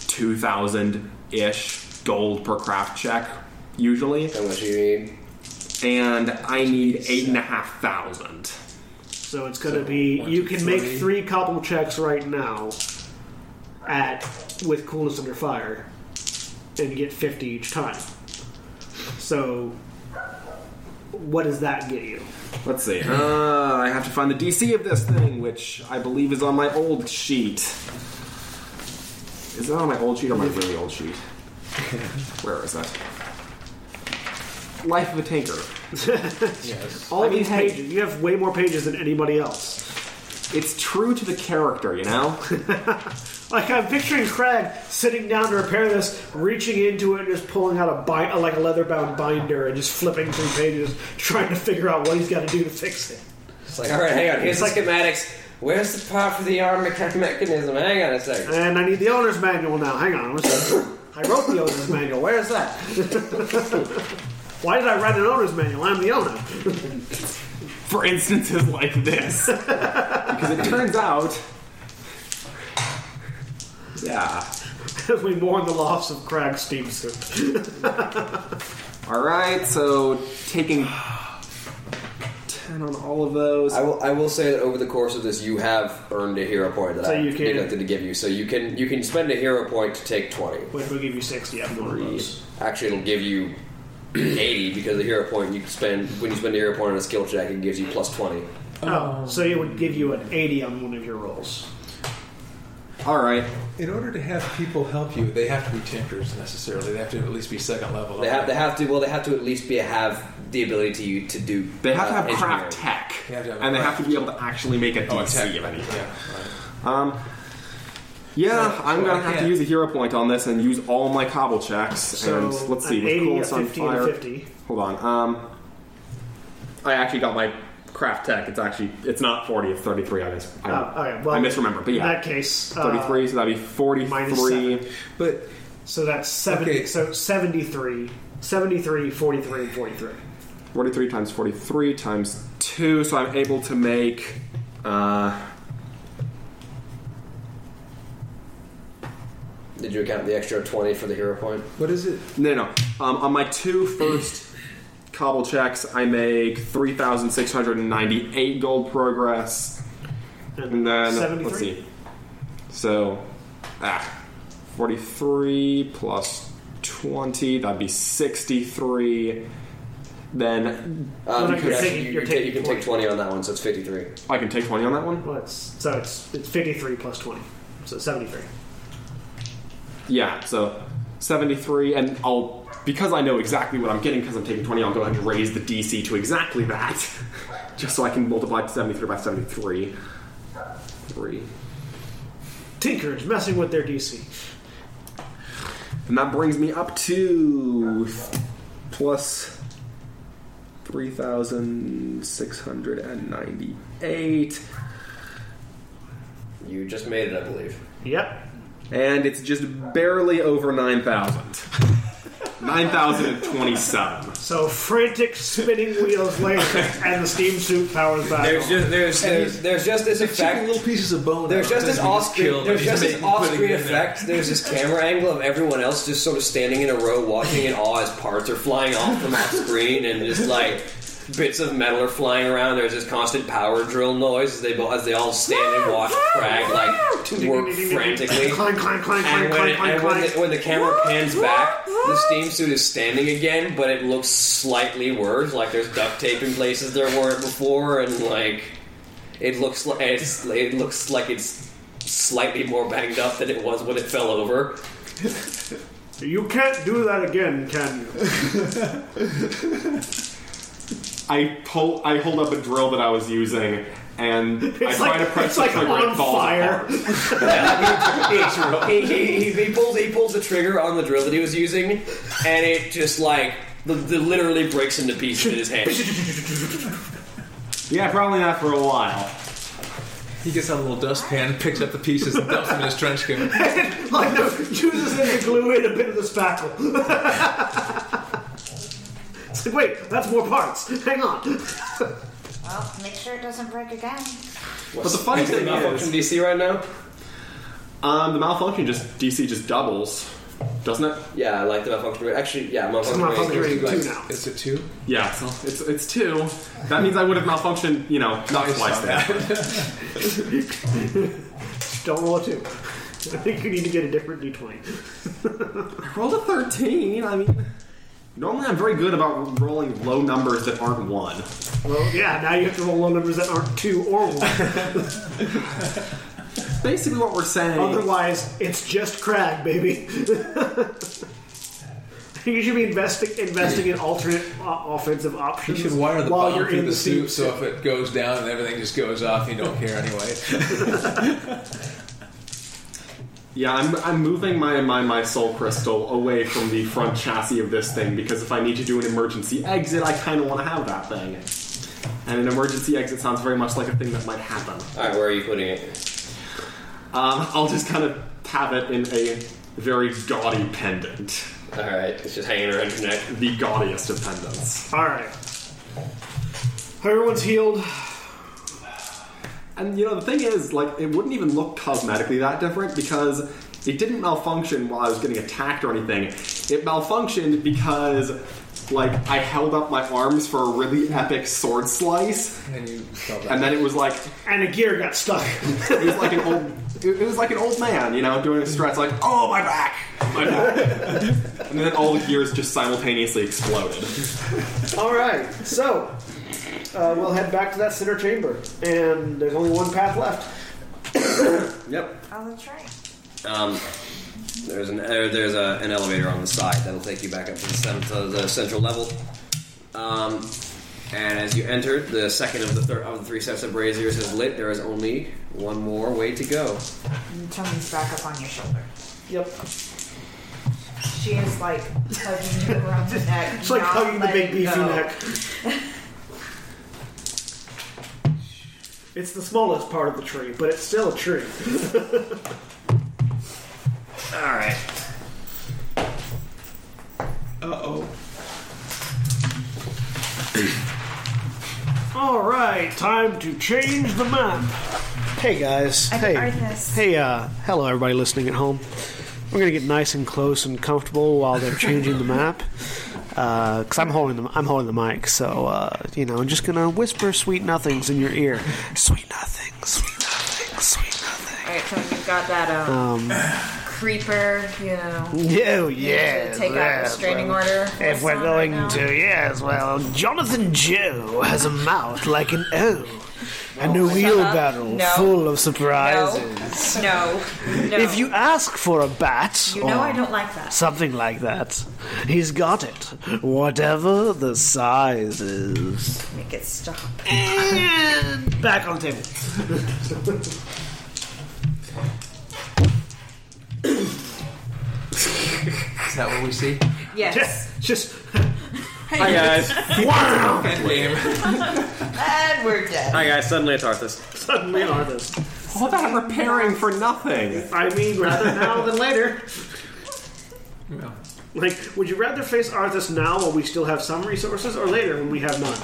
S3: two thousand ish gold per craft check usually
S2: How much do you need?
S3: and I need eight and a half thousand.
S1: So it's going to be you can make three couple checks right now at with coolness under fire, and get fifty each time. So what does that get you?
S3: Let's see. Uh, I have to find the DC of this thing, which I believe is on my old sheet. Is it on my old sheet or my really old sheet? Where is that? Life of a Tinker.
S5: Yes.
S1: All
S3: I mean,
S1: these
S3: hey.
S1: pages. You have way more pages than anybody else.
S3: It's true to the character, you know?
S1: Like I'm picturing Craig sitting down to repair this, reaching into it, and just pulling out a bind, like a leather-bound binder, and just flipping through pages, trying to figure out what he's got to do to fix it.
S2: It's like, all right, hang on. Here's the schematics. Where's the part for the arm mecha- mechanism? Hang on a second.
S1: And I need the owner's manual now. Hang on, one second. I wrote the owner's manual. Where is that? Why did I write an owner's manual? I'm the owner.
S3: For instances like this. because it turns out. Yeah.
S1: As we mourn the loss of Craig Stevenson.
S3: Alright, so taking 10 on all of those.
S2: I will, I will say that over the course of this, you have earned a hero point that
S1: So
S2: I
S1: you can-
S2: neglected to give you. So you can you can spend a hero point to take twenty.
S1: Which will give you 60 after one of those.
S2: Actually, it'll give you eighty because the hero point you can spend when you spend a hero point on a skill check, it gives you plus twenty.
S1: Oh, so it would give you an 80 on one of your rolls.
S3: Alright.
S5: In order to have people help you, they have to be tinkers necessarily. They have to at least be second level.
S2: They have they have to well they have to at least be have the ability to you to do.
S3: They have to
S2: uh,
S3: have craft
S2: engineering.
S3: tech.
S5: They have to have
S3: and they have
S5: craft.
S3: to be able to actually make a
S5: Oh,
S3: DC
S5: tech.
S3: of anything.
S5: Yeah.
S3: Um, yeah,
S5: So-
S3: I'm
S5: so
S3: gonna
S5: I
S3: have to
S5: can't-
S3: use a hero point on this and use all my cobble checks.
S1: So
S3: and let's see,
S1: an
S3: with
S1: 80, a
S3: coolness on
S1: 50, and a
S3: fire.
S1: 50.
S3: Hold on. Um, I actually got my craft tech. It's actually it's not 40. It's 33. I mis- I,
S1: Oh, okay, well,
S3: I misremember, but
S1: In
S3: yeah,
S1: that case, uh,
S3: 33. so that'd be 43.
S1: minus seven.
S5: But
S1: So that's 70,
S5: Okay.
S1: so 73, 73, 43, and 43.
S3: 43 times 43 times 2, so I'm able to make. Uh,
S2: Did you account the extra twenty for the hero point?
S5: what is it?
S3: no, no. Um, on my two first cobble checks, I make 3,698 gold progress. And then. Let's see. So. Ah. 43 plus 20, that'd be 63. Then
S1: no,
S2: Um,
S1: you're
S2: yeah,
S1: taking-
S2: you,
S1: you're
S2: you
S1: taking
S2: take- you can take twenty on that one, so it's fifty-three.
S3: I can take 20 on that one?
S1: Well, it's, so it's, it's 53 plus 20. So 73.
S3: Yeah, so 73, and I'll because I know exactly what I'm getting because I'm taking 20. I'll go ahead and raise the DC to exactly that, just so I can multiply 73 by 73. Three,
S1: Tinker is messing with their DC.
S3: and that brings me up to plus 3,698,
S2: You just made it, I believe.
S1: Yep.
S3: and it's just barely over 9,000.
S9: 9,027.
S1: So frantic spinning wheels later, and the steam suit powers back.
S2: There's
S1: on.
S2: just there's there's, there's just this
S5: Chicken
S2: effect.
S5: little pieces of bone.
S2: There's
S5: out.
S2: just this
S5: Doesn't mean
S2: off
S5: it's
S2: screen.
S5: killed,
S2: There's
S5: but
S2: just
S5: he's
S2: this
S5: putting it
S2: off screen
S5: in there.
S2: effect. There's this camera angle of everyone else just sort of standing in a row, watching it all as parts are flying off from off screen, and just like bits of metal are flying around. There's this constant power drill noise as they bo- as they all stand and watch Crag like to work frantically.
S1: Clang, clang, clang, clang,
S2: And when,
S1: clang,
S2: it,
S1: clang,
S2: and when,
S1: clang.
S2: the, when the camera pans back, the steam suit is standing again, but it looks slightly worse. Like there's duct tape in places there weren't before, and like it looks like it's, it looks like it's slightly more banged up than it was when it fell over.
S1: You can't do that again, can you?
S3: I pull, I hold up a drill that I was using, and I
S1: It's
S3: try
S1: like-
S3: to press
S1: it's
S3: the
S1: like
S3: trigger.
S1: on
S3: it falls
S1: fire.
S3: apart.
S2: he, he, he, he pulls he pulls the trigger on the drill that he was using, and it just like the, the literally breaks into pieces in his hand.
S3: Yeah, probably not for a while.
S5: He gets out a little dustpan, picks up the pieces, and dumps them in his trench coat.
S1: like, no, uses it to glue in a bit of the spackle. it's like, wait, that's more parts. Hang on.
S10: Well, make sure it doesn't break again.
S3: But the funny thing
S2: Malfunction
S3: is,
S2: DC right now?
S3: um, the malfunction just DC just doubles, doesn't it?
S2: Yeah, I like the malfunction. Actually, yeah, malfunction.
S1: I'm not fucking ready
S2: like-
S1: to now.
S5: It's a two.
S3: Yeah, so it's it's two. That means I would have malfunctioned, you know, not twice that.
S1: Don't roll a two. I think you need to get a different d20.
S3: I rolled a thirteen. I mean, normally I'm very good about rolling low numbers that aren't one.
S1: Well, yeah, now you have to roll low numbers that aren't two or one.
S3: Basically, what we're saying.
S1: Otherwise, it's just crag, baby. You should be investing investing in alternate uh, offensive
S5: You
S1: options
S5: should wire the
S1: while
S5: bomb
S1: you're
S5: through
S1: in
S5: the
S1: suit.
S5: soup, so if it goes down and everything just goes off, you don't care anyway.
S3: Yeah, I'm, I'm moving my, my, my soul crystal away from the front chassis of this thing because if I need to do an emergency exit, I kind of want to have that thing. And an emergency exit sounds very much like a thing that might happen.
S2: All right, where are you putting it?
S3: Um, I'll just kind of have it in a very gaudy pendant.
S2: All right, it's just hanging around your neck.
S3: The gaudiest of pendants.
S1: All right. Everyone's healed.
S3: And you know, the thing is, like, it wouldn't even look cosmetically that different because it didn't malfunction while I was getting attacked or anything. It malfunctioned because, like, I held up my arms for a really epic sword slice,
S5: and you fell back.
S3: and then it was like
S1: And a gear got stuck.
S3: it was like an old it, it was like an old man, you know, doing a stretch, like, oh my back, my back, and then all the gears just simultaneously exploded.
S1: All right, so uh, we'll head back to that center chamber, and there's only one path left.
S2: Yep.
S10: Oh, that's right.
S2: Um, there's an uh, there's a, an elevator on the side that'll take you back up to the, cen- to the central level. Um, and as you enter, the second of the third of the three sets of braziers is lit. There is only one more way to go.
S4: And Tony's back up on your shoulder.
S1: Yep.
S4: She is like hugging you around the neck.
S1: It's like
S4: not
S1: hugging the big
S4: letting
S1: beefy
S4: go.
S1: neck. it's the smallest part of the tree, but it's still a tree.
S2: All right.
S1: All right, time to change the map. Hey guys.
S10: I'm
S1: hey.
S10: Arthas.
S1: Hey, uh, hello everybody listening at home. We're gonna get nice and close and comfortable while they're changing the map, because I'm holding the I'm holding the mic. So uh, you know, I'm just gonna whisper sweet nothings in your ear. Sweet nothings, sweet nothings, sweet nothing.
S4: All right, Tony, you've got that um, creeper. You know,
S1: Yeah,
S4: to
S1: Oh, yeah.
S4: take out
S1: yeah,
S4: the restraining
S1: well.
S4: order.
S1: If we're going to, yes, well, Jonathan Joe has a mouth like an O. And a wheelbarrow
S4: No.
S1: full of
S4: no,
S1: surprises.
S4: no, no.
S1: If you ask for a bat,
S4: you know,
S1: or
S4: I don't like that.
S1: something like that, he's got it, whatever the size is.
S4: Make it stop.
S1: And back on the table.
S5: Is that what we see?
S4: Yes,
S1: Just
S3: Hi guys,
S1: wow!
S4: and we're dead.
S11: Hi guys, suddenly it's Arthas.
S1: Suddenly are this.
S3: all that repairing for nothing.
S1: I mean, rather now than later.
S5: Well,
S12: Like, would you rather face Arthas now while we still have some resources, or later when we have none?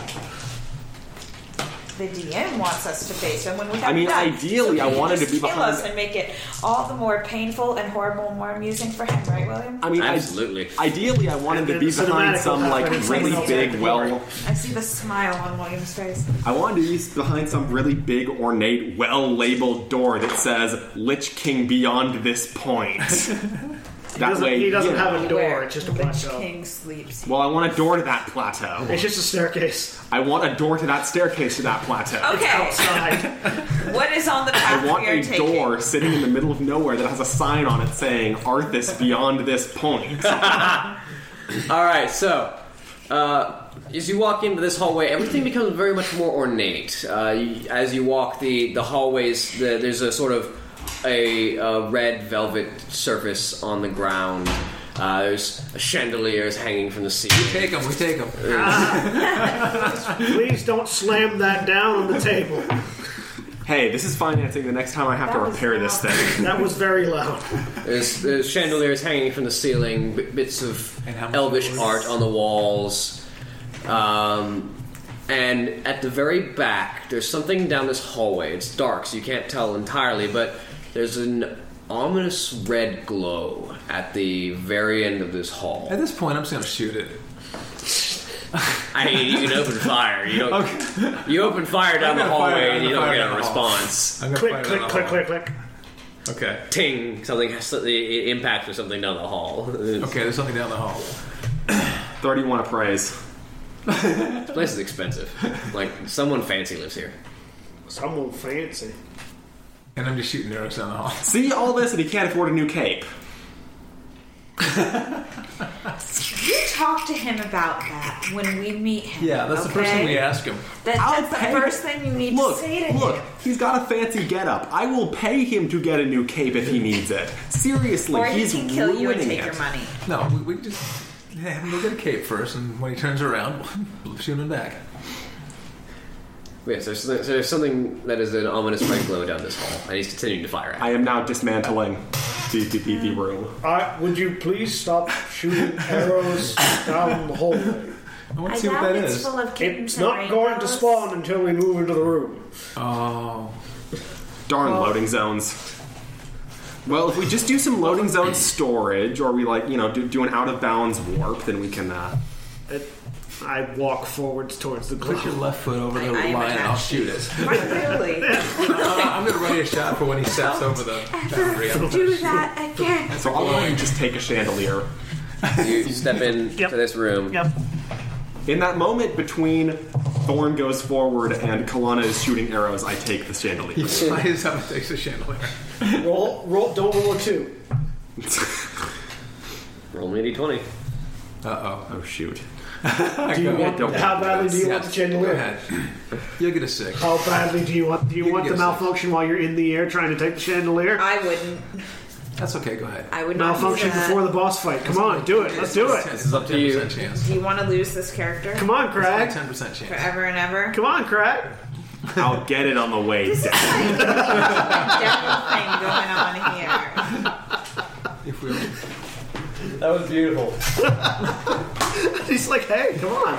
S4: The DM wants us to face him when we have
S1: I mean,
S4: none.
S1: ideally,
S4: So
S1: I
S4: can you
S1: wanted
S4: just
S1: to be
S4: kill
S1: behind-
S4: us and make it all the more painful and horrible, and more amusing for him, right, William?
S1: I mean, I-
S2: Absolutely.
S1: ideally, I wanted
S12: And
S1: to
S12: then
S1: be
S12: the
S1: behind
S12: cinematic
S1: some
S12: will
S1: like
S12: happen and
S1: really
S12: someone
S1: big,
S12: else will
S1: well.
S4: I see the smile on William's face.
S3: I wanted to be behind some really big, ornate, well labeled door that says Lich King beyond this point.
S12: He
S3: that
S12: doesn't,
S3: way,
S12: he doesn't
S3: you know.
S12: have a door;
S4: Where
S12: it's just a
S4: the
S12: plateau.
S4: King sleeps.
S3: Well, I want a door to that plateau.
S12: It's just a staircase
S3: I want a door to that staircase to that plateau.
S4: Okay,
S12: outside.
S4: what is on the
S3: I
S4: path
S3: want
S4: we are
S3: a
S4: taking?
S3: door sitting in the middle of nowhere that has a sign on it saying Arthas beyond this point.
S2: All right, so uh, as you walk into this hallway, everything becomes very much more ornate. Uh, you, as you walk the the hallways, the, there's a sort of a uh, red velvet surface on the ground. Uh, there's chandeliers hanging from the ceiling. Uh,
S5: Take them, we take them.
S12: Please don't slam that down on the table.
S3: hey, this is financing the next time I have to
S13: That was
S3: repair this
S13: loud.
S3: thing.
S12: That was very loud.
S2: There's, there's chandeliers hanging from the ceiling, b- bits of
S5: And how much
S2: elvish
S5: was-
S2: art on the walls. Um, and at the very back, there's something down this hallway. It's dark, so you can't tell entirely, but there's an ominous red glow at the very end of this hall.
S5: At this point, I'm just gonna shoot it.
S2: I mean, you can open fire. You, don't, you open fire down the
S5: I'm gonna fire,
S2: hallway
S5: I'm
S2: and you don't get
S5: gonna fire
S2: a
S5: down the hall.
S2: response.
S5: I'm gonna fire
S12: Click, click,
S5: it
S12: click,
S5: all.
S12: click, click.
S5: Okay.
S2: Ting, something has it impacts or something down the hall.
S5: Okay, there's something down the hall.
S3: 31 appraise.
S2: This place is expensive. Like someone fancy lives here.
S12: Someone fancy.
S5: And I'm just shooting arrows down the hall.
S3: See all this and he can't afford a new cape.
S4: You talk to him about that when we meet him.
S5: Yeah, that's
S4: okay?
S5: the first thing we ask him.
S4: That,
S3: I'll
S4: that's
S3: pay-
S4: the first thing you need
S3: Look,
S4: to say to
S3: look,
S4: him.
S3: he's got a fancy getup. I will pay him to get a new cape if he needs it. Seriously,
S4: Or he
S3: he's
S4: can kill
S3: ruining
S4: you and take
S3: it.
S4: your money.
S5: No, we, we just yeah, have him go get a cape first, and when he turns around, we'll shoot him back.
S2: Yes, there's, so there's something that is an ominous red glow down this hall, and he's continuing to fire at.
S3: I am now dismantling the, the, the, the room.
S12: Uh, would you please stop shooting arrows down the hallway?
S5: I want
S13: I
S5: to see what
S13: doubt
S5: that
S13: it's
S5: is.
S13: full of kittens
S12: It's
S13: and
S12: not going to
S13: rainbows.
S12: spawn until we move into the room.
S5: Oh,
S3: Darn loading zones. Well, if we just do some loading zone storage, or we like, you know, do, do an out of bounds warp, then we can. Uh,
S12: It, I walk forwards towards the
S5: put your
S12: glow.
S5: left foot over the
S4: I- I am
S5: line, and I'll
S4: attached.
S5: shoot it.
S4: Right, really?
S5: Uh, I'm gonna ready a shot for when he steps over the boundary. I'm gonna
S13: Do
S5: shoot.
S13: that again.
S3: so I'll go ahead and just take a chandelier.
S2: You step in
S12: Yep.
S2: to this room.
S12: Yep.
S3: In that moment between Thorn goes forward and Kalana is shooting arrows, I take the chandelier.
S5: He flies up and takes a chandelier.
S12: Roll, roll. Don't roll a two.
S2: Roll me a d20.
S5: Uh oh.
S3: oh, shoot.
S12: Do you want?
S3: don't
S12: How
S3: want
S12: badly do you want the
S5: Go
S12: chandelier?
S5: ahead. You'll get a six.
S12: How badly do you want? Do you,
S5: You
S12: want
S5: can
S12: the
S5: get a
S12: malfunction while you're in the air trying to take the chandelier?
S4: I wouldn't.
S5: That's okay. Go ahead.
S4: I would not
S12: malfunction
S4: do that.
S12: before the boss fight. Come on, do it. Let's do it.
S5: This is up
S2: to you.
S5: Chance.
S4: Do you want to lose this character
S12: Come on, Craig.
S5: Ten percent chance.
S4: forever and ever?
S12: Come on, Craig.
S3: I'll get it on the way down.
S4: Devil thing going on here.
S5: If we were-
S2: That was beautiful.
S12: He's like, hey, come on.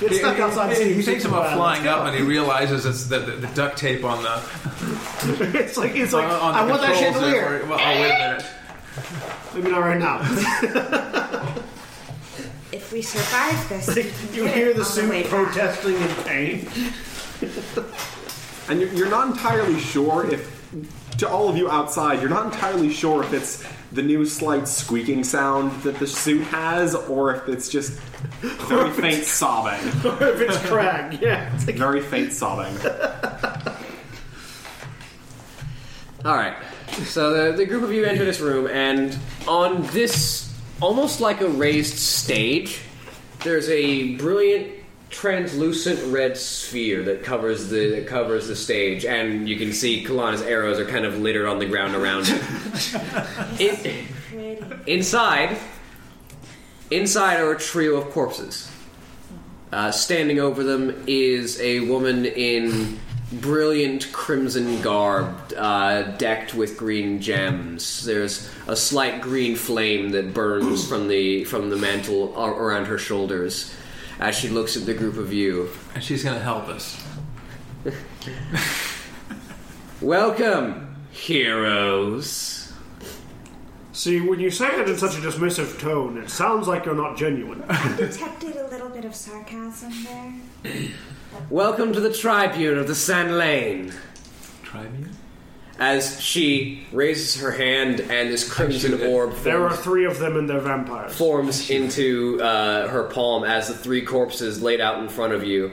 S12: Get stuck outside.
S5: He- he, he
S12: Steve's
S5: thinks
S12: Superman.
S5: about flying up, and he realizes it's the, the, the duct tape on the
S12: It's like it's like
S5: on- on the
S12: I want that
S5: controls
S12: chandelier.
S5: there. Well, oh wait a minute.
S12: Maybe not right now.
S4: If we survive this, we can
S12: you
S4: get
S12: hear
S4: it
S12: the
S4: on the way
S12: suit
S4: back.
S12: protesting in pain.
S3: And you're, you're not entirely sure if, to all of you outside, you're not entirely sure if it's the new slight squeaking sound that the suit has, or if it's just very faint sobbing.
S12: if it's Craig, yeah. It's like,
S3: Very faint sobbing.
S2: All right. So the, the group of you enter this room, and on this almost like a raised stage, there's a brilliant translucent red sphere that covers the that covers the stage, and you can see Kalana's arrows are kind of littered on the ground around it. it inside, inside are a trio of corpses. Uh, standing over them is a woman in brilliant crimson garb, uh, decked with green gems. There's a slight green flame that burns from the from the mantle a- around her shoulders as she looks at the group of you.
S5: And she's going to help us.
S2: Welcome, heroes.
S12: See, when you say it in such a dismissive tone, it sounds like you're not genuine.
S14: Detected a little bit of sarcasm there.
S2: Welcome to the tribune of the San Lane.
S5: Tribune?
S2: As she raises her hand and this crimson orb
S12: There are
S2: forms,
S12: three of them, and they're vampires.
S2: forms into uh, her palm as the three corpses laid out in front of you.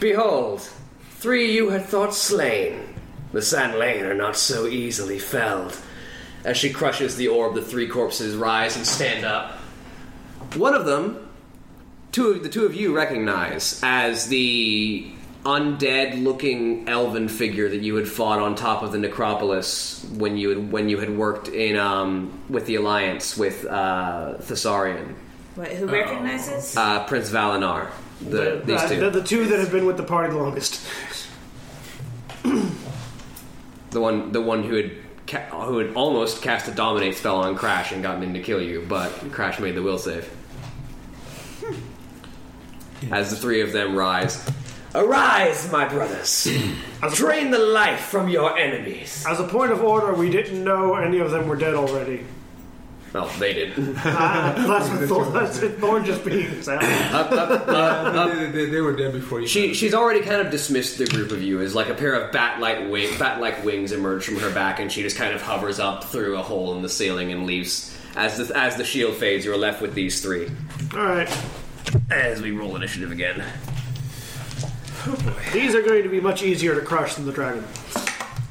S2: Behold, three you had thought slain. The San Lane are not so easily felled. As she crushes the orb, the three corpses rise and stand up. One of them, two of the two of you recognize as the undead-looking elven figure that you had fought on top of the necropolis when you had, when you had worked in um, with the alliance with uh, Thessarian,
S4: Wait, who recognizes?
S2: uh, Prince Valinar. The,
S12: The-
S2: these
S12: uh,
S2: two,
S12: They're the two that have been with the party longest.
S2: the one, the one who had ca- who had almost cast a dominate spell on Crash and gotten him to kill you, but Crash made the will save. Hmm. As the three of them rise, arise, my brothers.
S12: As a,
S15: Drain the life from your enemies.
S12: as a point of order, we didn't know any of them were dead already.
S2: Well, they didn't.
S12: Ah, that's what Thor, that's what Thor just being examined.
S2: Up, up, up,
S12: Uh,
S2: up.
S5: They, they- they were dead before you.
S2: She, she's already kind of dismissed the group of you as like a pair of bat-like, wing, bat-like wings emerge from her back, and she just kind of hovers up through a hole in the ceiling and leaves. As the, as the shield fades, you're left with these three.
S12: All right,
S2: As we roll initiative again.
S12: these are going to be much easier to crush than the dragon.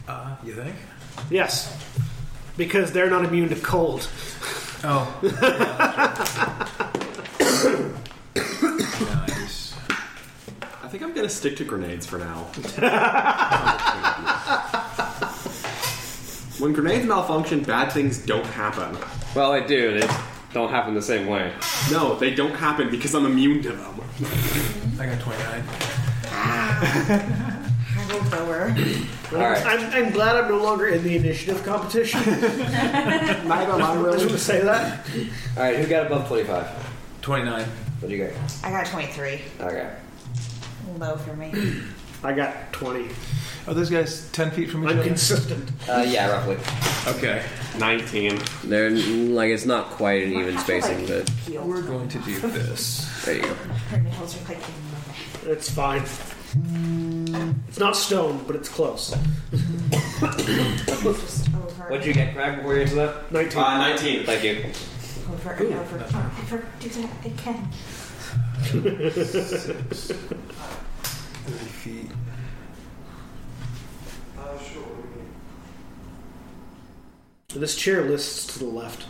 S5: Uh, you think?
S12: Yes, because they're not immune to cold.
S5: Oh. Yeah, that's right. nice.
S3: I think I'm gonna stick to grenades for now. when grenades malfunction, bad things don't happen.
S2: Well, I do. They don't happen the same way.
S3: No, they don't happen because I'm immune to them.
S5: I got 29.
S4: I rolled lower.
S2: All right.
S12: I'm, I'm glad I'm no longer in the initiative competition.
S3: Neither am I
S12: I just want to
S3: really.
S12: say that.
S15: All right, who got above twenty-five?
S5: 29.
S15: What do you got?
S4: I got 23.
S15: Okay.
S4: Low for me.
S12: I got 20.
S5: Are those guys 10 feet from each
S12: I'm
S5: other?
S12: consistent.
S15: Uh, yeah, roughly.
S5: okay.
S3: 19.
S2: They're like it's not quite an even spacing, but
S4: Healed.
S5: We're going to do this.
S2: there you go.
S4: Her nails are like.
S12: It's fine. It's not stone, but it's close.
S4: Just over.
S15: What'd you get, Craig? Before you answer that.
S12: 19.
S15: 19. Thank you.
S4: Over and over and over. Do that again.
S5: 30 feet.
S12: This chair lists to the left.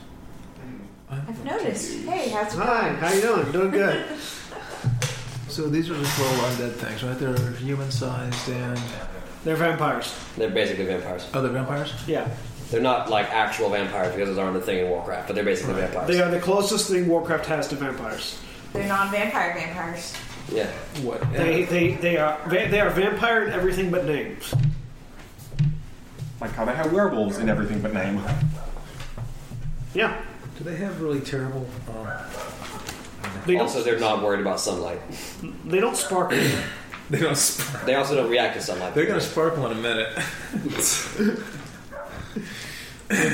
S4: I've noticed. Hey, how's it
S12: Hi,
S4: going?
S12: how you doing? Doing good.
S5: So these are just little undead things, right? They're human sized and.
S12: They're vampires.
S15: They're basically vampires.
S5: Oh, they're vampires?
S12: Yeah.
S15: They're not like actual vampires because those aren't a thing in Warcraft, but they're basically vampires.
S12: They are the closest thing Warcraft has to vampires.
S4: They're non-vampire vampires.
S15: Yeah.
S5: What?
S12: They, they, they are va- they are vampire in everything but name.
S3: Like how they have werewolves in everything but name.
S12: Yeah.
S5: Do they have really terrible. Um,
S12: They don't,
S15: Also, they're not worried about sunlight.
S12: they don't sparkle.
S5: they don't. Sp-
S15: They also don't react to sunlight.
S5: they're going to sparkle in a minute.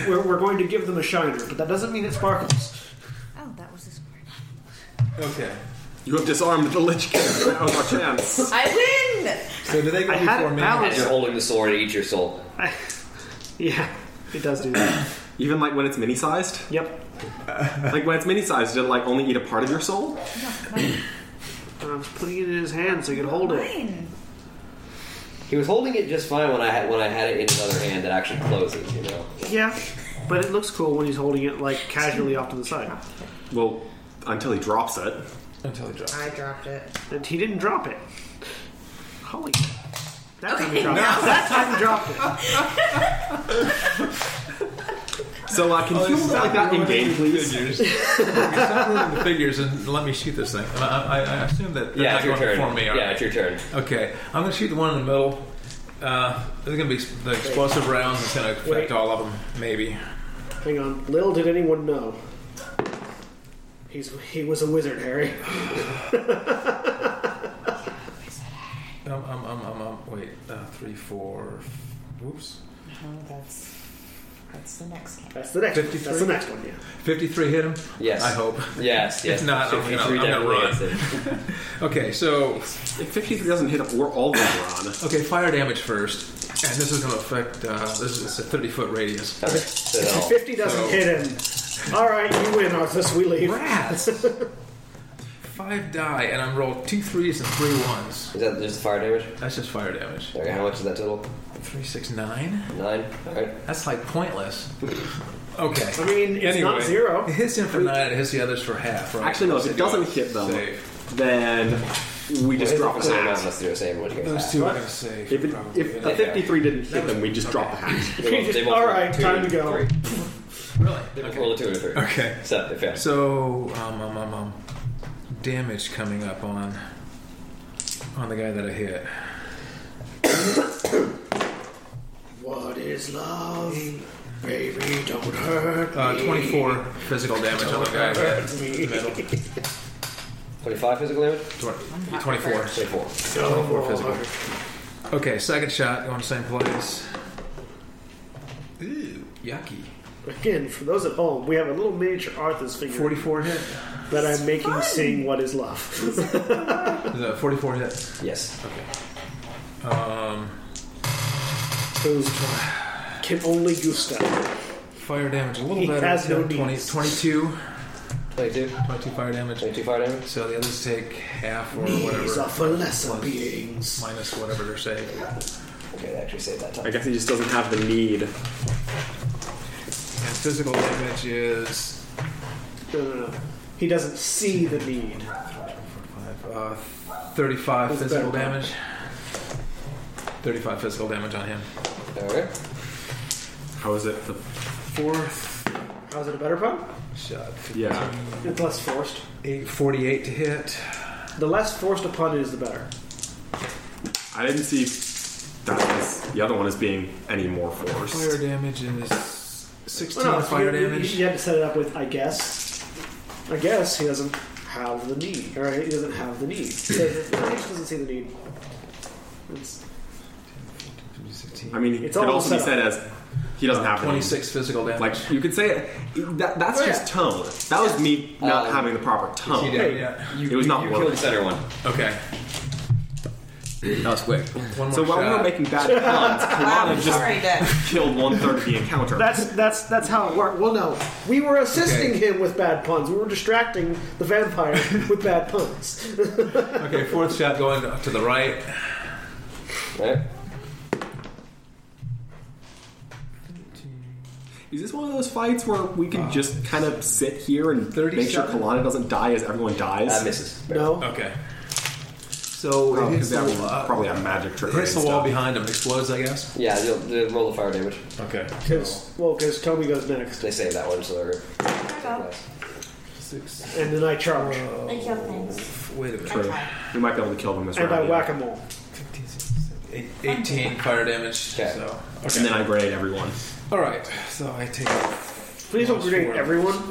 S12: we're, we're going to give them a shiner, but that doesn't mean it sparkles.
S14: Oh, that was his word.
S5: Okay.
S3: You have disarmed the Lich King. That was our chance.
S4: I win!
S5: So do they go
S12: I had
S5: before
S12: it
S5: me?
S12: balanced.
S15: And you're holding the sword to eat your soul.
S12: Yeah, it does do that.
S3: Even like when it's mini sized?
S12: yep.
S3: Like when it's mini sized, did it like only eat a part of your soul?
S12: I was putting it in his hand so he could hold it.
S4: Fine.
S15: He was holding it just fine when I had when I had it in his other hand that actually closes. You know.
S12: Yeah, but it looks cool when he's holding it like casually off to the side.
S3: Well, until he drops it.
S5: Until he drops.
S4: I dropped it.
S12: And he didn't drop it. Holy. That time he dropped it. That time he dropped it.
S16: So uh,
S3: Oh,
S16: can you roll like that in game, please?
S5: Figures. stop rolling the figures and let me shoot this thing. I, I, I assume that they're
S2: Yeah,
S5: not
S2: it's your
S5: going
S2: turn.
S5: to inform me. are
S2: yeah, it's
S5: they?
S2: your turn.
S5: Okay, I'm going to shoot the one in the middle. Uh, they're going to be the explosive rounds. It's going to affect
S12: Wait.
S5: all of them, maybe.
S12: Hang on. Little did anyone know. He's, he was a wizard, Harry.
S5: Um, um, um, um, um, wait, uh, three, four. Whoops.
S4: No, Oh, that's that's the next game.
S12: That's the next. That's the
S5: 53?
S12: next one. Yeah.
S5: 53 hit him?
S2: Yes.
S5: I hope.
S2: Yes, yes.
S5: not, Oh, I'm gonna-
S2: 53
S5: I'm gonna
S2: definitely
S5: run.
S2: hits it.
S5: Okay, so
S3: If 53 doesn't hit, we're all going to run.
S5: Okay, fire damage first, and this is going to affect. Uh, this is it's a thirty foot radius.
S2: Okay, so that'll-
S12: Fifty doesn't
S5: So-
S12: hit him. All right, you win, Arthas. We leave.
S5: Rats. Five die, and I'm rolled two threes and three ones.
S2: Is that just the fire damage?
S5: That's just fire damage.
S2: Okay, how much is that total?
S5: Three, six, nine.
S2: Nine? Alright.
S5: That's like pointless. Okay.
S12: I mean, it's not
S5: It
S12: zero.
S5: hits him for nine. It hits the others for half. Right?
S3: Actually, no, if
S5: They
S3: it
S5: do
S3: doesn't hit them,
S5: Save.
S3: then we just drop the
S2: the amount
S3: hat.
S2: unless they're the same one.
S5: Those two are going to save.
S3: If, it,
S5: probably.
S3: if a 53 didn't hit them, we just drop the hat.
S12: All right, time to go.
S5: really.
S2: They both roll a two and a three.
S5: Okay.
S2: So, they failed.
S5: So, um, um, um, um, damage coming up on on the guy that I hit.
S12: What is love, baby? Don't hurt
S5: Uh,
S12: me.
S5: 24 physical damage on the guy.
S12: Hurt me.
S2: 25 physical damage?
S5: Twen- 24.
S2: 24.
S12: Don't
S5: physical.
S12: hurt
S5: Okay, second shot going same place. Ooh, yucky.
S12: Again, for those at home, we have a little miniature Arthas figure
S5: 44 hit.
S12: that I'm making sing "What Is Love."
S5: Is that 44 hit?
S2: Yes.
S12: Those can only Gusta.
S5: Fire damage a little
S12: He
S5: better.
S12: has no
S5: 20
S12: needs.
S5: 22.
S2: 22?
S5: 22 fire damage.
S2: 22 fire damage?
S5: So the others take half or
S12: These are
S5: whatever.
S12: for lesser beings.
S5: Minus whatever they're saying.
S2: Okay, they actually saved that
S3: I
S2: time.
S3: guess he just doesn't have the need.
S5: And physical damage is
S12: No, no, no. He doesn't see the need.
S5: uh, 35
S12: That's
S5: physical
S12: better.
S5: damage. 35 physical damage on him.
S2: Alright.
S3: How is it? The,
S5: Fourth
S12: How's it a better pun?
S5: shot.
S3: yeah.
S12: It's less forced.
S5: Eight, 48 to hit.
S12: The less forced a pun is, the better.
S3: I didn't see that as the other one as being any more
S5: Fire
S3: forced.
S5: damage is 16
S12: Well, no,
S5: fire
S12: you, you-
S5: damage.
S12: You, had to set it up with, I guess. I guess he doesn't have the need, or he doesn't have the need. He doesn't, no, he just doesn't see the need. It's,
S3: I mean, it
S12: It's
S3: could
S12: all
S3: also be
S12: set
S3: said as he doesn't have the need.
S5: 26 physical damage.
S3: Like you could say it. That, that's
S12: Oh, yeah. Oh.
S3: just tone. That was me not
S2: Um,
S3: having the proper
S5: He
S3: tone.
S5: did,
S12: Hey.
S5: yeah.
S3: it was not
S2: You
S3: worth
S2: killed the
S3: it.
S2: center one.
S5: Okay.
S17: That was quick.
S5: One more
S3: So while we were
S5: shot.
S3: making bad puns,
S4: Wow,
S3: Kalana just
S4: sorry, Dick.
S3: killed one third of the encounter.
S12: that's that's that's how it worked. Well, no, we were assisting
S5: Okay.
S12: him with bad puns. We were distracting the vampire with bad puns.
S5: okay, fourth shot going to- to the right.
S2: Alright.
S3: Is this one of those fights where we can just kind of sit here and
S5: 37?
S3: make sure Kalana doesn't die as everyone dies?
S2: That misses.
S12: no,
S5: Okay. So
S3: Oh,
S5: it
S3: 'cause
S5: hits the,
S3: that was
S5: uh,
S3: probably a magic trick.
S5: hits the
S3: and
S5: wall
S3: stuff.
S5: behind him, explodes, I guess.
S2: Yeah, you'll, the roll the fire damage.
S5: Okay.
S12: because well, because Toby goes next,
S2: They saved that one, so they're
S4: I go.
S5: Six.
S12: and then I charge
S5: Oh,
S4: I kill things.
S5: Wait a minute.
S3: True. We might be able to kill them this
S12: and I
S3: round. yeah.
S12: whack them all.
S5: 15, 16, 17, eight- 18 fire damage.
S2: Okay.
S5: So.
S3: And then I grenade everyone.
S5: All right. So I take.
S12: Please don't
S5: Nice
S12: grenade
S5: work.
S12: everyone.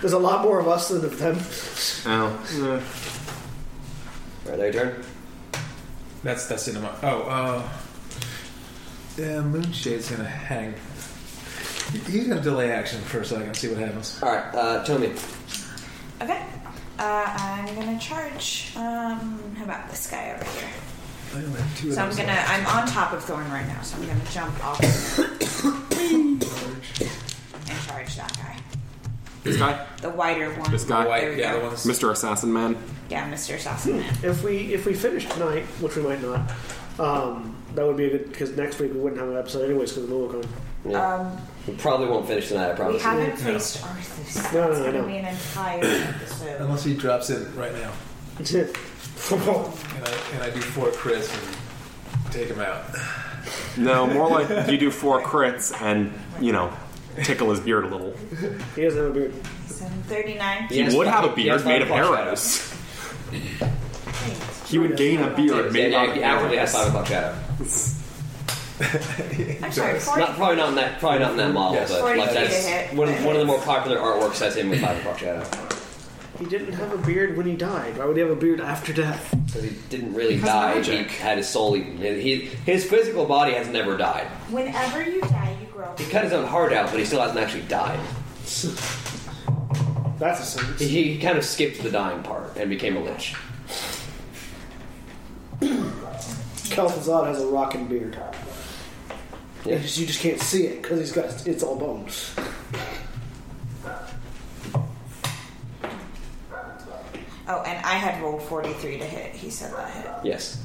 S12: There's a lot more of us than of them.
S3: Ow.
S2: Alright, there your turn.
S5: That's that's in my. Oh. uh... Yeah, Moonshade's gonna hang. He's gonna delay action for a second, see what happens.
S2: Alright, uh, Tommy.
S4: Okay. Uh, I'm gonna charge. Um, how about this guy over here?
S5: I only have two of
S4: So I'm
S5: those
S4: gonna. I'm on top of Thorn right now, so I'm gonna jump off and charge that guy.
S3: This guy?
S4: The wider one.
S3: This guy?
S4: There
S5: White,
S4: we
S5: yeah,
S4: go.
S5: the ones.
S3: Mr. Assassin Man?
S4: Yeah, Mr. Assassin Man.
S12: If we if we finish tonight, which we might not, um, that would be a good because next week we wouldn't have an episode anyways because of LulaCon.
S2: Yeah. we probably won't finish tonight, I
S4: We
S2: promise.
S4: haven't faced Arthas.
S12: No, no,
S4: it's
S12: no,
S4: gonna
S12: no.
S4: be an entire episode.
S5: Unless he drops in right now, and I, and I do four crits and take him out.
S3: No, more like you do four crits and, you know,
S18: tickle his beard a little.
S12: He doesn't have a beard.
S4: Seven thirty-nine.
S18: He would have a beard made of arrows. he would gain a beard made out of
S2: Outwardly has five
S18: arrows.
S2: o'clock shadow.
S4: I'm sorry.
S5: Yes.
S4: Forty.
S2: Not probably not in that probably not in that model,
S5: Yes.
S2: but
S4: Forty
S2: like
S4: feet
S2: that's
S4: ahead.
S2: one of, one of the more popular artworks has him with five o'clock shadow.
S12: He didn't have a beard when he died. Why would he have a beard after death?
S2: Because he didn't really die. He had his soul eaten. He, his physical body has never died.
S4: Whenever you die, you grow.
S2: He cut his own heart out, but he still hasn't actually died.
S12: That's a sentence.
S2: He, he kind of skipped the dying part and became a lich.
S12: Calzad has a rocking beard.
S2: Yeah.
S12: You, just, you just can't see it because he's got it's all bones.
S4: Oh, and I had rolled forty-three to hit. He said that hit.
S2: Yes.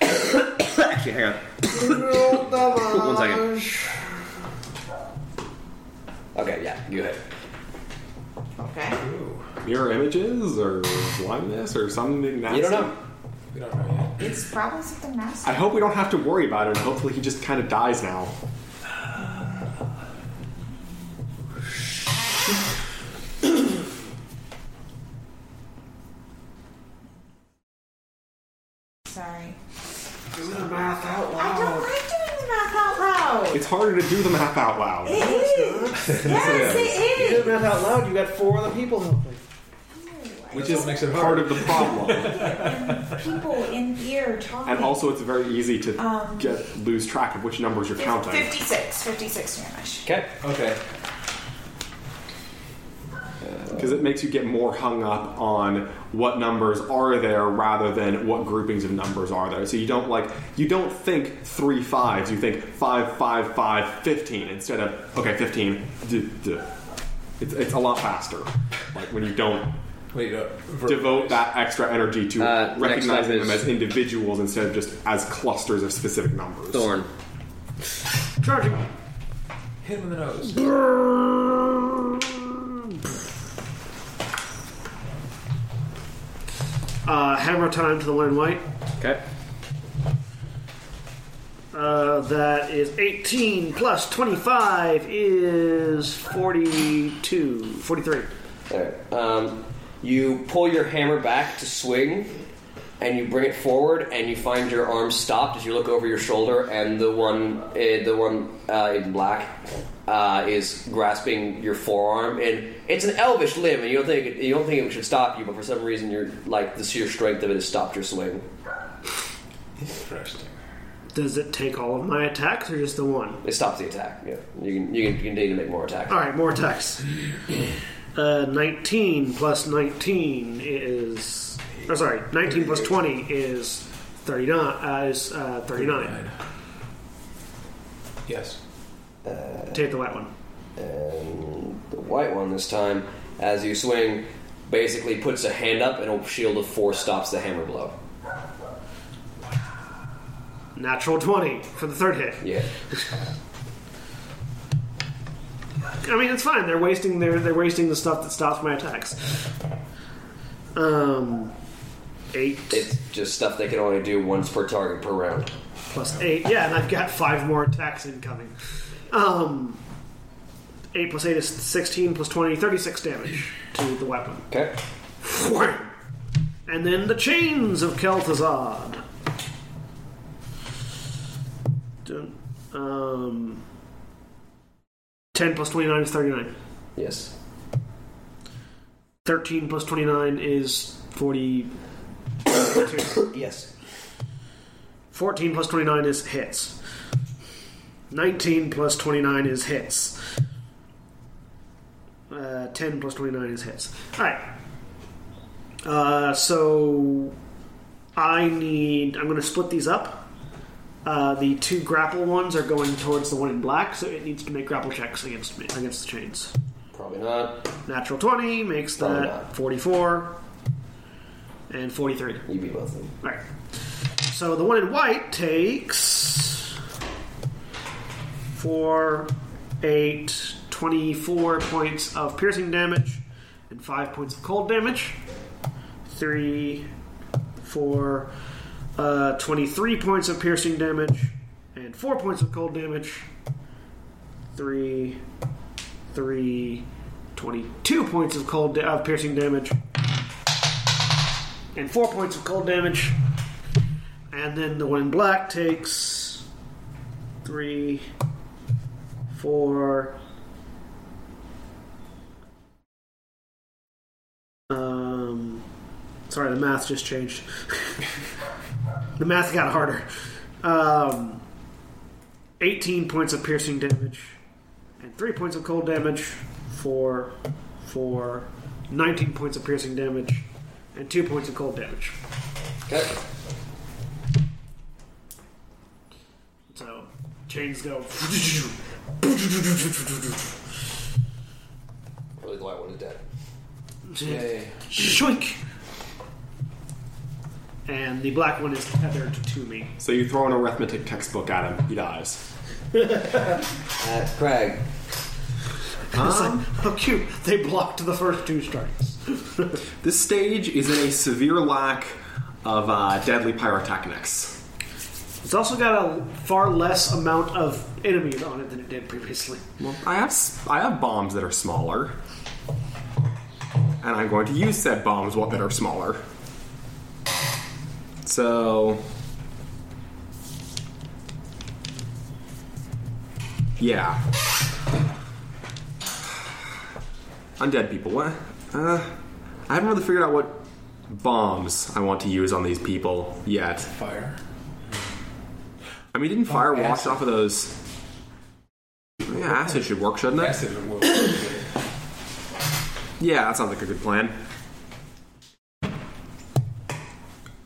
S19: Actually, hang on. One second.
S2: Okay. Yeah. You hit.
S4: Okay.
S3: Mirror images or blindness or something nasty.
S2: You don't know.
S5: We don't know yet.
S4: It's probably something nasty.
S3: I hope we don't have to worry about it. and Hopefully, he just kind of dies now.
S4: Sorry.
S12: Doing the math out
S4: I don't
S12: loud.
S4: like doing the math out loud.
S3: It's harder to do the map out loud.
S4: It is. yes,
S12: You
S4: it
S12: did
S4: is.
S12: the math out loud. You got four other people helping.
S5: Which
S3: Just
S5: is makes it
S3: part
S5: hard.
S3: of the problem.
S4: People in here talking.
S3: and also, it's very easy to
S4: Um,
S3: get lose track of which numbers you're counting.
S4: 56, 56 Spanish.
S2: Okay.
S5: Okay.
S3: Because it makes you get more hung up on what numbers are there rather than what groupings of numbers are there. So you don't like you don't think three fives. You think five, five, five, fifteen instead of okay, fifteen. Duh, duh. It's, it's a lot faster. Like when you don't
S5: Wait. Uh, ver-
S3: devote that extra energy to
S19: Uh, next
S3: recognizing
S19: up is-
S3: them as individuals instead of just as clusters of specific numbers.
S19: Thorn.
S12: Charging.
S5: Hit him in the nose.
S12: Uh, hammer time to the one in white.
S19: Okay.
S12: Uh, that is 18 plus 25 is 42. 43.
S2: Alright, Um, you pull your hammer back to swing, and you bring it forward, and you find your arm stopped as you look over your shoulder, and the one, uh, the one uh, in black, uh, is grasping your forearm, and it's an elvish limb, and you don't think it, you don't think it should stop you, but for some reason, you're like the sheer strength of it has stopped your swing.
S5: Interesting.
S12: Does it take all of my attacks or just the one?
S2: It stops the attack. Yeah, you can you can continue to make more attacks.
S12: All right, more attacks. Uh, 19 plus 19 is. Oh, sorry, 19 plus 20 is 39. Uh, is uh, 39.
S5: Yes.
S12: Take the white one.
S2: And the white one this time, as you swing, basically puts a hand up and a shield of four stops the hammer blow.
S12: Natural 20 for the third hit.
S2: Yeah.
S12: I mean, it's fine. They're wasting their they're wasting the stuff that stops my attacks. Um, eight
S2: It's just stuff they can only do once per target per round.
S12: plus eight. Yeah, and I've got five more attacks incoming. Um, eight plus eight is sixteen plus 20, 36 damage to the weapon.
S2: Okay.
S12: And then the chains of Kel'Thuzad. Dun- Um, ten plus twenty nine is thirty nine.
S2: Yes.
S12: 13 plus 29 is 40.
S2: Yes.
S12: 14 plus 29 is hits. 19 plus 29 is hits. Uh, 10 plus 29 is hits. Alright. Uh, so I need. I'm going to split these up. Uh, the two grapple ones are going towards the one in black, so it needs to make grapple checks against me, against the chains.
S2: Probably not.
S12: Natural 20 makes
S2: Probably
S12: that
S2: not.
S12: 44 and 43.
S2: You beat both of them.
S12: All right. So the one in white takes 4, 8, 24 points of piercing damage and 5 points of cold damage. 3, 4, uh, 23 points of piercing damage and 4 points of cold damage. three, three, 22 points of cold da- of piercing damage, and four points of cold damage. And then the one in black takes three, four, um, sorry, the math just changed. the math got harder. Um, 18 points of piercing damage and 3 points of cold damage for, for 19 points of piercing damage and 2 points of cold damage.
S2: Okay.
S12: So, chains go.
S2: Really, the white one is dead.
S12: Shoink! And the black one is tethered to me.
S3: So you throw an arithmetic textbook at him. He dies.
S2: Uh, Craig.
S12: It's like, how cute. They blocked the first two strikes.
S3: This stage is in a severe lack of uh, deadly pyrotechnics.
S12: It's also got a far less amount of enemies on it than it did previously.
S3: Well, I have s- I have bombs that are smaller, and I'm going to use said bombs what that are smaller. So, yeah, undead people. What? Uh, I haven't really figured out what bombs I want to use on these people yet.
S5: Fire.
S3: I mean, didn't fire wash
S5: acid.
S3: off of those? Yeah, acid should work, shouldn't it?
S5: Acid would work. Good.
S3: Yeah, that sounds like a good plan.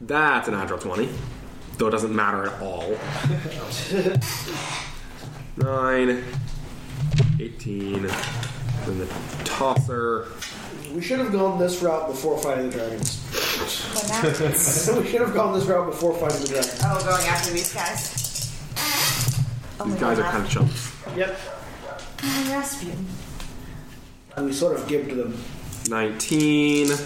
S3: That's an natural 20. Though it doesn't matter at all. 9, 18, then the tosser.
S20: We should have gone this route before fighting the dragons. we should have gone this route before fighting the dragons.
S4: Oh, going after these guys.
S3: These guys are kind of chumps.
S12: Yep.
S4: Oh, Rasputin.
S20: And we sort of give to them.
S3: 19,
S20: Then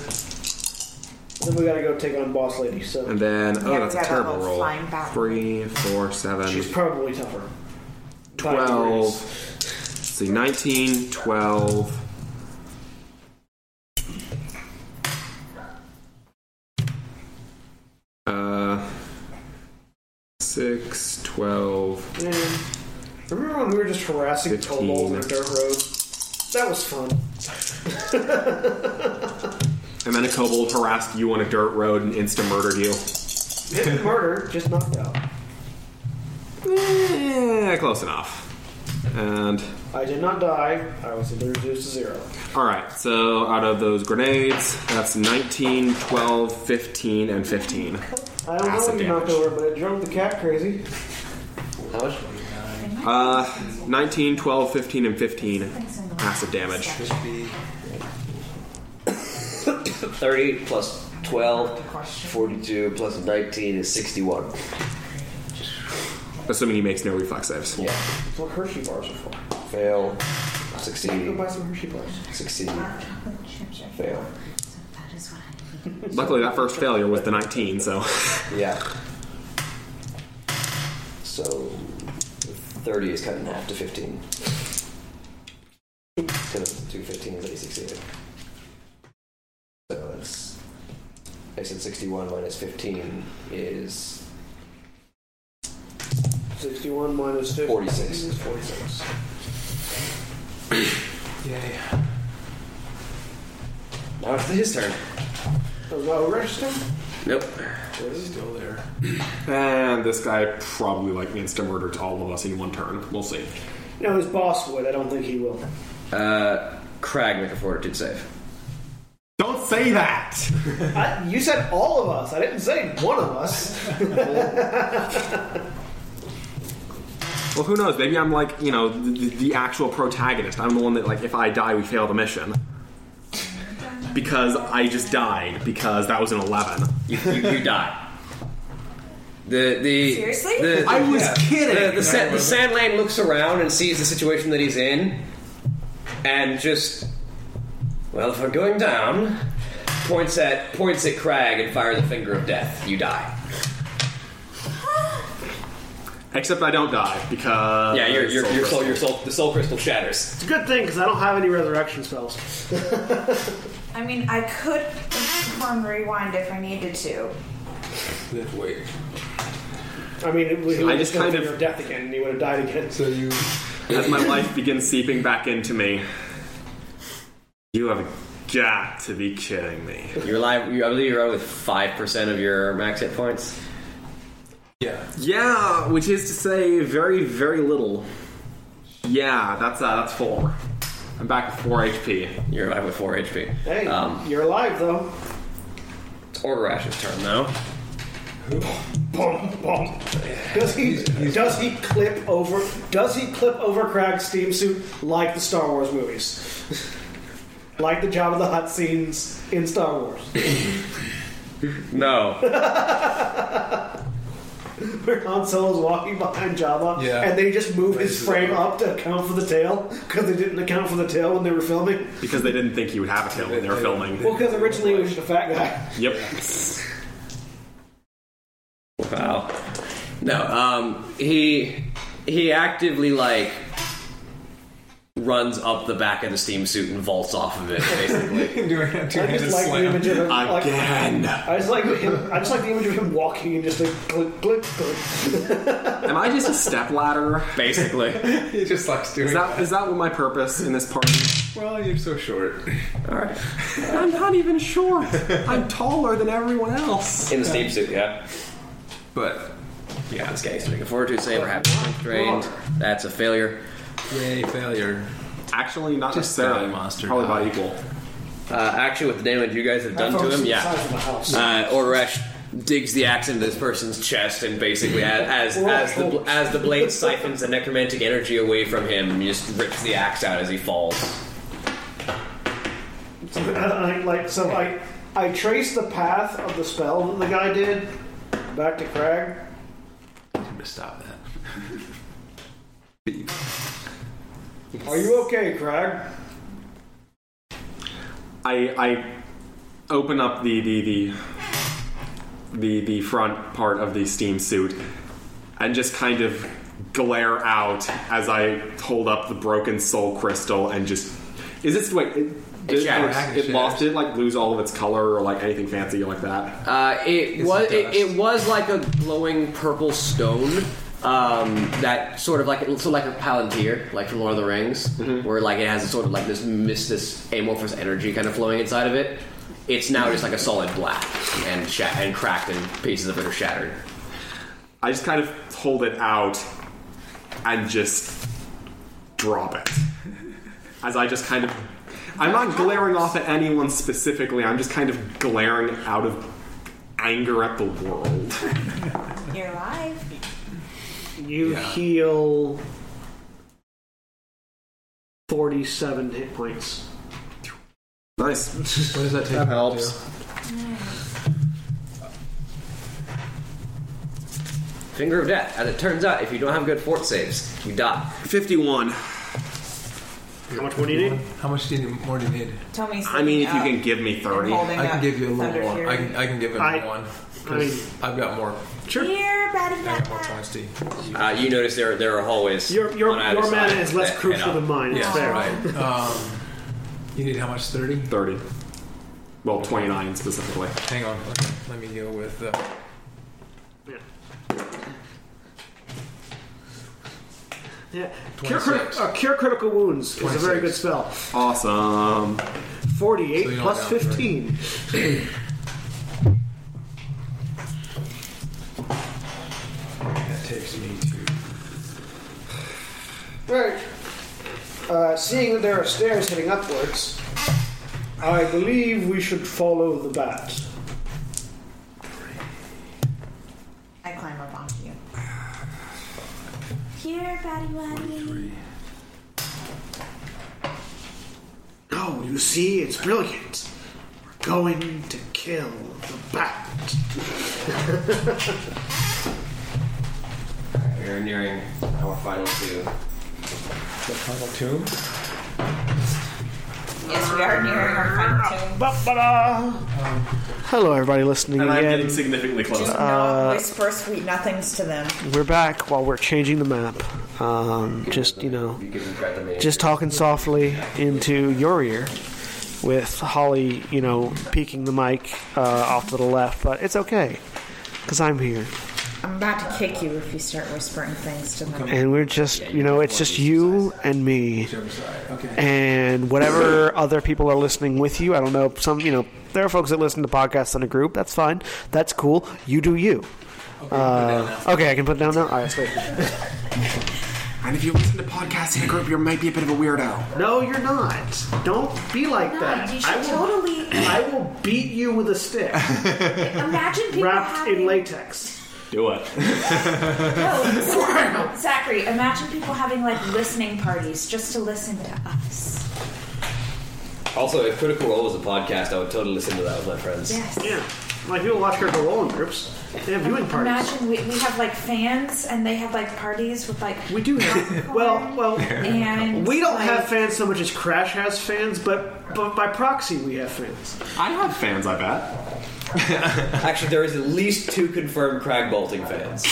S20: we gotta go take on boss lady. So
S3: and then, oh,
S4: Yeah,
S3: that's a
S4: we got that
S3: terrible
S4: little
S3: roll.
S4: flying back.
S3: 3, 4, 7,
S20: she's probably tougher. By
S3: 12.
S20: degrees.
S3: Let's see, 19, 12. Uh, 6, 12.
S20: Man, remember when we were just harassing
S3: Fifteen.
S20: kobolds in a dirt road? That was fun.
S3: And then a kobold harassed you on a dirt road and insta murdered you.
S20: Didn't murder, just knocked out.
S3: Eh, close enough. And,
S20: I did not die. I was either reduced to zero.
S3: alright, so out of those grenades, that's 19, 12, 15, and 15.
S20: I don't know
S3: Acid
S20: what you knocked
S3: damage.
S20: over, but it drove the cat crazy.
S2: How much?
S3: Uh, 19, 12, 15, and 15. Acid damage.
S5: Should be
S2: 30 plus 12, 42 plus 19 is 61.
S3: Assuming he makes no reflex saves.
S2: Yeah.
S20: That's what Hershey bars are for.
S2: Fail.
S20: Go
S2: Succeed.
S20: buy some Hershey bars.
S2: Succeed. Fail.
S4: That is what I need.
S3: Luckily, that first failure was the 19, so.
S2: Yeah. So 30 is cut in half to 15. Cut up to 15, but he succeeded. So that's. I said 61 minus 15 is
S20: 61 minus 50
S2: 46.
S20: is 46.
S5: yay.
S2: now it's his turn.
S20: Oh, is that what registered?
S21: Nope.
S5: Still there.
S3: And this guy probably, like, insta murdered all of us in one turn. We'll see.
S20: No, his boss would. I don't think he will.
S21: Uh, Crag make a fortitude save.
S3: Don't say that!
S20: I, you said all of us. I didn't say one of us.
S3: Well, who knows? Maybe I'm, like, you know, the, the actual protagonist. I'm the one that, like, if I die, we fail the mission. Because I just died, because that was an 11.
S21: You, you, you die. The the
S4: Seriously?
S21: The, the-
S3: I was
S21: the,
S3: kidding!
S21: the, sa- the Sandland looks around and sees the situation that he's in, and just well, if I'm going down, points at points at Crag and fires the finger of death. You die.
S3: Except I don't die because
S2: Yeah, your your,
S3: Soul
S2: your soul your
S3: Crystal.
S2: soul the soul crystal shatters.
S12: It's a good thing because I don't have any resurrection spells.
S4: I mean, I could confirm rewind if I needed to.
S5: Live wait.
S12: I mean, it, he would
S3: I
S12: just
S3: just
S12: kind
S3: kind
S12: of
S3: of-
S12: death again, and he would have died again.
S5: So you
S3: As my life begins seeping back into me, you have got to be kidding me.
S2: You're alive. You, I believe you're only five percent of your max hit points.
S5: Yeah.
S3: Yeah, which is to say, very, very little. Yeah, that's uh, that's four. I'm back at four HP.
S2: You're alive with four HP.
S12: Hey,
S2: Um,
S12: you're alive though.
S2: it's Order Ash's turn now.
S12: Boom, boom. Does he does he clip over? Does he clip over Crag's steam suit like the Star Wars movies, like the Jabba the Hutt scenes in Star Wars?
S2: No.
S12: Where Han Solo's walking behind Jabba,
S5: Yeah.
S12: and they just move his
S5: Raises
S12: frame
S5: up.
S12: up to account for the tail because they didn't account for the tail when they were filming.
S3: Because they didn't think he would have a tail when they were filming.
S12: Well, because originally it was just a fat guy.
S3: Yep.
S2: wow. No. Um. He he actively like runs up the back of the steam suit and vaults off of it. Basically.
S5: doing a
S12: I
S5: two-handed
S12: just like the
S5: slam.
S12: image of him. Like,
S3: Again.
S12: I just like him. I just like the image of him walking and just like click, click, click.
S3: Am I just a step ladder?
S2: basically.
S5: He just likes doing
S3: Is that is that what my purpose in this party?
S5: Well, you're so short.
S2: All right.
S3: I'm not even short. I'm taller than everyone else.
S2: In the steam suit. Yeah.
S5: But
S2: Yeah, this guy's doing a fortitude save or having strength drained. That's a failure.
S5: yay, failure.
S3: Actually, not
S5: Just
S3: necessarily.
S5: die, monster,
S3: Probably
S5: die.
S3: about equal.
S2: Uh, actually, with the damage you guys have done to him, yeah.
S22: Size of the house.
S2: Uh, Orresh digs the axe into this person's chest and basically, as as, as the bl- as the blade siphons the necromantic energy away from him, he just rips the axe out as he falls.
S12: And I, like so, I I trace the path of the spell that the guy did back to Crag.
S5: I'm gonna stop that.
S12: Are you okay, Crag?
S3: I I open up the the the the, the front part of the steam suit and just kind of glare out as I hold up the broken soul crystal and just is it wait it, did-
S2: shatters.
S3: it lost did it like lose all of its color or like anything fancy like that
S2: Uh, it
S5: It's
S2: was it,
S5: dust.
S2: it was like a glowing purple stone. Um, that sort of like it looks like a palantir, like from Lord of the Rings, where like it has a sort of like this mist, this amorphous energy kind of flowing inside of it. It's now just like a solid black and shat and cracked, and pieces of it are shattered.
S3: I just kind of hold it out and just drop it as I just kind of I'm not glaring off at anyone specifically I'm just kind of glaring out of anger at the world
S4: You're alive.
S12: You heal forty-seven hit points.
S3: nice
S5: What does that take?
S3: That helps.
S2: Finger of death. As it turns out, if you don't have good fort saves, you die.
S3: 51
S12: How much more do you need?
S5: How much do you need, more do you need?
S4: Tommy's.
S3: I mean if
S4: sneaking
S3: you
S4: up
S3: can give me
S4: and
S3: 30
S4: holding
S5: I can
S4: up
S5: give you a
S4: Thunder
S5: little more.
S4: Fury.
S5: I can, I can give him
S12: I-
S5: one. 'cause I've got more.
S4: Here, batty,
S5: I got
S4: bat,
S5: more
S4: bat.
S5: points to you.
S2: Uh, you notice there there are hallways.
S12: Your your,
S2: on either
S12: your mana
S2: side
S12: is less
S2: that head
S12: crucial
S2: up.
S12: than mine. It's
S5: Yeah,
S12: fair.
S5: right. Um, you need how much? Thirty.
S3: 30 well 29 specifically
S5: Hang on. Let me, let me go with. Uh,
S12: Yeah. Cure,
S5: 26.
S12: crit- uh, cure critical wounds is a
S5: 26.
S12: very good spell.
S3: awesome
S12: Forty-eight
S5: So you don't
S12: plus
S5: have to, right?
S12: fifteen.
S5: that takes me to.
S22: Right.
S12: Uh, seeing that there are stairs heading upwards, I believe we should follow the bat.
S4: I climb up onto you. Here, batty, batty.
S12: No, you see, it's brilliant. We're going to kill the bat.
S2: We're nearing our final two.
S5: The final tomb.
S4: Yes, we are nearing our final tune.
S12: Hello, everybody listening
S23: And I'm getting
S12: again.
S23: significantly closer.
S12: uh,
S24: Not whisper sweet nothings to them.
S12: We're back while we're changing the map. Um, just you know, just talking softly into your ear, with Holly, you know, peeking the mic uh, off to the left. But it's okay, because I'm here,
S24: I'm about to kick you if you start whispering things to them.
S12: and we're just you know, it's just you and me.
S5: Okay.
S12: and whatever other people are listening with you. I don't know. Some, you know, there are folks that listen to podcasts in a group. That's fine. That's cool. You do you. Uh, okay, I can put it down now. All right, sweet.
S3: And if you listen to podcasts in a group, you might be a bit of a weirdo.
S12: No, you're not. Don't be like that.
S4: you should
S12: I will,
S4: totally
S12: I will beat you with a stick
S4: imagine people
S12: wrapped
S4: having
S12: in latex.
S23: Do it.
S4: no, Oh, Zachary. Imagine people having like listening parties just to listen to us.
S2: Also, if Critical Role was a podcast, I would totally listen to that with my friends.
S4: Yes.
S12: Yeah, like people watch Critical Role in groups. They have viewing parties.
S4: Imagine we, we have like fans and they have like parties with like
S12: We do have. Well, well,
S4: and
S12: we don't
S4: like,
S12: have fans so much as Crash has fans, but but by proxy we have fans.
S3: I have fans, I bet.
S2: Actually, there is at least two confirmed crag bolting fans.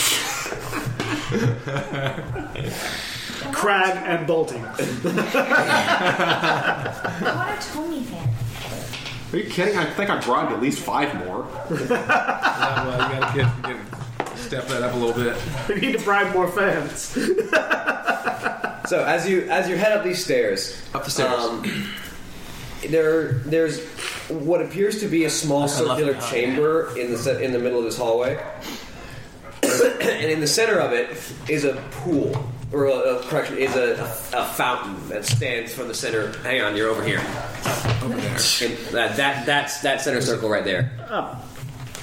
S12: Crab and bolting.
S4: I want a Tony fan.
S3: Are you kidding? I think I bribed at least five more.
S5: Uh, well, you gotta get, get step that up a little bit.
S12: We need to bribe more fans.
S2: So as you as you head up these stairs,
S5: Up the stairs.
S2: um, there there's what appears to be a small
S5: Oh,
S2: circular chamber in the se- in the middle of this hallway, and in the center of it is a pool, or a, a- correction, is a, a fountain that stands from the center. Hang on, you're over here.
S5: Over there.
S2: In that, that that's that center circle right there.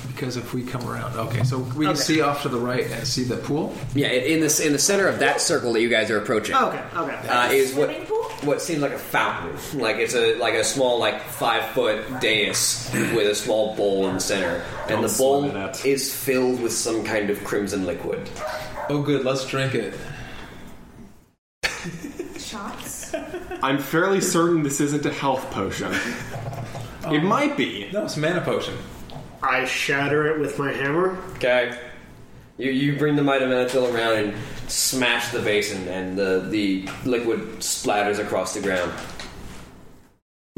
S5: Because if we come around, okay, so we can
S12: Okay.
S5: see off to the right and see the pool.
S2: Yeah, in this in the center of that circle that you guys are approaching.
S12: Okay, okay.
S2: uh, is what
S4: Swimming pool?
S2: what seems like a fountain. Like it's a like a small like five foot dais with a small bowl in the center, and
S3: Don't
S2: the bowl
S3: swim in it.
S2: is filled with some kind of crimson liquid.
S5: Oh, good, let's drink it.
S4: Shots.
S3: I'm fairly certain this isn't a health potion.
S12: Um,
S3: It might be.
S5: No, it's mana potion.
S12: I shatter it with my hammer.
S2: Okay, you you bring the mitomanitil around and smash the basin, and the the liquid splatters across the ground.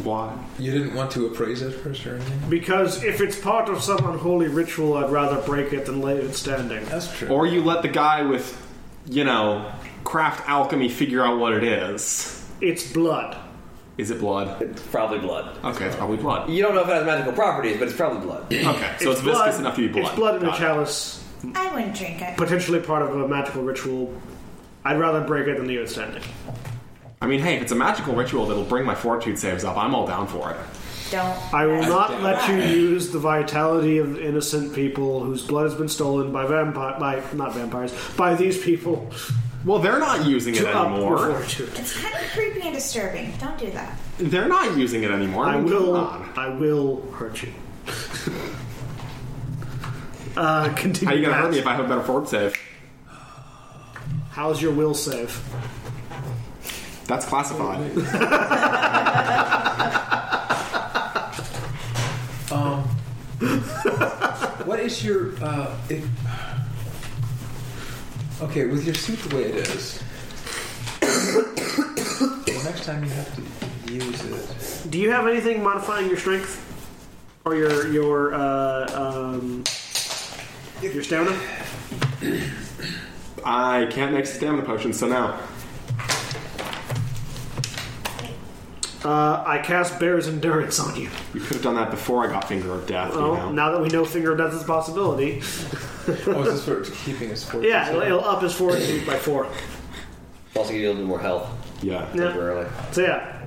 S3: Why?
S5: You didn't want to appraise it first or anything.
S12: Because if it's part of some unholy ritual, I'd rather break it than leave it standing.
S5: That's true.
S3: Or you let the guy with, you know, craft alchemy figure out what it is.
S12: It's blood.
S3: Is it blood?
S2: It's probably blood.
S3: Okay, it's probably blood.
S2: You don't know if it has magical properties, but it's probably blood.
S3: Okay, so it's, viscous enough to be blood.
S12: It's blood in a
S3: Got it.
S12: chalice,
S4: I wouldn't drink it.
S12: potentially part of a magical ritual. I'd rather break it than leave it standing.
S3: I mean, hey, if it's a magical ritual that'll bring my fortitude saves up, I'm all down for it.
S4: Don't.
S12: I will not let you use the vitality of innocent people whose blood has been stolen by vampire, by not vampires, by these people
S3: Well, they're not using it
S12: to up your
S3: anymore.
S12: fortitude.
S4: It's kind of creepy and disturbing. Don't do that.
S3: They're not using it anymore.
S12: I
S3: mean, come
S12: will.
S3: on.
S12: I will hurt you. uh, continue.
S3: How you gonna
S12: Matt.
S3: hurt me if I have a better fort save?
S12: How's your will save?
S3: That's classified.
S5: Um, what is your uh? If, okay, with your suit the way it is, well, next time you have to use it.
S12: Do you have anything modifying your strength or your your uh, um, your stamina?
S3: I can't make stamina potions, so now.
S12: Uh, I cast Bear's Endurance on you.
S3: You could have done that before I got Finger of Death,
S12: Well,
S3: you know?
S12: now that we know Finger of Death is a possibility,
S5: Oh, is this for keeping us for?
S12: yeah,
S25: uh,
S12: it'll, it'll up his fortitude by four.
S2: Also, give you a little bit more health
S3: Yeah.
S12: Yeah.
S2: temporarily.
S12: So yeah,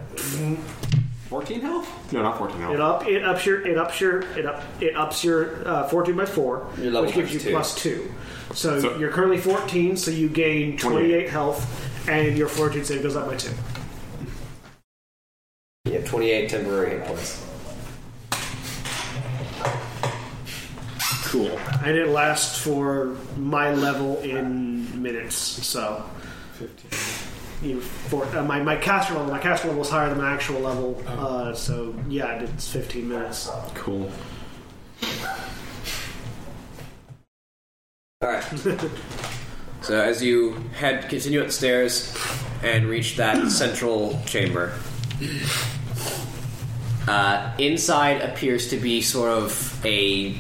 S3: 14 health? No, not 14 health.
S12: it up it ups your it ups your it up it ups your uh, fortitude by four,
S2: Your level
S12: which gives
S2: plus
S12: you
S2: two.
S12: plus two. So,
S3: So-
S12: you're currently fourteen, so you gain twenty-eight health, and your fortitude save goes up by two.
S2: You have 28 temporary hit points.
S12: Cool. And it lasts for my level in minutes. So you for uh, my my caster level. My caster level is higher than my actual level,
S25: Oh.
S12: uh, so yeah, it's 15 minutes.
S3: Cool.
S7: All right. so as you head, continue up the stairs, and reach that central chamber. Uh, inside appears to be sort of a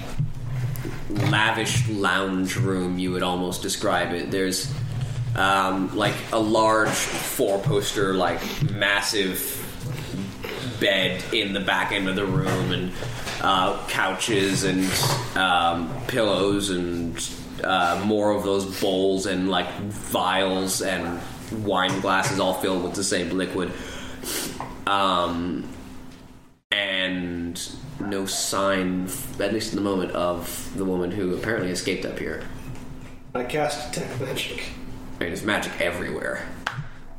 S7: lavish lounge room. You would almost describe it. There's um, like a large four-poster, like massive bed in the back end of the room and uh, couches and um, pillows and uh, more of those bowls and like vials and wine glasses all filled with the same liquid. Um, and no sign, at least in the moment, of the woman who apparently escaped up here.
S25: I cast detect magic.
S7: I mean, there's magic everywhere.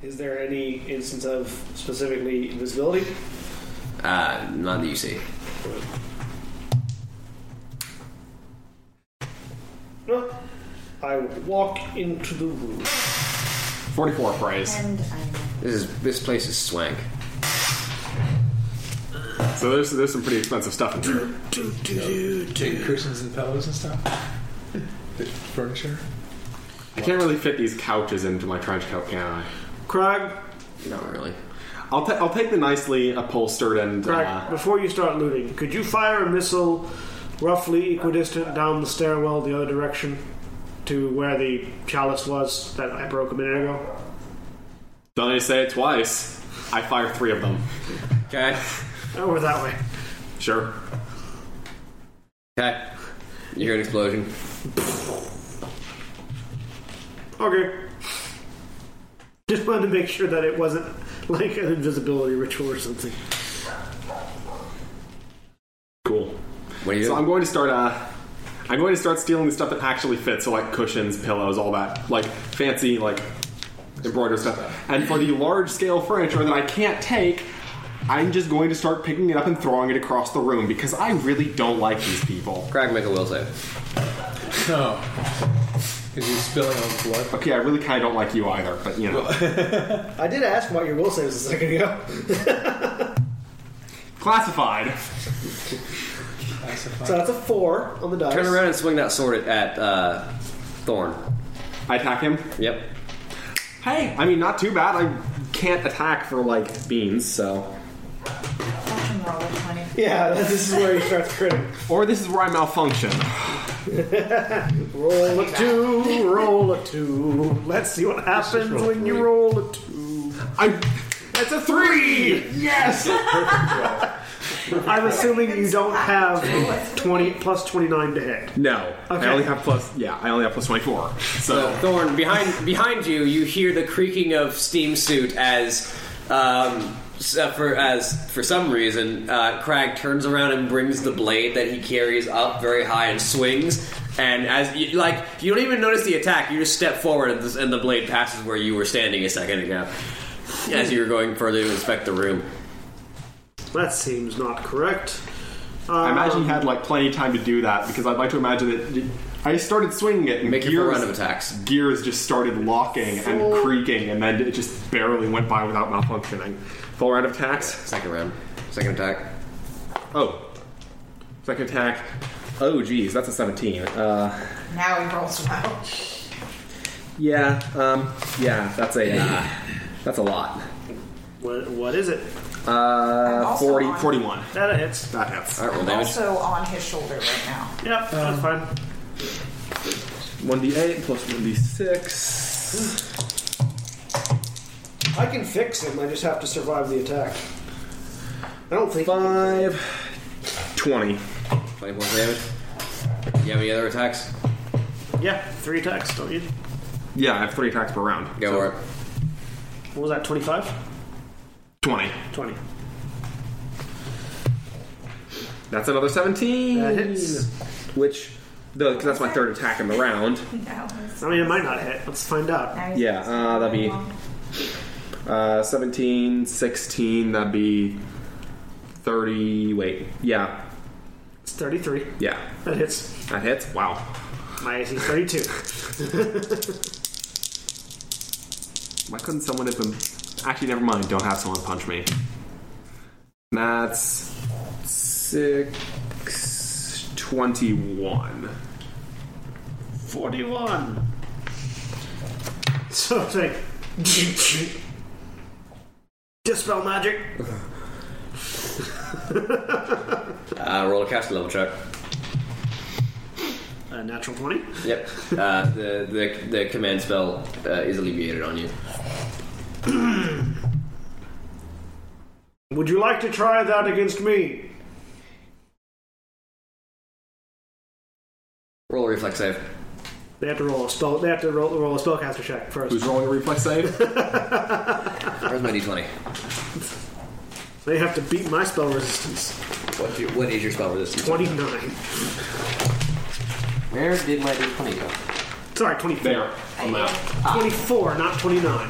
S25: Is there any instance of specifically invisibility?
S7: Uh, none that you see.
S25: No. I walk into the room.
S3: 44 praise.
S4: And I'm
S7: This is this place is swank.
S3: So there's there's some pretty expensive stuff in here.
S5: Take cushions and pillows and stuff. The furniture.
S3: I can't really fit these couches into my trench coat, can I?
S12: Craig,
S7: Not really.
S3: I'll, ta- I'll take the nicely upholstered and
S12: Craig,
S7: Ah.
S3: uh,
S12: before you start looting, could you fire a missile roughly equidistant down the stairwell the other direction to where the chalice was that I broke a minute ago?
S3: don't I say it twice? I fire three of them.
S7: Okay.
S12: Oh, or that way.
S3: Sure.
S7: Okay. You hear an explosion.
S12: Okay. Just wanted to make sure that it wasn't like an invisibility ritual or something.
S3: Cool.
S7: What do you
S3: So I'm
S7: do?
S3: going to start. Uh, I'm going to start stealing the stuff that actually fits, so like cushions, pillows, all that, like fancy, like embroidered stuff. And for the large scale furniture that I can't take, I'm just going to start picking it up and throwing it across the room because I really don't like these people.
S7: Craig, make a will save.
S5: No. Because he's spilling all the blood.
S3: Okay, I really kind of don't like you either, but you know,
S25: I did ask what your will saves a second ago.
S3: classified.
S25: So that's a four on the dice.
S7: Turn around and swing that sword at uh, Thorn.
S3: I attack him.
S7: Yep.
S3: Hey, I mean, not too bad. I can't attack for like beans, so.
S4: watching roll with 20.
S25: Yeah, this is where he starts critting.
S3: Or this is where I malfunction.
S12: Roll a two, roll a two. Let's see what happens when you roll a two.
S3: I. That's a three. Yes.
S12: I'm assuming you don't have 20 plus 29 to hit.
S3: No,
S12: Okay.
S3: I only have plus. Yeah, I only have plus twenty four.
S7: So
S3: So
S7: Thorn, behind behind you, you hear the creaking of steam suit as. Um, so for as for some reason, uh, Crag turns around and brings the blade that he carries up very high and swings. And as you, like you don't even notice the attack, you just step forward and, the- and the blade passes where you were standing a second ago. As you were going further to inspect the room,
S12: That seems not correct.
S3: I imagine you had like plenty of time to do that because I'd like to imagine that I started swinging it and
S7: make your
S3: gears
S7: full round of attacks.
S3: gears just started locking and creaking, and then it just barely went by without malfunctioning. Full round of attacks.
S7: Second round, second attack.
S3: Oh, second attack. Oh, geez, that's a seventeen. Uh,
S4: Now he rolls well.
S3: yeah, um, yeah, that's a uh, that's a lot.
S12: What, what is it?
S4: I'm
S3: Uh,
S4: also
S3: 40,
S4: on-
S3: 41.
S12: That hits.
S3: That hits.
S7: All right, roll
S4: I'm
S7: damage.
S4: also on his shoulder right now.
S12: Yep,
S25: Um,
S12: that's fine.
S3: One d eight plus one d six.
S25: I can fix him, I just have to survive the attack. I don't think.
S3: Five. Twenty.
S2: Oh.
S7: 24 damage. You have any other attacks?
S12: Yeah, three attacks, don't you?
S3: Yeah, I have three attacks per round.
S7: Go
S3: So,
S7: for it.
S12: What was that, 25?
S3: 20.
S12: 20.
S3: That's another 17.
S12: That hits.
S3: Which, though, because that's my third attack in the round.
S4: Now he's-
S12: I mean, it might not hit. Let's find out.
S4: now he's-
S3: Yeah, uh, that'd be- Uh, 17, 16, that'd be 30. Wait, yeah.
S12: It's 33.
S3: Yeah.
S12: That hits.
S3: That hits? Wow.
S12: My AC is 32.
S3: Why couldn't someone have been. Actually, never mind. Don't have someone punch me. That's. six twenty-one.
S12: 41. So it's like. Dispel magic.
S2: Uh, roll a caster level check.
S12: A natural 20.
S2: Yep. Uh, the, the the command spell uh, is alleviated on you.
S12: Would you like to try that against me?
S2: Roll a reflex save.
S12: They have to roll a spell. They have to roll, roll a spellcaster check first.
S3: Who's rolling a reflex save?
S2: Where's my d20?
S12: They have to beat my spell resistance.
S2: What's your, what is your spell resistance?
S12: Twenty-nine.
S26: Where did my d20 go?
S12: Sorry, twenty-four.
S27: There. I'm out.
S12: Twenty-four, not twenty-nine.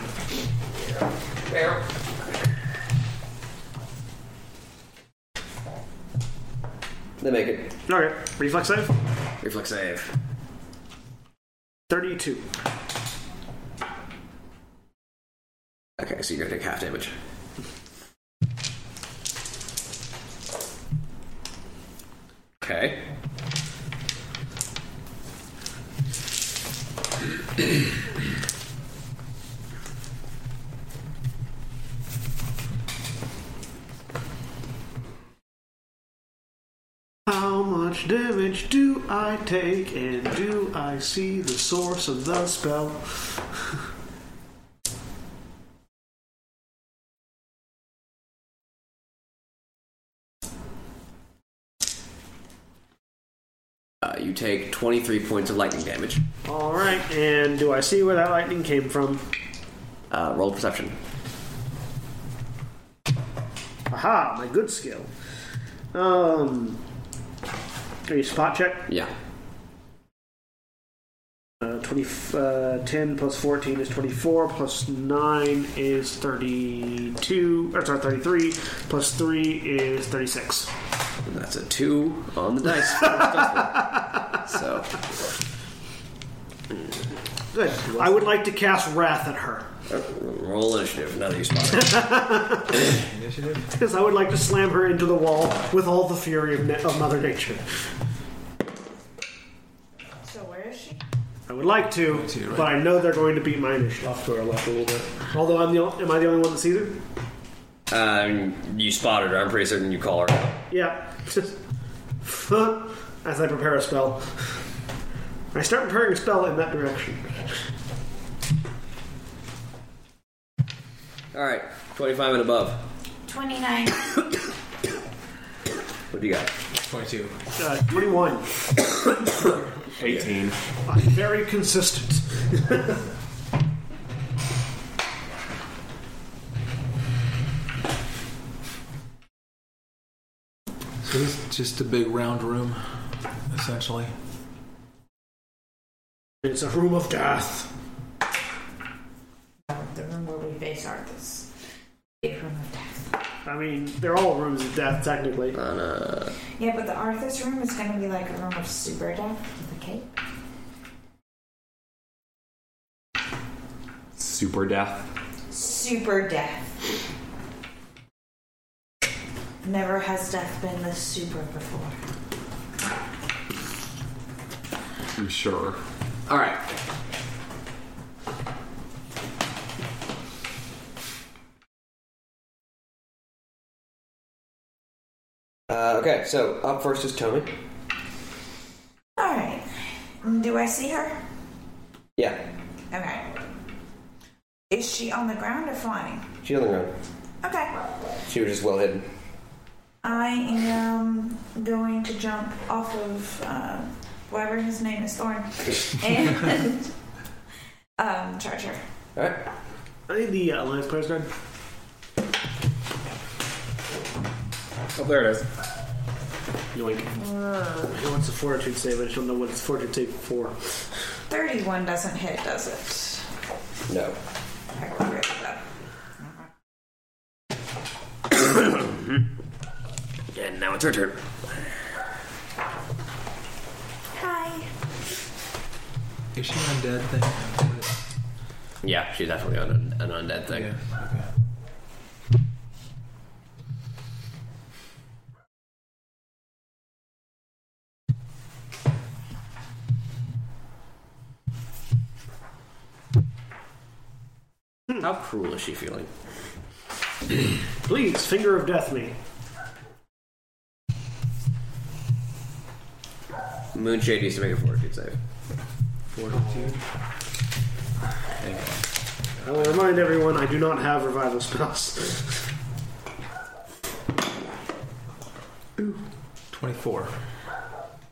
S2: They make it.
S12: Okay. Reflex save.
S2: Reflex save.
S12: Thirty-two.
S2: Okay, so you're gonna take half damage. Okay.
S12: How much damage do I take, and do I see the source of the spell?
S2: Uh, you take 23 points of lightning damage.
S12: All right, and do I see where that lightning came from?
S2: Uh, roll perception.
S12: Aha, my good skill. Um, are you spot check?
S2: Yeah.
S12: Uh, 20, uh, 10 plus 14 is 24, plus 9 is 32, or sorry, 33, plus 3 is 36.
S2: And that's a 2 on the dice. for the spell. so,
S12: Good. I would like to cast Wrath at her,
S2: uh, roll initiative. Now that you spotted it.
S12: because I would like to slam her into the wall with all the fury of, na- of Mother Nature.
S28: So where is she?
S12: I would like to, but I know they're going to beat my initiative.
S5: Off to our left a little bit.
S12: Although, I'm the, o- am I the only one that sees her?
S2: Um, you spotted her. I'm pretty certain you call her out.
S12: Yeah. As I prepare a spell, I start preparing a spell in that direction.
S2: All right, 25 and above.
S4: 29.
S2: What do you got?
S5: 22.
S12: Uh, 21.
S27: 18.
S12: I'm very consistent.
S5: So this is just a big round room, essentially.
S12: It's a room of death.
S28: The room where we base art this. Big room of death.
S12: I mean, they're all rooms of death, technically.
S28: Yeah, but the Arthur's room is gonna be like a room of super death with a cape.
S3: Super death.
S28: Super death. Never has death been this super before.
S3: I'm sure.
S26: All right.
S2: Uh, okay, so up first is Tommy.
S4: Alright. Do I see her?
S2: Yeah,
S4: Okay. Is she on the ground or flying?
S2: she's on the ground.
S4: Okay.
S2: She was just well hidden.
S4: I am going to jump off of uh, whatever his name is, Thorn, and um, charge her.
S2: All right.
S12: I need the uh, Alliance Player's Guide.
S27: Oh, there it is.
S12: Yoink. I know it's a fortitude save, I just don't know what it's fortitude save for.
S4: 31 doesn't hit, does it?
S2: No.
S4: I got rid of that.
S2: And now it's her turn.
S4: Hi.
S5: Is she undead then?
S2: Yeah, she's definitely on an, an undead thing.
S5: Yeah.
S2: Hmm. How cruel is she feeling?
S12: Please, finger of death me.
S2: Moonshade needs to make a fortitude save.
S12: I will remind everyone I do not have revival spells.
S5: 24.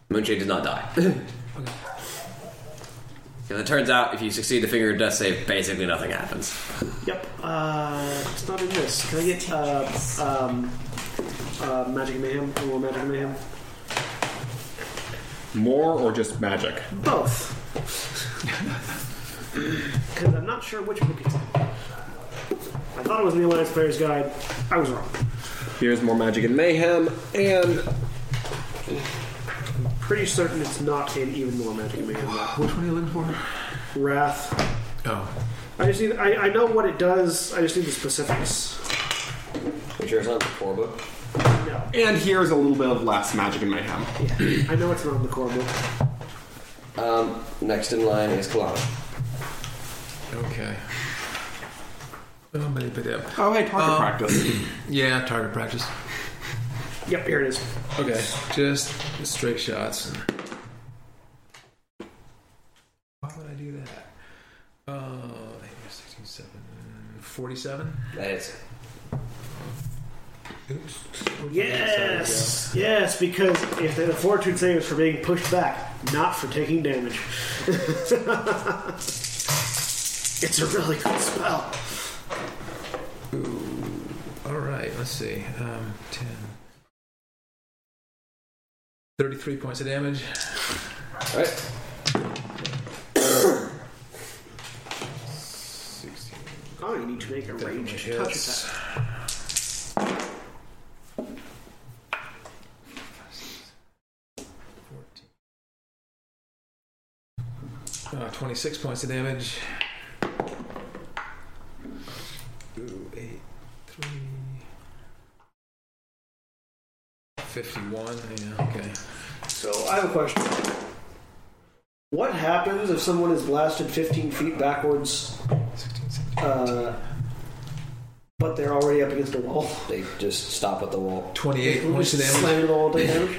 S2: Moonshade does not die. Because it turns out if you succeed the finger of death save, basically nothing happens.
S12: Yep. Uh, it's not in this. Can I get uh, um, uh, magic mayhem? A little magic mayhem.
S3: More or just magic?
S12: Both. Because I'm not sure which book it's in. I thought it was in the Alliance Player's Guide. I was wrong.
S3: Here's more magic and mayhem, and
S12: Pretty certain it's not in even more magic mayhem. though.
S5: Which one are you looking for?
S12: Wrath.
S5: Oh.
S12: I just need. I, I know what it does. I just need the specifics.
S2: Which is not the core book.
S12: No.
S3: and here's a little bit of less magic and mayhem.
S12: I know it's not in the core book.
S2: Um, next in line is Kalana.
S5: Okay. Oh, but- but, uh,
S3: Oh, hey, target
S5: Um,
S3: practice.
S5: Yeah, target practice.
S12: Yep. Here it is.
S5: Okay, just straight shots. Why would I do that? Uh, 16, 7, 47?
S2: That is.
S5: Oops.
S12: Yes, yes, because if the fortitude save is for being pushed back, not for taking damage. it's a really good spell.
S5: All right, let's see. Um, 10. 33 points of damage.
S2: Alright.
S5: 16.
S12: Oh, you need to make a ranged touch attack.
S5: Uh, 26 points of damage. Ooh, 8, 3. 51, yeah, okay.
S29: So I have a question. What happens if someone is blasted 15 feet backwards,
S5: 16, 17.
S29: uh, but they're already up against a wall?
S2: They just stop at the wall.
S5: 28
S29: We'll
S5: points
S29: just
S5: of damage.
S29: slam the wall to damage.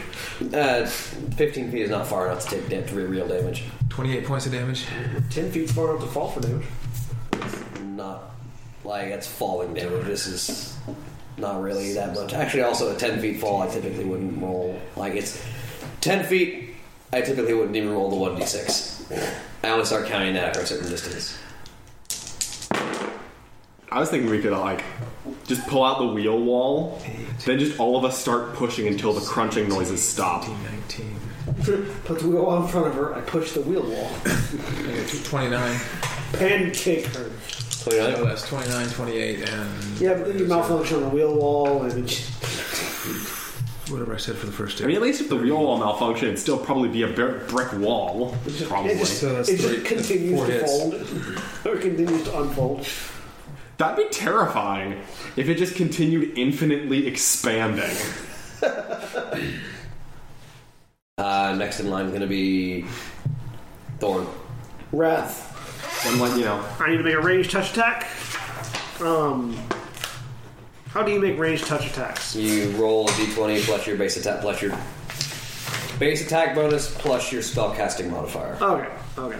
S2: Uh, 15 feet is not far enough to take damage, to be real damage.
S5: 28 points of damage.
S29: 10 feet far enough to fall for damage.
S2: Not like that's falling damage. This is not really that much. Actually, also a 10 feet fall, I typically wouldn't roll. Like it's 10 feet, I typically wouldn't even roll the 1d6. I only start counting that after a certain distance.
S3: I was thinking we could, like, just pull out the wheel wall, then just all of us start pushing until the crunching noises stop.
S5: 18, 19.
S29: Put the wheel out in front of her. I push the wheel wall.
S5: Okay, tw- 29.
S29: Pancake her.
S5: So that's 29, 28, and
S29: Yeah, but then you malfunction on the wheel wall and it's
S5: whatever I said for the first two.
S3: I mean, at least if the wheel wall malfunctioned, it'd still probably be a bur- brick wall. Probably.
S29: It just,
S5: So that's
S29: it just
S5: three- that's
S29: continues
S5: four
S29: to
S5: hits.
S29: fold. Or continues to unfold.
S3: That'd be terrifying if it just continued infinitely expanding.
S2: Uh, next in line is going to be Thorn.
S29: Wrath.
S3: I'm like, you know,
S12: I need to make a ranged touch attack. Um, how do you make ranged touch attacks?
S2: You roll a d20 plus your base attack plus your base attack bonus plus your spellcasting modifier.
S12: Okay, okay.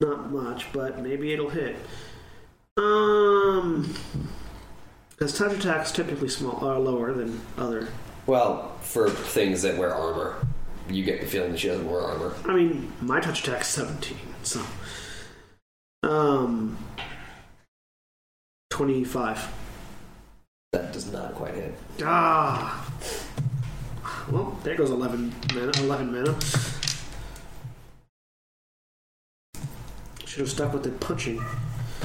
S12: Not much, but maybe it'll hit. Um, because touch attacks typically small are lower than other.
S2: Well, for things that wear armor, you get the feeling that she doesn't wear armor.
S12: I mean, my touch attack's seventeen, so um, twenty-five.
S2: That does not quite hit.
S12: Ah. Well, there goes 11 mana. 11 mana. Should have stuck with the punching.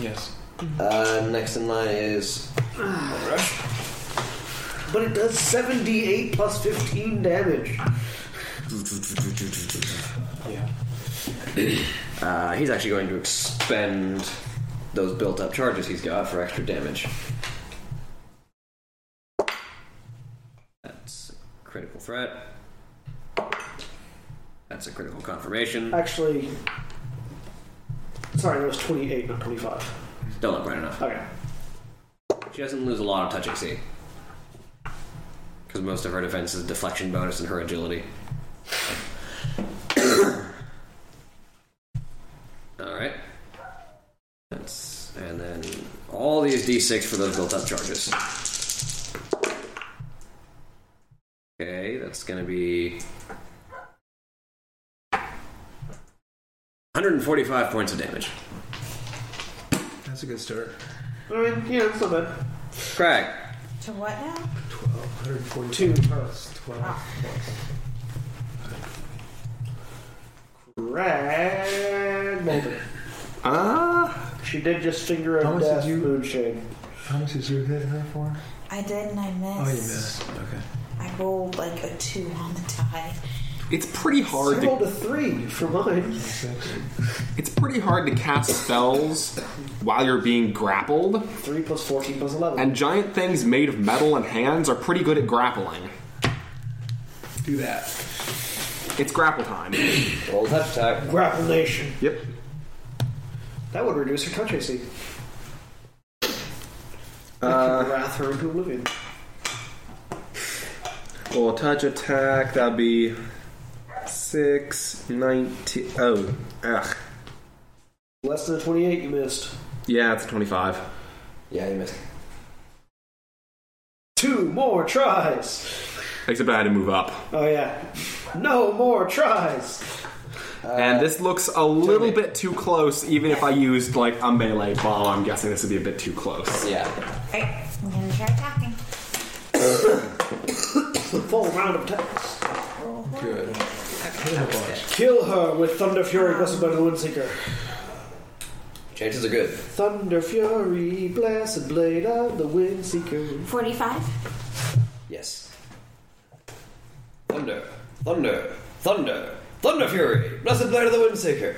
S5: Yes.
S2: Uh, next in line is
S12: but it does 78 plus 15 damage.
S2: Uh, he's actually going to expend those built-up charges he's got for extra damage. That's a critical threat. That's a critical confirmation.
S12: Actually, sorry, that was 28, not 25.
S2: Don't look right enough.
S12: Okay.
S2: She doesn't lose a lot of touch AC. Because most of her defense is deflection bonus and her agility. Alright. That's and then all these D6 for those built up charges. Okay, that's gonna be 145 points of damage.
S5: That's a good start.
S12: I mean, yeah, it's not bad.
S2: Craig.
S4: To what now?
S5: 142.
S12: Two turns.
S5: 12.
S12: Rag Mulder.
S3: Ah,
S12: She did just finger
S5: How
S12: of
S5: much did
S12: death
S5: you-
S12: moonshade.
S5: How much is your hit her for?
S4: I did and I missed.
S5: Oh, you missed. Okay.
S4: I rolled like a two on the die.
S3: it's pretty hard
S12: I rolled
S3: to
S12: a three for mine.
S5: Six.
S3: it's pretty hard to cast spells while you're being grappled,
S12: Three plus fourteen plus eleven.
S3: and giant things made of metal and hands are pretty good at grappling.
S5: Do that.
S3: It's grapple time.
S2: Roll touch attack.
S12: Grapple Nation.
S3: Yep.
S12: That would reduce her touch AC. I could wrath her into oblivion.
S3: Well, touch attack, that'd be 6, 19. Oh, ugh.
S12: Less than a twenty-eight, you missed.
S3: Yeah, it's a 25.
S2: Yeah, you missed.
S12: Two more tries.
S3: Except I had to move up.
S12: Oh yeah, no more tries.
S30: Uh,
S3: and this looks a little bit too close, even if I used, like, a melee bomb. I'm guessing this would be a bit too close.
S2: Yeah.
S4: Alright, I'm gonna try attacking.
S12: Full round of attacks.
S4: Roll one.
S5: Good.
S12: Kill her with Thunder Fury, blessed by the Windseeker.
S2: Chances are good.
S12: Thunder Fury, blessed blade of the Windseeker.
S4: 45.
S2: Yes. Thunder, thunder, thunder, thunder fury, blessed blade of the windseeker.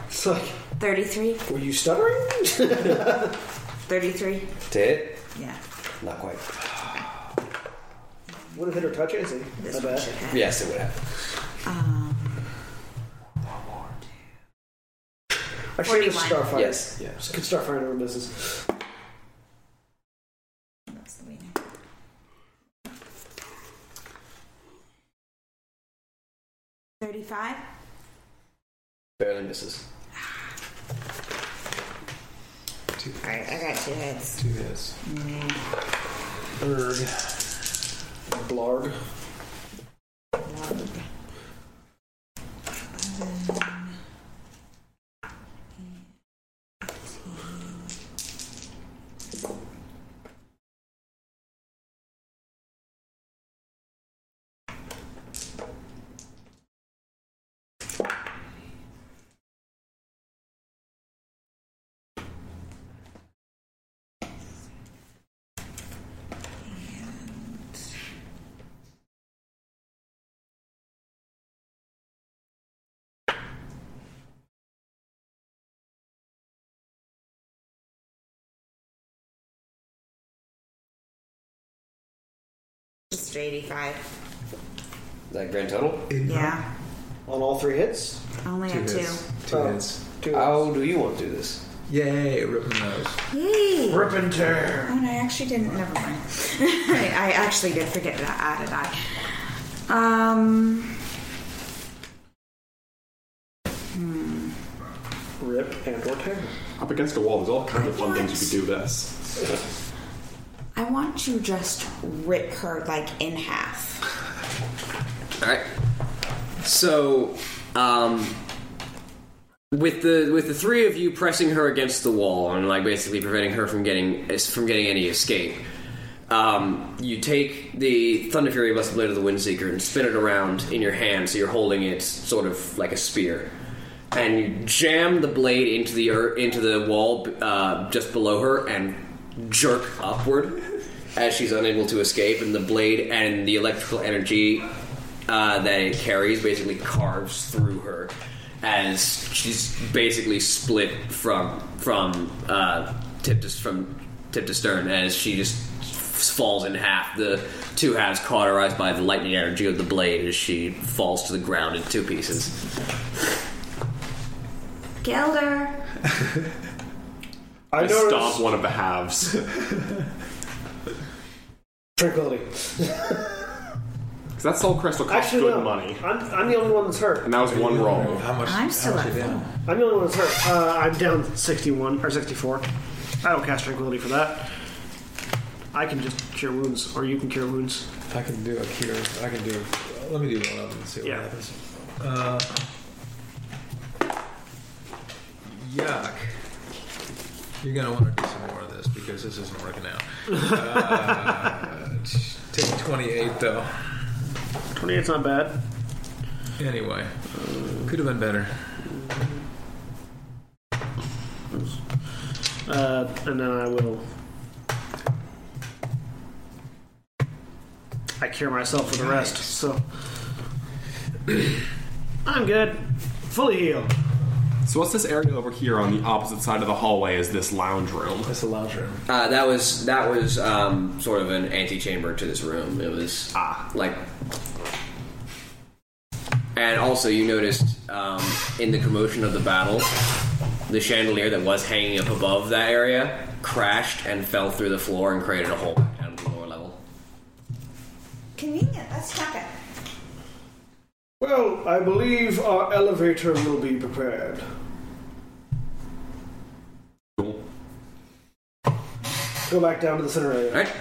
S12: It's like,
S4: 33.
S12: were you stuttering?
S4: 33.
S2: To hit?
S4: Yeah.
S2: Not quite.
S12: Would have hit her touch AC.
S4: This
S12: I
S4: one
S12: bet.
S4: should have.
S2: Yes, it would have.
S4: Um,
S12: I should have
S4: 41.
S12: starfire.
S2: Yes. Yeah.
S12: Could starfire in her business.
S4: that's the meaning. Thirty-five.
S2: Barely misses.
S4: All right, I got two hits.
S5: Two hits.
S12: Blarg.
S4: Just eighty-five.
S2: Is that grand total?
S4: Yeah,
S12: On all three hits.
S4: I only
S5: Two
S4: had
S5: hits. Two
S12: Oh.
S5: hits.
S12: Two.
S2: How do you want to do this?
S5: Yay, ripping nose.
S4: two. Yay!
S12: Rip and tear.
S4: Oh, no, I actually didn't. Never mind. I I actually did forget to add a die. Um.
S12: Rip and or tear.
S30: Up against a wall, there's all kinds of fun things you could do this.
S4: I want to just rip her like in half.
S2: Alright. So um with the with the three of you pressing her against the wall and like basically preventing her from getting from getting any escape, um, you take the Thunder Fury Blessed Blade of the Windseeker and spin it around in your hand, so you're holding it sort of like a spear, and you jam the blade into the ear into the wall uh, just below her and jerk upward as she's unable to escape, and the blade and the electrical energy uh, that it carries basically carves through her as she's basically split from from uh, tip to from tip to stern as she just falls in half. The two halves cauterized by the lightning energy of the blade as she falls to the ground in two pieces.
S31: Gelder.
S3: I, stop one of the halves.
S7: Tranquility.
S3: 'Cause that soul crystal costs
S7: Actually,
S3: good
S7: no.
S3: money.
S7: I'm, I'm the only one that's hurt.
S3: And that was one roll.
S5: Oh, How much?
S31: I'm still
S5: how much
S31: at
S5: you down?
S7: full.
S12: I'm the only one that's hurt. Uh, I'm down 61 or 64. I don't cast Tranquility for that. I can just cure wounds, or you can cure wounds.
S5: I can do a cure. I can do. Let me do one of them and see what
S12: Yeah.
S5: happens. Uh, yuck. You're gonna want to do some more of this because this isn't working out. Uh, take 28 though.
S12: 28's not bad.
S5: Anyway, could have been better.
S12: Uh, and then I will. I cure myself for the rest, so. I'm good. Fully healed.
S3: So what's this area over here on the opposite side of the hallway is this lounge room.
S5: That's the lounge room.
S2: Uh, that was that was um, sort of an antechamber to this room. It was ah. like, and also you noticed um, in the commotion of the battle, the chandelier that was hanging up above that area crashed and fell through the floor and created a hole down to the lower level.
S31: Convenient. Let's check it.
S7: Well, I believe our elevator will be prepared. Go back down to the center area.
S2: All right.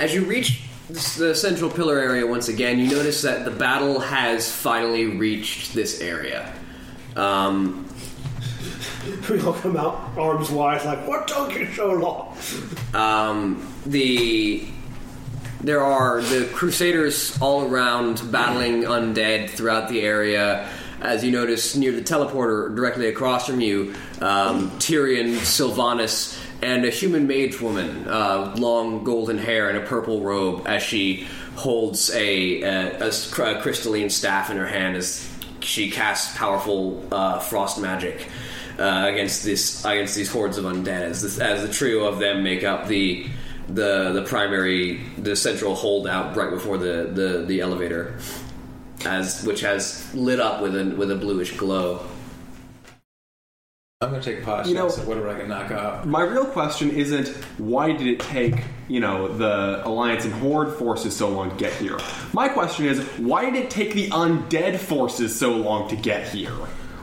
S2: As you reach this- the central pillar area once again, you notice that the battle has finally reached this area. Um,
S7: We all come out arms wide, like, what took you so long?
S2: Um, the there are the crusaders all around battling undead throughout the area. As you notice near the teleporter, directly across from you, um, Tyrion, Sylvanas, and a human mage woman, uh, long golden hair and a purple robe, as she holds a, a, a s- a crystalline staff in her hand as she casts powerful uh, frost magic uh, against this against these hordes of undead as, this, as the trio of them make up the the the primary the central holdout right before the the, the elevator as which has lit up with a with a bluish glow.
S5: I'm gonna take a pot
S3: You know-
S5: shots at whatever I can knock out.
S3: My real question isn't why did it take, you know, the Alliance and Horde forces so long to get here? My question is why did it take the undead forces so long to get here?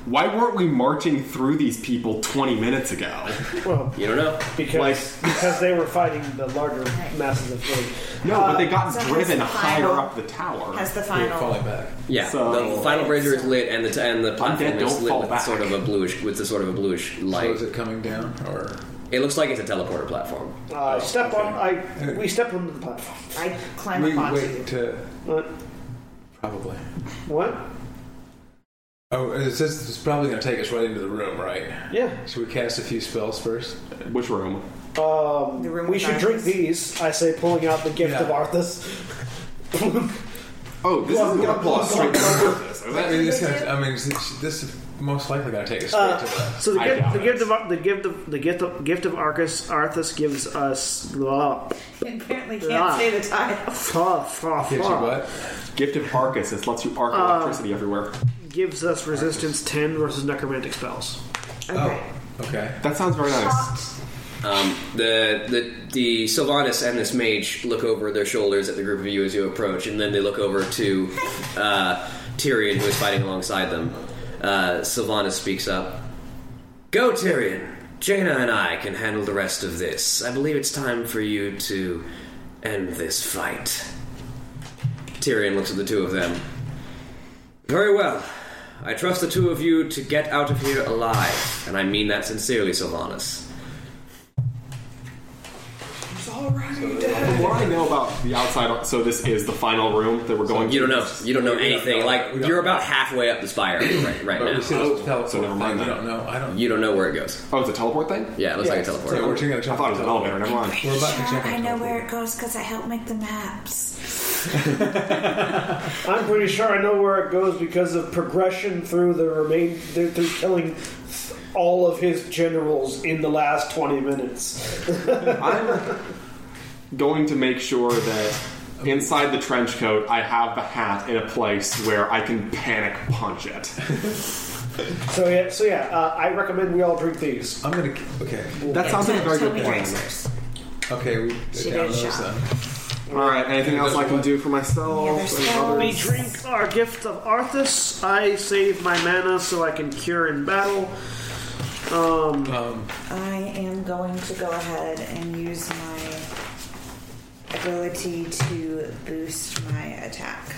S3: Why weren't we marching through these people 20 minutes ago?
S7: Well,
S2: You don't know.
S7: because, because they were fighting the larger masses of things.
S3: No, but they got
S4: so has
S3: driven
S4: Uh, the
S3: higher
S4: final-
S3: up the tower.
S4: Has the
S5: You're
S4: final.
S5: falling back.
S2: Yeah,
S3: So-
S2: the final brazier is lit and the t- and the platform
S3: Undead
S2: is
S3: don't
S2: lit
S3: fall
S2: with
S3: back.
S2: sort of a bluish with the sort of a bluish
S5: So
S2: light.
S5: is it coming down or?
S2: it looks like it's a teleporter platform.
S7: Uh, step on, I, we stepped onto the platform.
S4: I climb
S5: We
S4: up onto you.
S5: wait to
S7: What?
S5: probably.
S7: What?
S5: Oh, it's, just, it's probably gonna take us right into the room, right?
S7: Yeah.
S5: Should we cast a few spells first?
S3: Which room?
S4: The room
S7: We
S4: with
S7: should drink
S4: darkness.
S7: these, I say, pulling out the gift
S5: Yeah.
S7: of Arthas.
S3: Oh, this
S7: Well,
S3: is
S7: yeah,
S3: gonna pull us straight through this. isn't
S5: I
S3: it?
S5: mean, this, gonna, I mean, this this is most likely gonna take us straight
S7: Uh,
S5: to the.
S12: So the
S3: I
S12: gift,
S3: doubt
S12: the
S3: it.
S12: gift of Ar- the gift of the gift of, gift of Arcus Arthas gives us blah,
S4: Apparently can't
S12: Ah.
S4: say the title.
S12: blah, blah,
S5: Gives you
S12: blah.
S5: what?
S3: Gift of Harkus. This lets you
S4: Uh,
S3: arc electricity everywhere.
S12: Gives us resistance ten versus necromantic spells.
S4: Okay.
S5: Oh, okay.
S3: That sounds very nice.
S2: Um, the the the Sylvanas and this mage look over their shoulders at the group of you as you approach, and then they look over to uh, Tyrion, who is fighting alongside them. Uh, Sylvanas speaks up. Go, Tyrion. Jaina and I can handle the rest of this. I believe it's time for you to end this fight. Tyrion looks at the two of them. Very well. I trust the two of you to get out of here alive, and I mean that sincerely, Sylvanas.
S5: So,
S3: what I know about the outside, so this is the final room that we're going.
S2: You
S3: to.
S2: don't know. You don't know anything. Like
S5: We don't
S2: you're
S5: know.
S2: about halfway up the spire right, right
S5: But we
S2: now.
S5: still have to teleport.
S3: so never mind
S5: I
S3: that.
S5: don't know. I don't.
S2: You don't know where it goes.
S3: Oh, it's a teleport thing.
S2: Yeah, it looks like a
S4: Yeah.
S2: teleport.
S5: Yeah, we're checking out.
S3: I thought it was an elevator. Never mind.
S5: We're about to
S32: Sure,
S5: check. out
S32: I
S5: the
S32: know
S5: teleport.
S32: where it goes because I help make the maps.
S12: I'm pretty sure I know where it goes because of progression through the remain through through killing all of his generals in the last 20 minutes.
S3: I'm going to make sure that inside the trench coat, I have the hat in a place where I can panic punch it.
S12: So yeah, so yeah, uh, I recommend we all drink these.
S5: I'm gonna. Okay.
S3: That sounds like a very
S32: Tell
S3: good
S32: me
S3: plan.
S32: yours.
S5: Okay. We
S32: She
S5: down
S32: goes
S5: those
S32: shop.
S5: then.
S3: All right. Anything else I can do for
S32: Yeah,
S3: myself?
S32: there's
S3: Any
S32: spells.
S3: others?
S33: We drink our gift of Arthas. I save my mana so I can cure in battle.
S5: Um,
S4: I am going to go ahead and use my ability to boost my attack.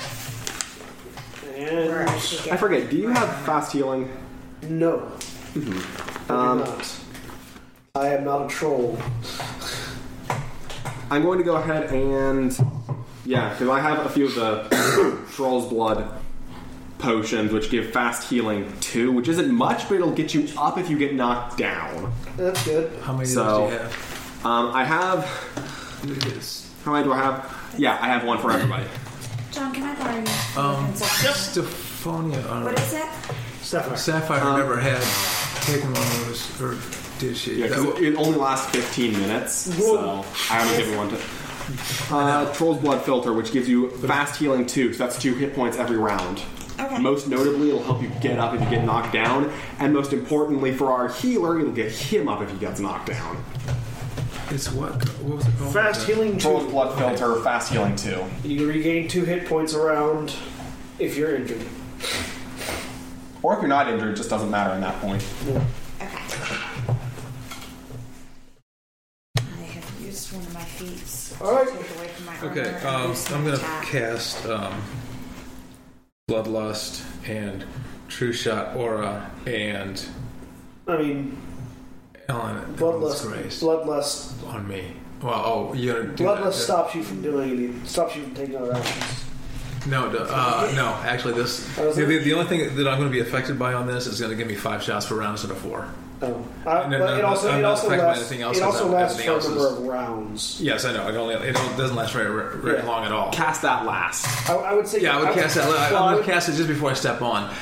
S4: Where
S12: And
S4: I should get
S3: I forget. Do you have fast healing?
S12: no, I do not. I am not a troll.
S3: I'm going to go ahead and yeah, because I have a few of the troll's blood potions, which give fast healing two, which isn't much, but it'll get you up if you get knocked down.
S12: That's good.
S5: how many
S3: So-
S5: of those do you have?
S3: Um, I have how many do I have? Yeah, I have one for everybody.
S32: John, can I borrow you?
S5: Um,
S32: Yes.
S5: Stefania. I don't
S32: What
S5: know.
S32: is it?
S12: Sapphire.
S5: uh, Sapphire
S3: Um,
S5: never had taken one of those, or did she?
S3: Yeah, 'cause
S5: That-
S3: it, it only lasts 15 minutes, so I only give you one to. Uh, Troll's Blood Filter, which gives you fast healing two, so that's two hit points every round.
S32: Okay.
S3: Most notably, it'll help you get up if you get knocked down, and most importantly for our healer, it'll get him up if he gets knocked down.
S5: it's what? What was it called?
S33: Fast healing
S3: Troll's
S33: two.
S3: Blood Filter, fast healing two.
S12: You regain two hit points around if you're injured.
S3: Or if you're not injured, it just doesn't matter at that point.
S32: Okay.
S4: I have used one of my feats.
S12: All right.
S4: To take away from my armor
S5: Okay,
S4: and
S5: um,
S4: boost my
S5: I'm gonna
S4: attack.
S5: cast um, Bloodlust and True Shot Aura and
S12: I mean,
S5: Ellen Ellen's
S12: bloodlust.
S5: Grace
S12: Bloodlust.
S5: on me. Well, oh, you're gonna do
S12: Bloodlust
S5: that.
S12: stops you from doing any. Stops you from taking other actions.
S5: No, d- uh, no. Actually, this
S12: Oh, is
S5: the,
S12: it?
S5: the only thing that I'm going to be affected by on this is going to give me five shots per round instead of four.
S12: Oh, I,
S5: And then
S12: but it
S5: not-
S12: also
S5: I'm
S12: it
S5: not
S12: also
S5: affected by
S12: lasts
S5: anything else
S12: it also
S5: except
S12: lasts
S5: everything
S12: for a
S5: else
S12: number
S5: is-
S12: of rounds.
S5: Yes, I know. It only it don't- doesn't last very, very
S12: Yeah.
S5: long at all.
S3: Cast that last.
S12: I, I would say
S5: Yeah, I would cast that. I-
S12: well,
S5: I'm
S12: I,
S5: going
S12: would,
S5: to cast it just before I step on.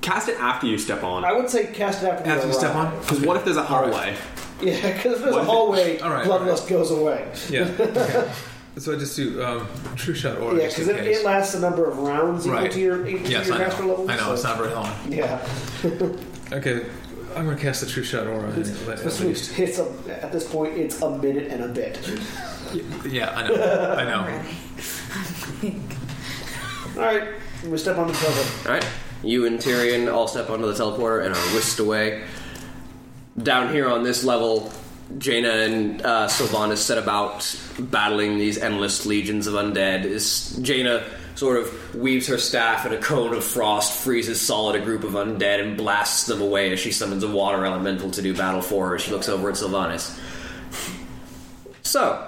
S3: Cast it after you step
S12: I
S3: on.
S12: would say cast it after,
S5: After you
S12: you
S5: step
S12: arrive.
S5: on,
S3: Because what if there's a hallway?
S12: Yeah, because if there's
S3: What
S12: a
S3: if it-
S12: hallway,
S5: All right, all
S12: bloodlust
S5: right.
S12: goes away.
S5: Yeah. Okay. so I just do um, true shot order.
S12: Yeah,
S5: just
S12: because
S5: in
S12: it,
S5: case.
S12: it lasts a number of rounds equal
S5: right.
S12: to your equal
S5: yes,
S12: to your
S5: I
S12: master
S5: know.
S12: level.
S5: I know
S12: so-
S5: it's not very long.
S12: Yeah,
S5: Okay, I'm gonna cast the true shot aura. And let, at
S12: it's,
S5: least.
S12: it's a, at this point it's a minute and a bit.
S5: Yeah, I know. I know.
S32: Ready.
S12: All right, I'm gonna step on the cover.
S2: All right. You and Tyrion all step onto the teleporter and are whisked away. Down here on this level, Jaina and uh, Sylvanas set about battling these endless legions of undead. Is Jaina sort of weaves her staff and a cone of frost freezes solid a group of undead and blasts them away as she summons a water elemental to do battle for her. She looks over at Sylvanas. So,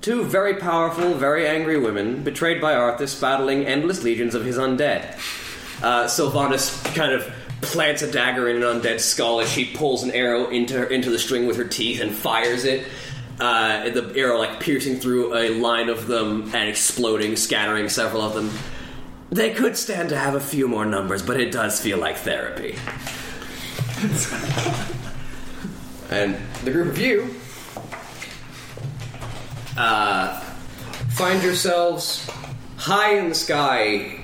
S2: two very powerful, very angry women, betrayed by Arthas, battling endless legions of his undead. Uh, Sylvanas kind of plants a dagger in an undead skull as she pulls an arrow into her, into the string with her teeth and fires it. Uh, the arrow like piercing through a line of them and exploding, scattering several of them. They could stand to have a few more numbers, but it does feel like therapy. and the group of you uh, find yourselves high in the sky,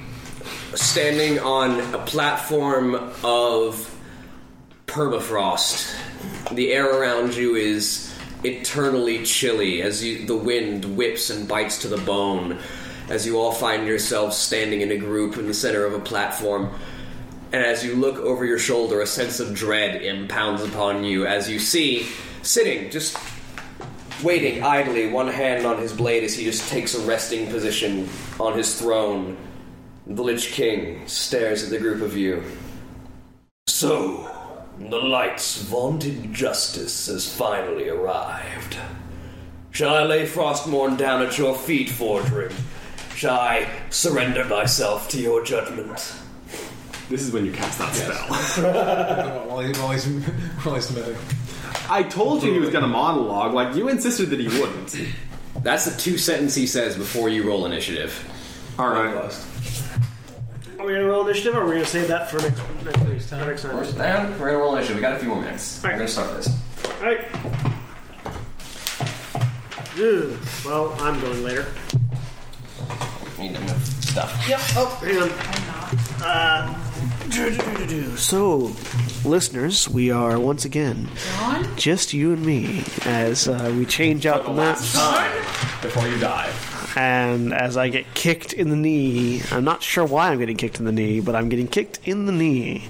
S2: standing on a platform of permafrost. The air around you is eternally chilly as you, the wind whips and bites to the bone. As you all find yourselves standing in a group in the center of a platform, and as you look over your shoulder, a sense of dread impounds upon you as you see, sitting just waiting idly, one hand on his blade as he just takes a resting position on his throne. The Lich King stares at the group of you. So, the Light's vaunted justice has finally arrived.
S34: Shall I lay Frostmourne down at your feet, Fordrim? Shall I surrender myself to your judgment?
S3: This is when you cast that spell.
S5: while, he, while, he's, while he's medic.
S3: I told you he was going to monologue. Like you insisted that he wouldn't.
S2: That's the two sentence he says before you roll initiative.
S3: All right.
S12: Are we gonna roll initiative, or are we gonna save that for next next, next time? Next time.
S2: down. We're gonna roll initiative. We got a few more minutes.
S12: We're gonna
S2: start this.
S12: All right. Ugh. Well, I'm going later.
S2: Need to move stuff.
S12: Yep. Oh, hang on. Uh, do, do, do, do, do. So, listeners, we are once again just you and me as uh, we change out the maps.
S3: Before you die.
S12: and as I get kicked in the knee, I'm not sure why I'm getting kicked in the knee, but I'm getting kicked in the knee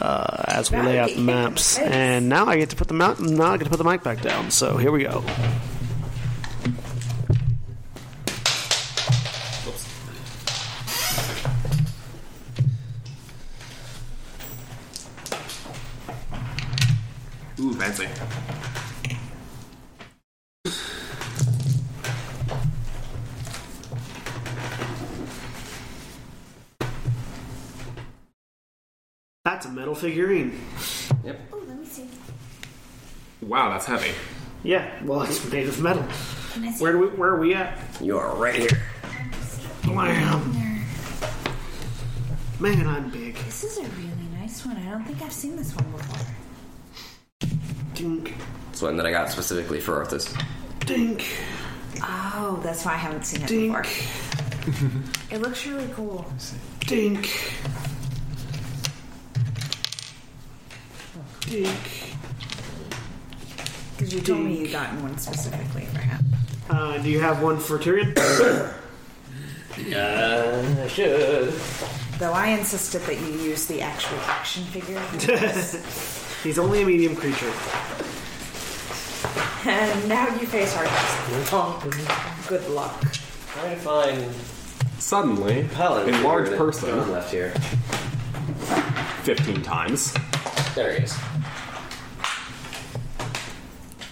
S12: uh, as we lay out the maps. And now I get to put the mount. Now I get to put the mic back down. So here we go.
S3: Ooh, fancy.
S12: That's a metal figurine.
S4: Oh, let me see.
S3: Wow, that's heavy.
S12: Yeah, well, it's made of metal.
S4: Can I see?
S12: Where do we? Where are we at?
S2: You are right here.
S12: Blam!
S4: There.
S12: Man, I'm big.
S4: This is a really nice one. I don't think I've seen this one before.
S12: Dink,
S2: It's one that I got specifically for Arthas.
S12: dink,
S4: Oh, that's why I haven't seen it before.
S12: dink,
S4: It looks really cool.
S12: dink, dink.
S4: Because you told me you gotten one specifically for him.
S12: Uh, do you have one for Tyrion?
S4: Though I insisted that you use the actual action figure. and
S12: He's only a medium creature.
S4: now you face Arthas. Good luck.
S34: Trying to find
S3: Suddenly,
S34: Paladin.
S3: a large
S34: figure that John
S3: person,
S34: left here.
S3: 15 times.
S34: There he is.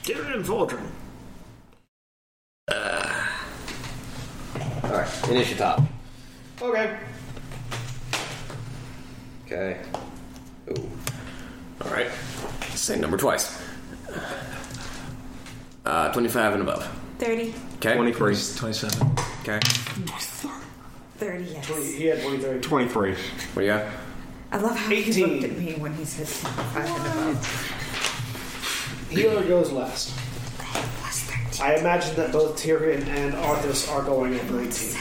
S12: Tyrion Voldrin.
S34: All right, initiative top.
S12: Okay.
S34: Okay. Ooh.
S2: All right. Same number twice. Uh, 25 and above.
S4: 30.
S2: Okay.
S3: 23.
S5: He's 27.
S2: Okay.
S4: 30, yes.
S12: He had 23.
S3: 23.
S2: What do you got?
S4: I love how he
S12: 18.
S4: looked at me when he said 25 and above.
S12: Healer goes last. I imagine that both Tyrion and Arthas are going at 19.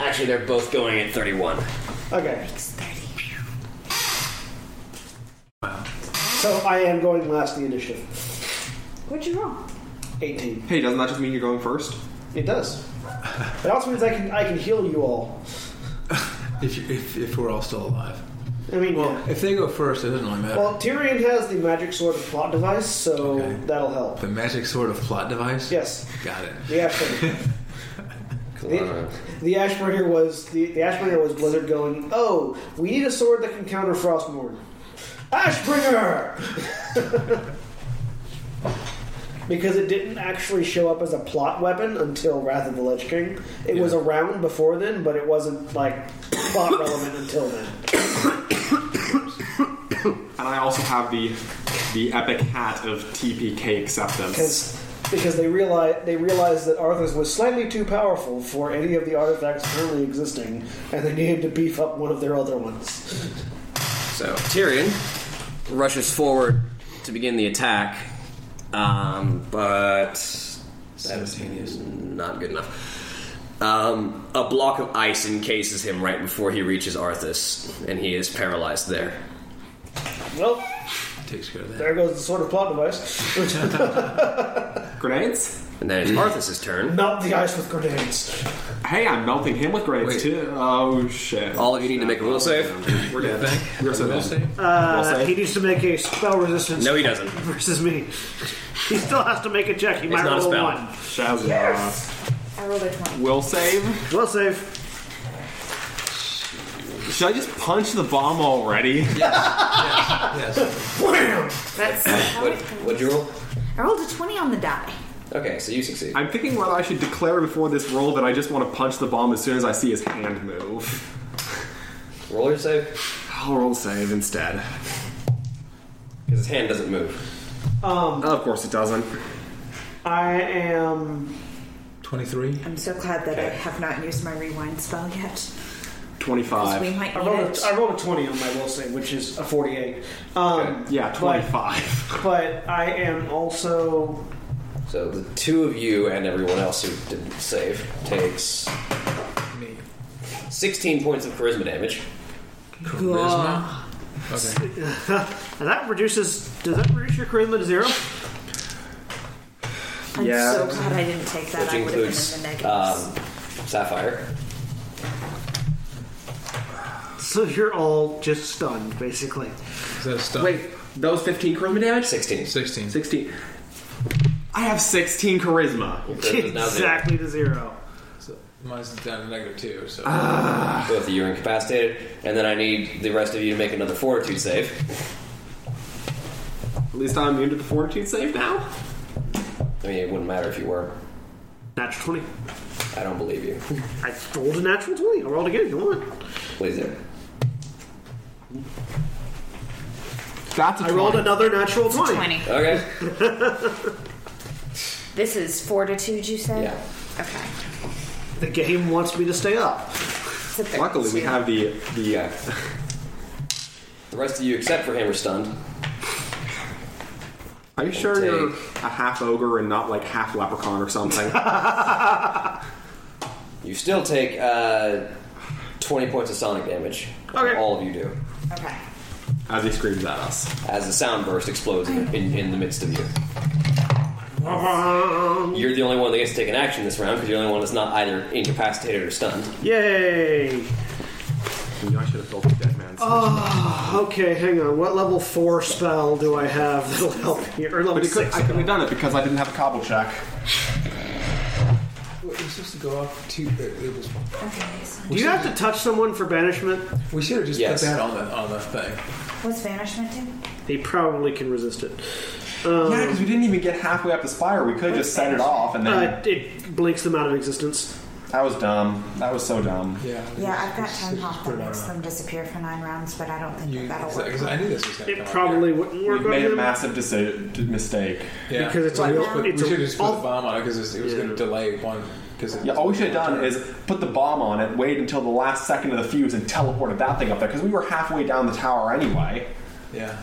S34: Actually, they're both going at 31.
S12: Okay,
S4: It's 30.
S12: so I am going last in the initiative.
S4: What'd you roll?
S12: 18.
S3: Hey, doesn't that just mean you're going first?
S12: It does. It also means I can I can heal you all.
S5: If, you, if, if we're all still alive.
S12: I mean,
S5: Well,
S12: yeah.
S5: if they go first, it doesn't really matter.
S12: well, Tyrion has the magic sword of plot device, so
S5: Okay.
S12: that'll help.
S5: the magic sword of plot device?
S12: Yes,
S5: Got it.
S12: the Ashbringer.
S2: Alright.
S12: the Ashbringer was the, the Ashbringer was Blizzard going. Oh, we need a sword that can counter Frostmourne. Ashbringer. because it didn't actually show up as a plot weapon until Wrath of the Lich King. It was
S5: Yeah.
S12: around before then, but it wasn't like plot relevant until then.
S3: And I also have the the epic hat of TPK acceptance.
S12: because because they realized they realized that Arthur's was slightly too powerful for any of the artifacts currently existing, and they needed to beef up one of their other ones.
S2: So Tyrion rushes forward to begin the attack, um, but that is not good enough. Um, a block of ice encases him right before he reaches Arthas, and he is paralyzed there.
S12: Well,
S5: Takes care of that.
S12: there goes the sort of plot device.
S3: Grenades?
S2: And then it's Arthas's turn.
S12: Melt the ice with grenades.
S3: Hey, I'm melting him with grenades
S5: Wait.
S3: too. Oh shit.
S2: All of you need to make a will save.
S3: We're dead.
S5: Bank?
S3: We're so
S5: Will
S3: dead.
S5: save?
S3: Will save?
S12: Uh, needs to make a spell resistance
S2: No, he doesn't.
S12: versus me. He still has to make a check. He
S2: not a spell.
S3: Shazam.
S4: I rolled a 20.
S3: Will save.
S12: Well, save.
S3: Should I just punch the bomb already?
S5: Yes.
S4: That's how it
S2: What'd you roll?
S4: I rolled a 20 on the die.
S2: Okay, so you succeed.
S3: I'm thinking whether I should declare before this roll that I just want to punch the bomb as soon as I see his hand move.
S2: Roll your save
S3: I'll roll save instead.
S2: because his hand doesn't move.
S35: Um,
S3: Of course it doesn't.
S35: I am.
S5: 23.
S4: I'm so glad that I have not used my rewind spell yet. 'cause we
S3: 25.
S4: might
S35: I
S4: need
S35: rolled,
S4: it.
S35: a, I rolled a 20 on my will save, which is a 48. Um,
S3: Yeah, 25.
S35: But, but I am also.
S2: So the two of you and everyone else who didn't save takes
S5: Me.
S2: 16 points of charisma damage.
S5: Charisma? Okay.
S12: And that reduces. Does that reduce your charisma to zero?
S4: I'm
S3: Yeah.
S4: so glad I didn't take that.
S2: Which
S4: I would have been in the
S2: includes,
S4: negatives.
S2: Um, Sapphire.
S12: So you're all just stunned, basically.
S5: Is that a stun?
S3: Wait, those 15 charisma damage?
S2: 16.
S5: 16.
S3: 16. I have 16 charisma.
S2: So it is now zero.
S12: exactly to zero.
S5: So mine's down to negative 2, so.
S2: Both of you are incapacitated. And then I need the rest of you to make another fortitude save.
S3: At least I'm immune to the fortitude save now.
S2: I mean, it wouldn't matter if you were.
S12: Natural 20.
S2: I don't believe you.
S12: I rolled a natural 20. I'll roll it again if you want.
S2: Please do.
S3: That's a
S12: I rolled
S3: 20.
S12: another natural 20.
S4: 20.
S2: Okay.
S4: This is fortitude, you said?
S2: Yeah.
S4: Okay.
S12: The game wants me to stay up.
S4: It's a
S3: Luckily, we
S4: 32.
S3: have the. the uh,
S2: Yeah. The rest of you, except for him, are stunned.
S3: Are you sure you're a half ogre and not like half leprechaun or something?
S2: You still take uh, 20 points of sonic damage.
S12: Okay.
S2: All of you do.
S4: Okay.
S3: As he screams at us.
S2: As the sound burst explodes in, in, in the midst of you. You're the only one that gets to take an action this round because you're the only one that's not either incapacitated or stunned.
S12: Yay!
S3: You know, I should have filled the dead man's.
S12: Okay, hang on. What level 4 spell do I have that'll help here? Or level
S3: but it could,
S12: 6.
S3: I couldn't have done it because I didn't have a cobble check.
S5: We're supposed to go off two. uh, It was,
S4: Okay. So
S12: Do you have to touch someone for banishment?
S5: we should have just
S2: Yes.
S5: put that on the on the thing.
S4: what's banishment do?
S12: They probably can resist it.
S3: yeah, because we didn't even get halfway up the spire. We could just set it off and then.
S12: Uh, it blinks them out of existence.
S3: that was dumb. That was so dumb.
S5: Yeah.
S4: Yeah, I've got
S5: Just-
S4: ten
S5: just
S4: hop
S5: put
S4: that
S5: it on
S4: makes
S5: and on.
S4: them disappear for nine rounds, but I don't think
S5: You,
S4: that that'll work.
S5: because I knew this was going to
S12: It probably wouldn't
S3: We
S12: work on
S3: made a
S12: him.
S3: massive deci- d- mistake.
S5: yeah.
S12: because it's
S5: we
S12: a-
S5: should have put-
S12: it's
S5: we
S12: a-
S5: should have just put
S12: all-
S5: the bomb on it because it was
S12: Yeah.
S5: going to delay one. Because
S3: Yeah, all we should have done is put the bomb on it, wait until the last second of the fuse, and teleported that thing up there because we were halfway down the tower anyway.
S5: yeah.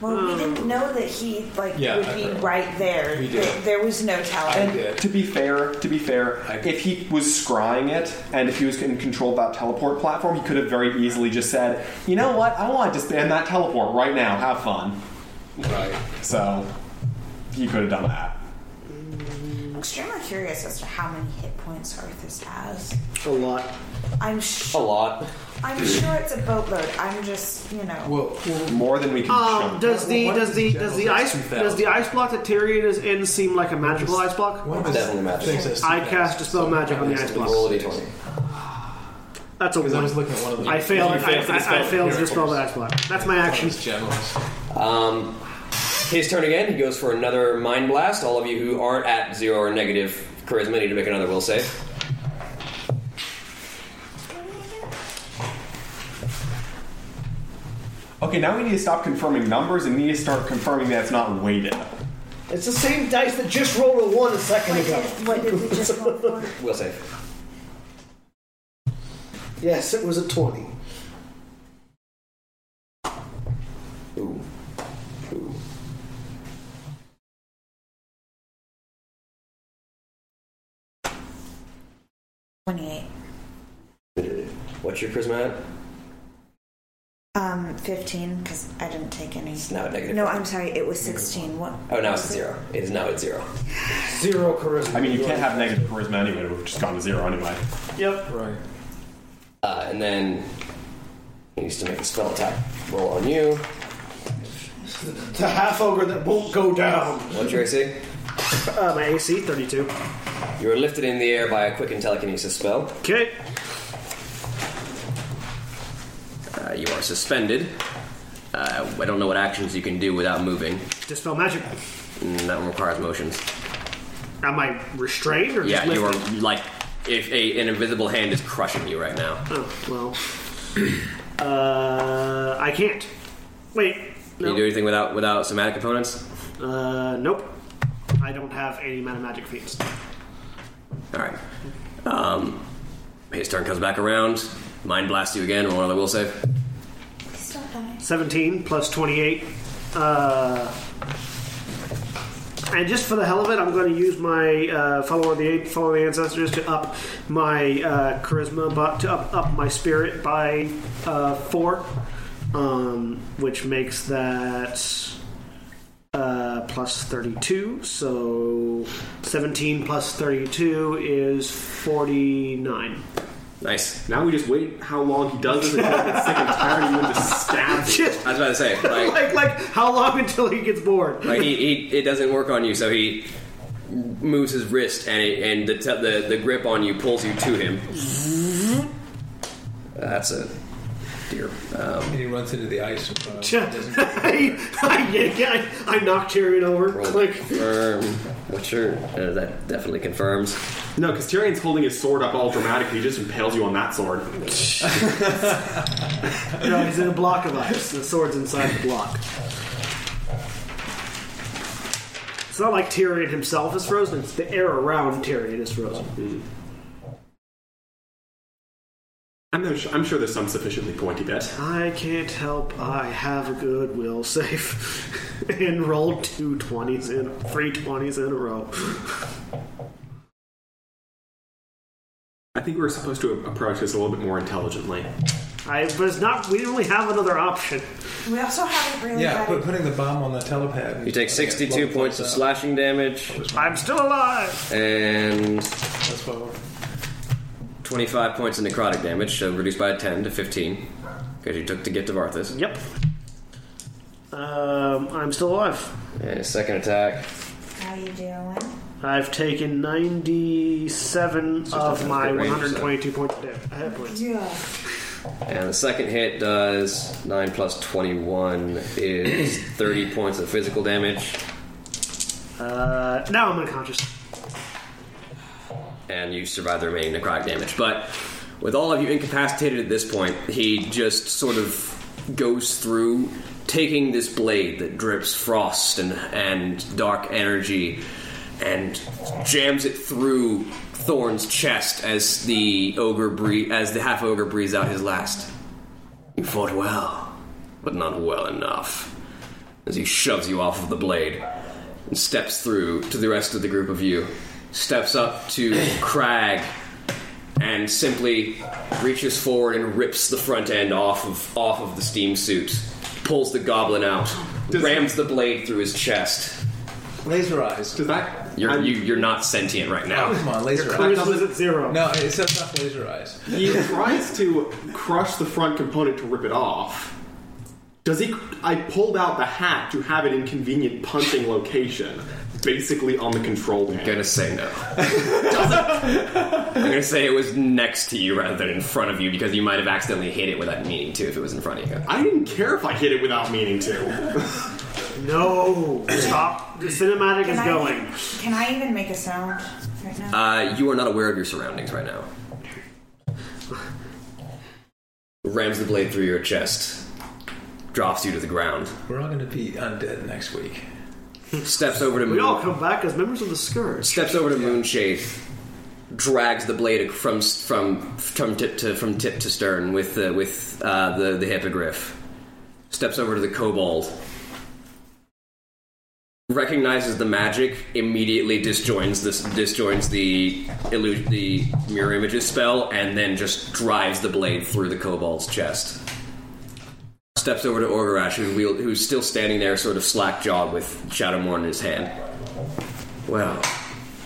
S4: Well, we
S2: Hmm.
S4: didn't know that he like
S5: Yeah,
S4: would
S5: I
S4: be
S5: heard.
S4: right there.
S5: We
S4: There-
S5: did.
S4: There was no telling.
S3: And
S5: did.
S3: to be fair, to be fair,
S5: I-
S3: if he was scrying it and if he was in control of that teleport platform, he could have very easily just said, "You know what? I want to disband that teleport right now. Have fun."
S2: Right.
S3: So he could have done that.
S4: I'm extremely curious as to how many hit points Arthas has.
S12: A lot.
S4: I'm
S2: A
S4: sh-
S2: lot.
S4: I'm sure it's a boatload. I'm just you know.
S5: Well, well
S3: More than we can.
S12: Um,
S3: chunk.
S12: does the
S5: Well, what
S12: does
S5: if
S12: the
S5: it's
S12: does the
S5: general
S12: ice
S5: sense
S12: does the ice block that Tyrion is in seem like a magical ice block?
S5: one of
S2: It's
S5: his
S2: definitely magic.
S5: things has two
S12: I
S5: paths,
S12: cast dispel
S5: so
S12: magic on the
S5: it's
S12: ice
S5: at
S12: block.
S5: least
S2: Roll a d20.
S12: That's a
S5: Because I
S12: one.
S5: was looking at one of the.
S12: I failed. I,
S5: You failed to
S12: I, I
S5: dispel
S12: failed to
S5: miracles.
S12: dispel that ice block. That's my
S5: One of
S12: action.
S5: his generals.
S2: Um, his turn again. He goes for another mind blast. All of you who aren't at zero or negative charisma need to make another will save.
S3: Okay, now we need to stop confirming numbers and need to start confirming that it's not weighted.
S35: It's the same dice that just rolled a 1 a second
S4: What
S35: ago.
S4: did, what did we just roll for?
S2: Will save.
S35: Yes, it was a 20.
S2: Ooh. Ooh.
S4: Twenty-eight.
S2: What's your charisma at?
S4: Um, fifteen because I didn't take any.
S2: It's now at negative.
S4: No, I'm sorry. It was sixteen. What?
S2: Oh, now it's at zero. It is now at zero.
S35: Zero charisma.
S3: I mean, you can't have negative charisma anyway. We've just gone to zero anyway.
S12: Yep.
S5: Right.
S2: Uh, and then he needs to make a spell attack roll on you.
S35: The half ogre that won't go down.
S2: What's your AC?
S12: Uh, my AC thirty two.
S2: You are lifted in the air by a quick and telekinesis spell.
S12: Okay.
S2: Uh, you are suspended. Uh, I don't know what actions you can do without moving.
S12: Dispel magic.
S2: and that one requires motions.
S12: Am I restrained or
S2: Yeah,
S12: just
S2: you are
S12: lifted?
S2: like if a, an invisible hand is crushing you right now.
S12: Oh well, uh, I can't. Wait,
S2: Can you do anything without without somatic components?
S12: uh, nope. I don't have any mana magic feats.
S2: All right. Um, his turn comes back around. Mind blast you again. Roll another will save.
S4: Please don't die.
S12: Seventeen plus twenty-eight. Uh, and just for the hell of it, I'm going to use my uh, follow the follow the ancestors to up my uh, charisma, but to up up my spirit by uh, four, um, which makes that uh, plus 32. So 17 plus 32 is 49.
S2: Nice.
S3: Now we just wait how long he does this until he gets sick and tired and you want to stab him.
S2: I was about to say, like,
S12: Like, like, how long until he gets bored?
S2: like he, he it doesn't work on you, so he moves his wrist and it, and the, te- the the grip on you pulls you to him. That's a deer. Um,
S5: And he runs into the ice in front of him. Doesn't-
S12: I, I, yeah, I, I knocked Tyrion over.
S2: roll
S12: Like,
S2: confirm. What's your? Uh, that definitely confirms.
S3: No, because Tyrion's holding his sword up all dramatically. He just impales you on that sword.
S12: no, he's in a block of ice. The sword's inside the block. It's not like Tyrion himself is frozen. It's the air around Tyrion is frozen.
S3: I'm, not su- I'm sure there's some sufficiently pointy bit.
S12: I can't help. I have a good will save and rolled two 20s in, three 20s in a row.
S3: I think we were supposed to approach this a little bit more intelligently.
S12: I was not. We didn't really have another option.
S4: We also have a really
S5: yeah,
S4: bad.
S5: put, putting the bomb on the telepad.
S2: You take 62 points of
S5: slack.
S2: slashing damage
S12: I'm still alive.
S2: and
S5: That's what we're-
S2: 25 points of necrotic damage, so reduced by 10 to 15 because you took to get to Varthus.
S12: Yep. Um, I'm still alive.
S2: And his second attack.
S4: How you doing?
S12: I've taken 97 of my
S2: good range,
S12: 122 points of damage. hit points.
S4: Yeah.
S2: And the second hit does 9 plus 21 is 30 points of physical damage.
S12: Uh, now I'm unconscious.
S2: and you survive the remaining necrotic damage. But with all of you incapacitated at this point, he just sort of goes through taking this blade that drips frost and, and dark energy and jams it through Thorn's chest as the ogre bre- as the half ogre breathes out his last. You fought well, but not well enough. As he shoves you off of the blade and steps through to the rest of the group of you, steps up to Crag and simply reaches forward and rips the front end off of off of the steam suit, pulls the goblin out, rams the blade through his chest.
S5: laser eyes.
S3: Does that.
S2: You're
S3: I'm-
S2: you, you're not sentient right
S5: Oh,
S2: now.
S5: come on, laser eyes.
S12: Charisma is at zero.
S5: No, it says not laser eyes.
S3: He tries to crush the front component to rip it off. Does he? I pulled out the hat to have it in convenient punching location, basically on the control panel.
S2: I'm gonna say no. I'm gonna say it was next to you rather than in front of you because you might have accidentally hit it without meaning to if it was in front of you.
S3: I didn't care if I hit it without meaning to.
S12: No, stop. The cinematic
S4: Can
S12: is
S4: I,
S12: going.
S4: can I even make a sound right
S2: Uh,
S4: now?
S2: you are not aware of your surroundings right now. Rams the blade through your chest, drops you to the ground,
S5: We're all going to be undead next week.
S2: steps over to
S12: We all
S2: Moon,
S12: come back as members of the Scourge.
S2: steps over to Moonshade, drags the blade from from from tip to from tip to stern with the with uh, the the hippogriff, steps over to the kobold, recognizes the magic, immediately disjoins this disjoins the illu- the mirror images spell, and then just drives the blade through the kobold's chest. Steps over to Orgarash, who's, wield- who's still standing there, sort of slack jawed, with Shadowmourne in his hand. Well,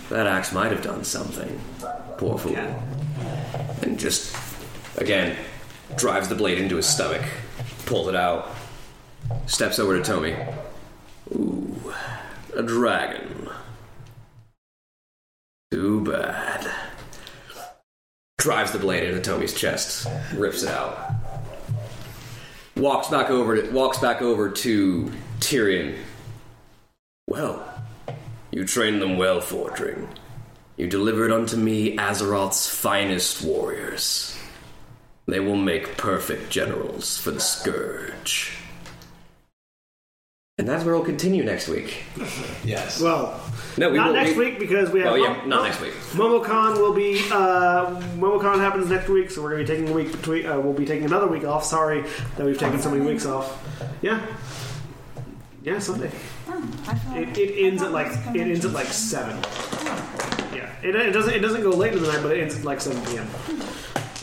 S2: that axe might have done something. Poor fool. And just again drives the blade into his stomach, pulls it out, steps over to Tommy a dragon. Too bad. Drives the blade into Tommy's chest, rips it out. Walks back over to walks back over to Tyrion. Well,
S7: You trained them well, Fordring. You delivered unto me Azeroth's finest warriors. They will make perfect generals for the Scourge. And that's where we'll continue next week.
S5: Yes.
S12: Well,
S7: No, we
S12: not
S7: will-
S12: next
S7: we-
S12: week because we have.
S7: Oh, yeah, not next week.
S12: MomoCon will be uh, MomoCon happens next week, so we're going to be taking a week between. Uh, we'll be taking another week off. Sorry that we've taken so many weeks off. Yeah, yeah, Sunday.
S4: Hmm,
S12: It, it ends at like it ends at like seven. Yeah, it, it doesn't it doesn't go late in the night, but it ends at like seven p.m.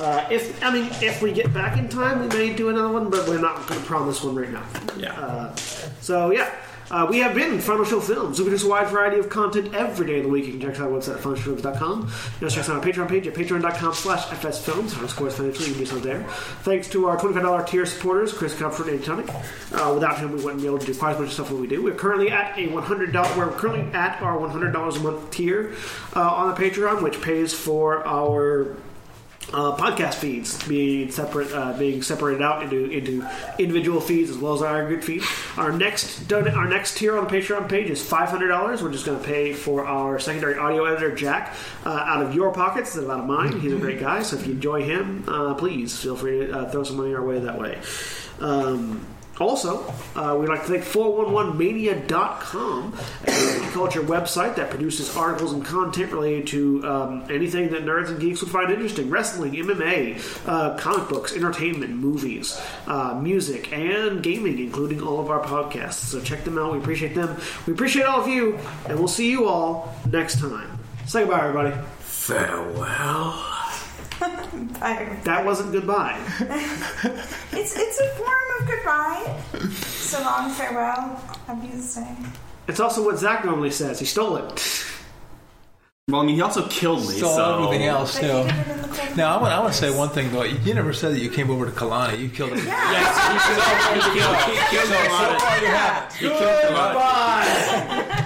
S12: Uh, if I mean if we get back in time, we may do another one, but we're not going to promise one right now.
S36: Yeah.
S12: Uh, so yeah. Uh, we have been Final Show Films. We produce a wide variety of content every day of the week. You can check us out on our website, finalshowfilms.com. You can also check us out on our Patreon page at patreon.com slash fsfilms. If support us financially, you can do so there. Thanks to our $25 tier supporters, Chris Comfort and Tonic. Uh, without him, we wouldn't be able to do quite as much stuff that we do. We're currently at a $100, we're currently at our $100 a month tier uh, on the Patreon, which pays for our uh, podcast feeds being separate, uh, being separated out into into individual feeds as well as our aggregate feed. Our next don- our next tier on the Patreon page is five hundred dollars. We're just going to pay for our secondary audio editor Jack uh, out of your pockets instead of out of mine. He's a great guy, so if you enjoy him, uh, please feel free to uh, throw some money our way that way. Um, also, uh, we'd like to thank 411mania.com, a geek culture website that produces articles and content related to um, anything that nerds and geeks would find interesting wrestling, MMA, uh, comic books, entertainment, movies, uh, music, and gaming, including all of our podcasts. So check them out. We appreciate them. We appreciate all of you, and we'll see you all next time. Say goodbye, everybody.
S7: Farewell.
S4: I-
S12: That wasn't goodbye.
S4: It's it's a form of goodbye. So long, farewell. I'll be the same.
S12: It's also what Zach normally says. He stole it.
S3: Well, I mean, he also killed me,
S5: Stole
S3: so.
S5: everything else
S4: But
S5: too.
S4: you did it in the cold
S5: Now I want I want to say one thing though. You never said that you came over to Kalani. You killed him.
S4: Yeah.
S36: Yes, you should always kill- kill
S5: So
S36: Kalani.
S5: far you haven't.
S36: You killed Kalani.
S37: Bye.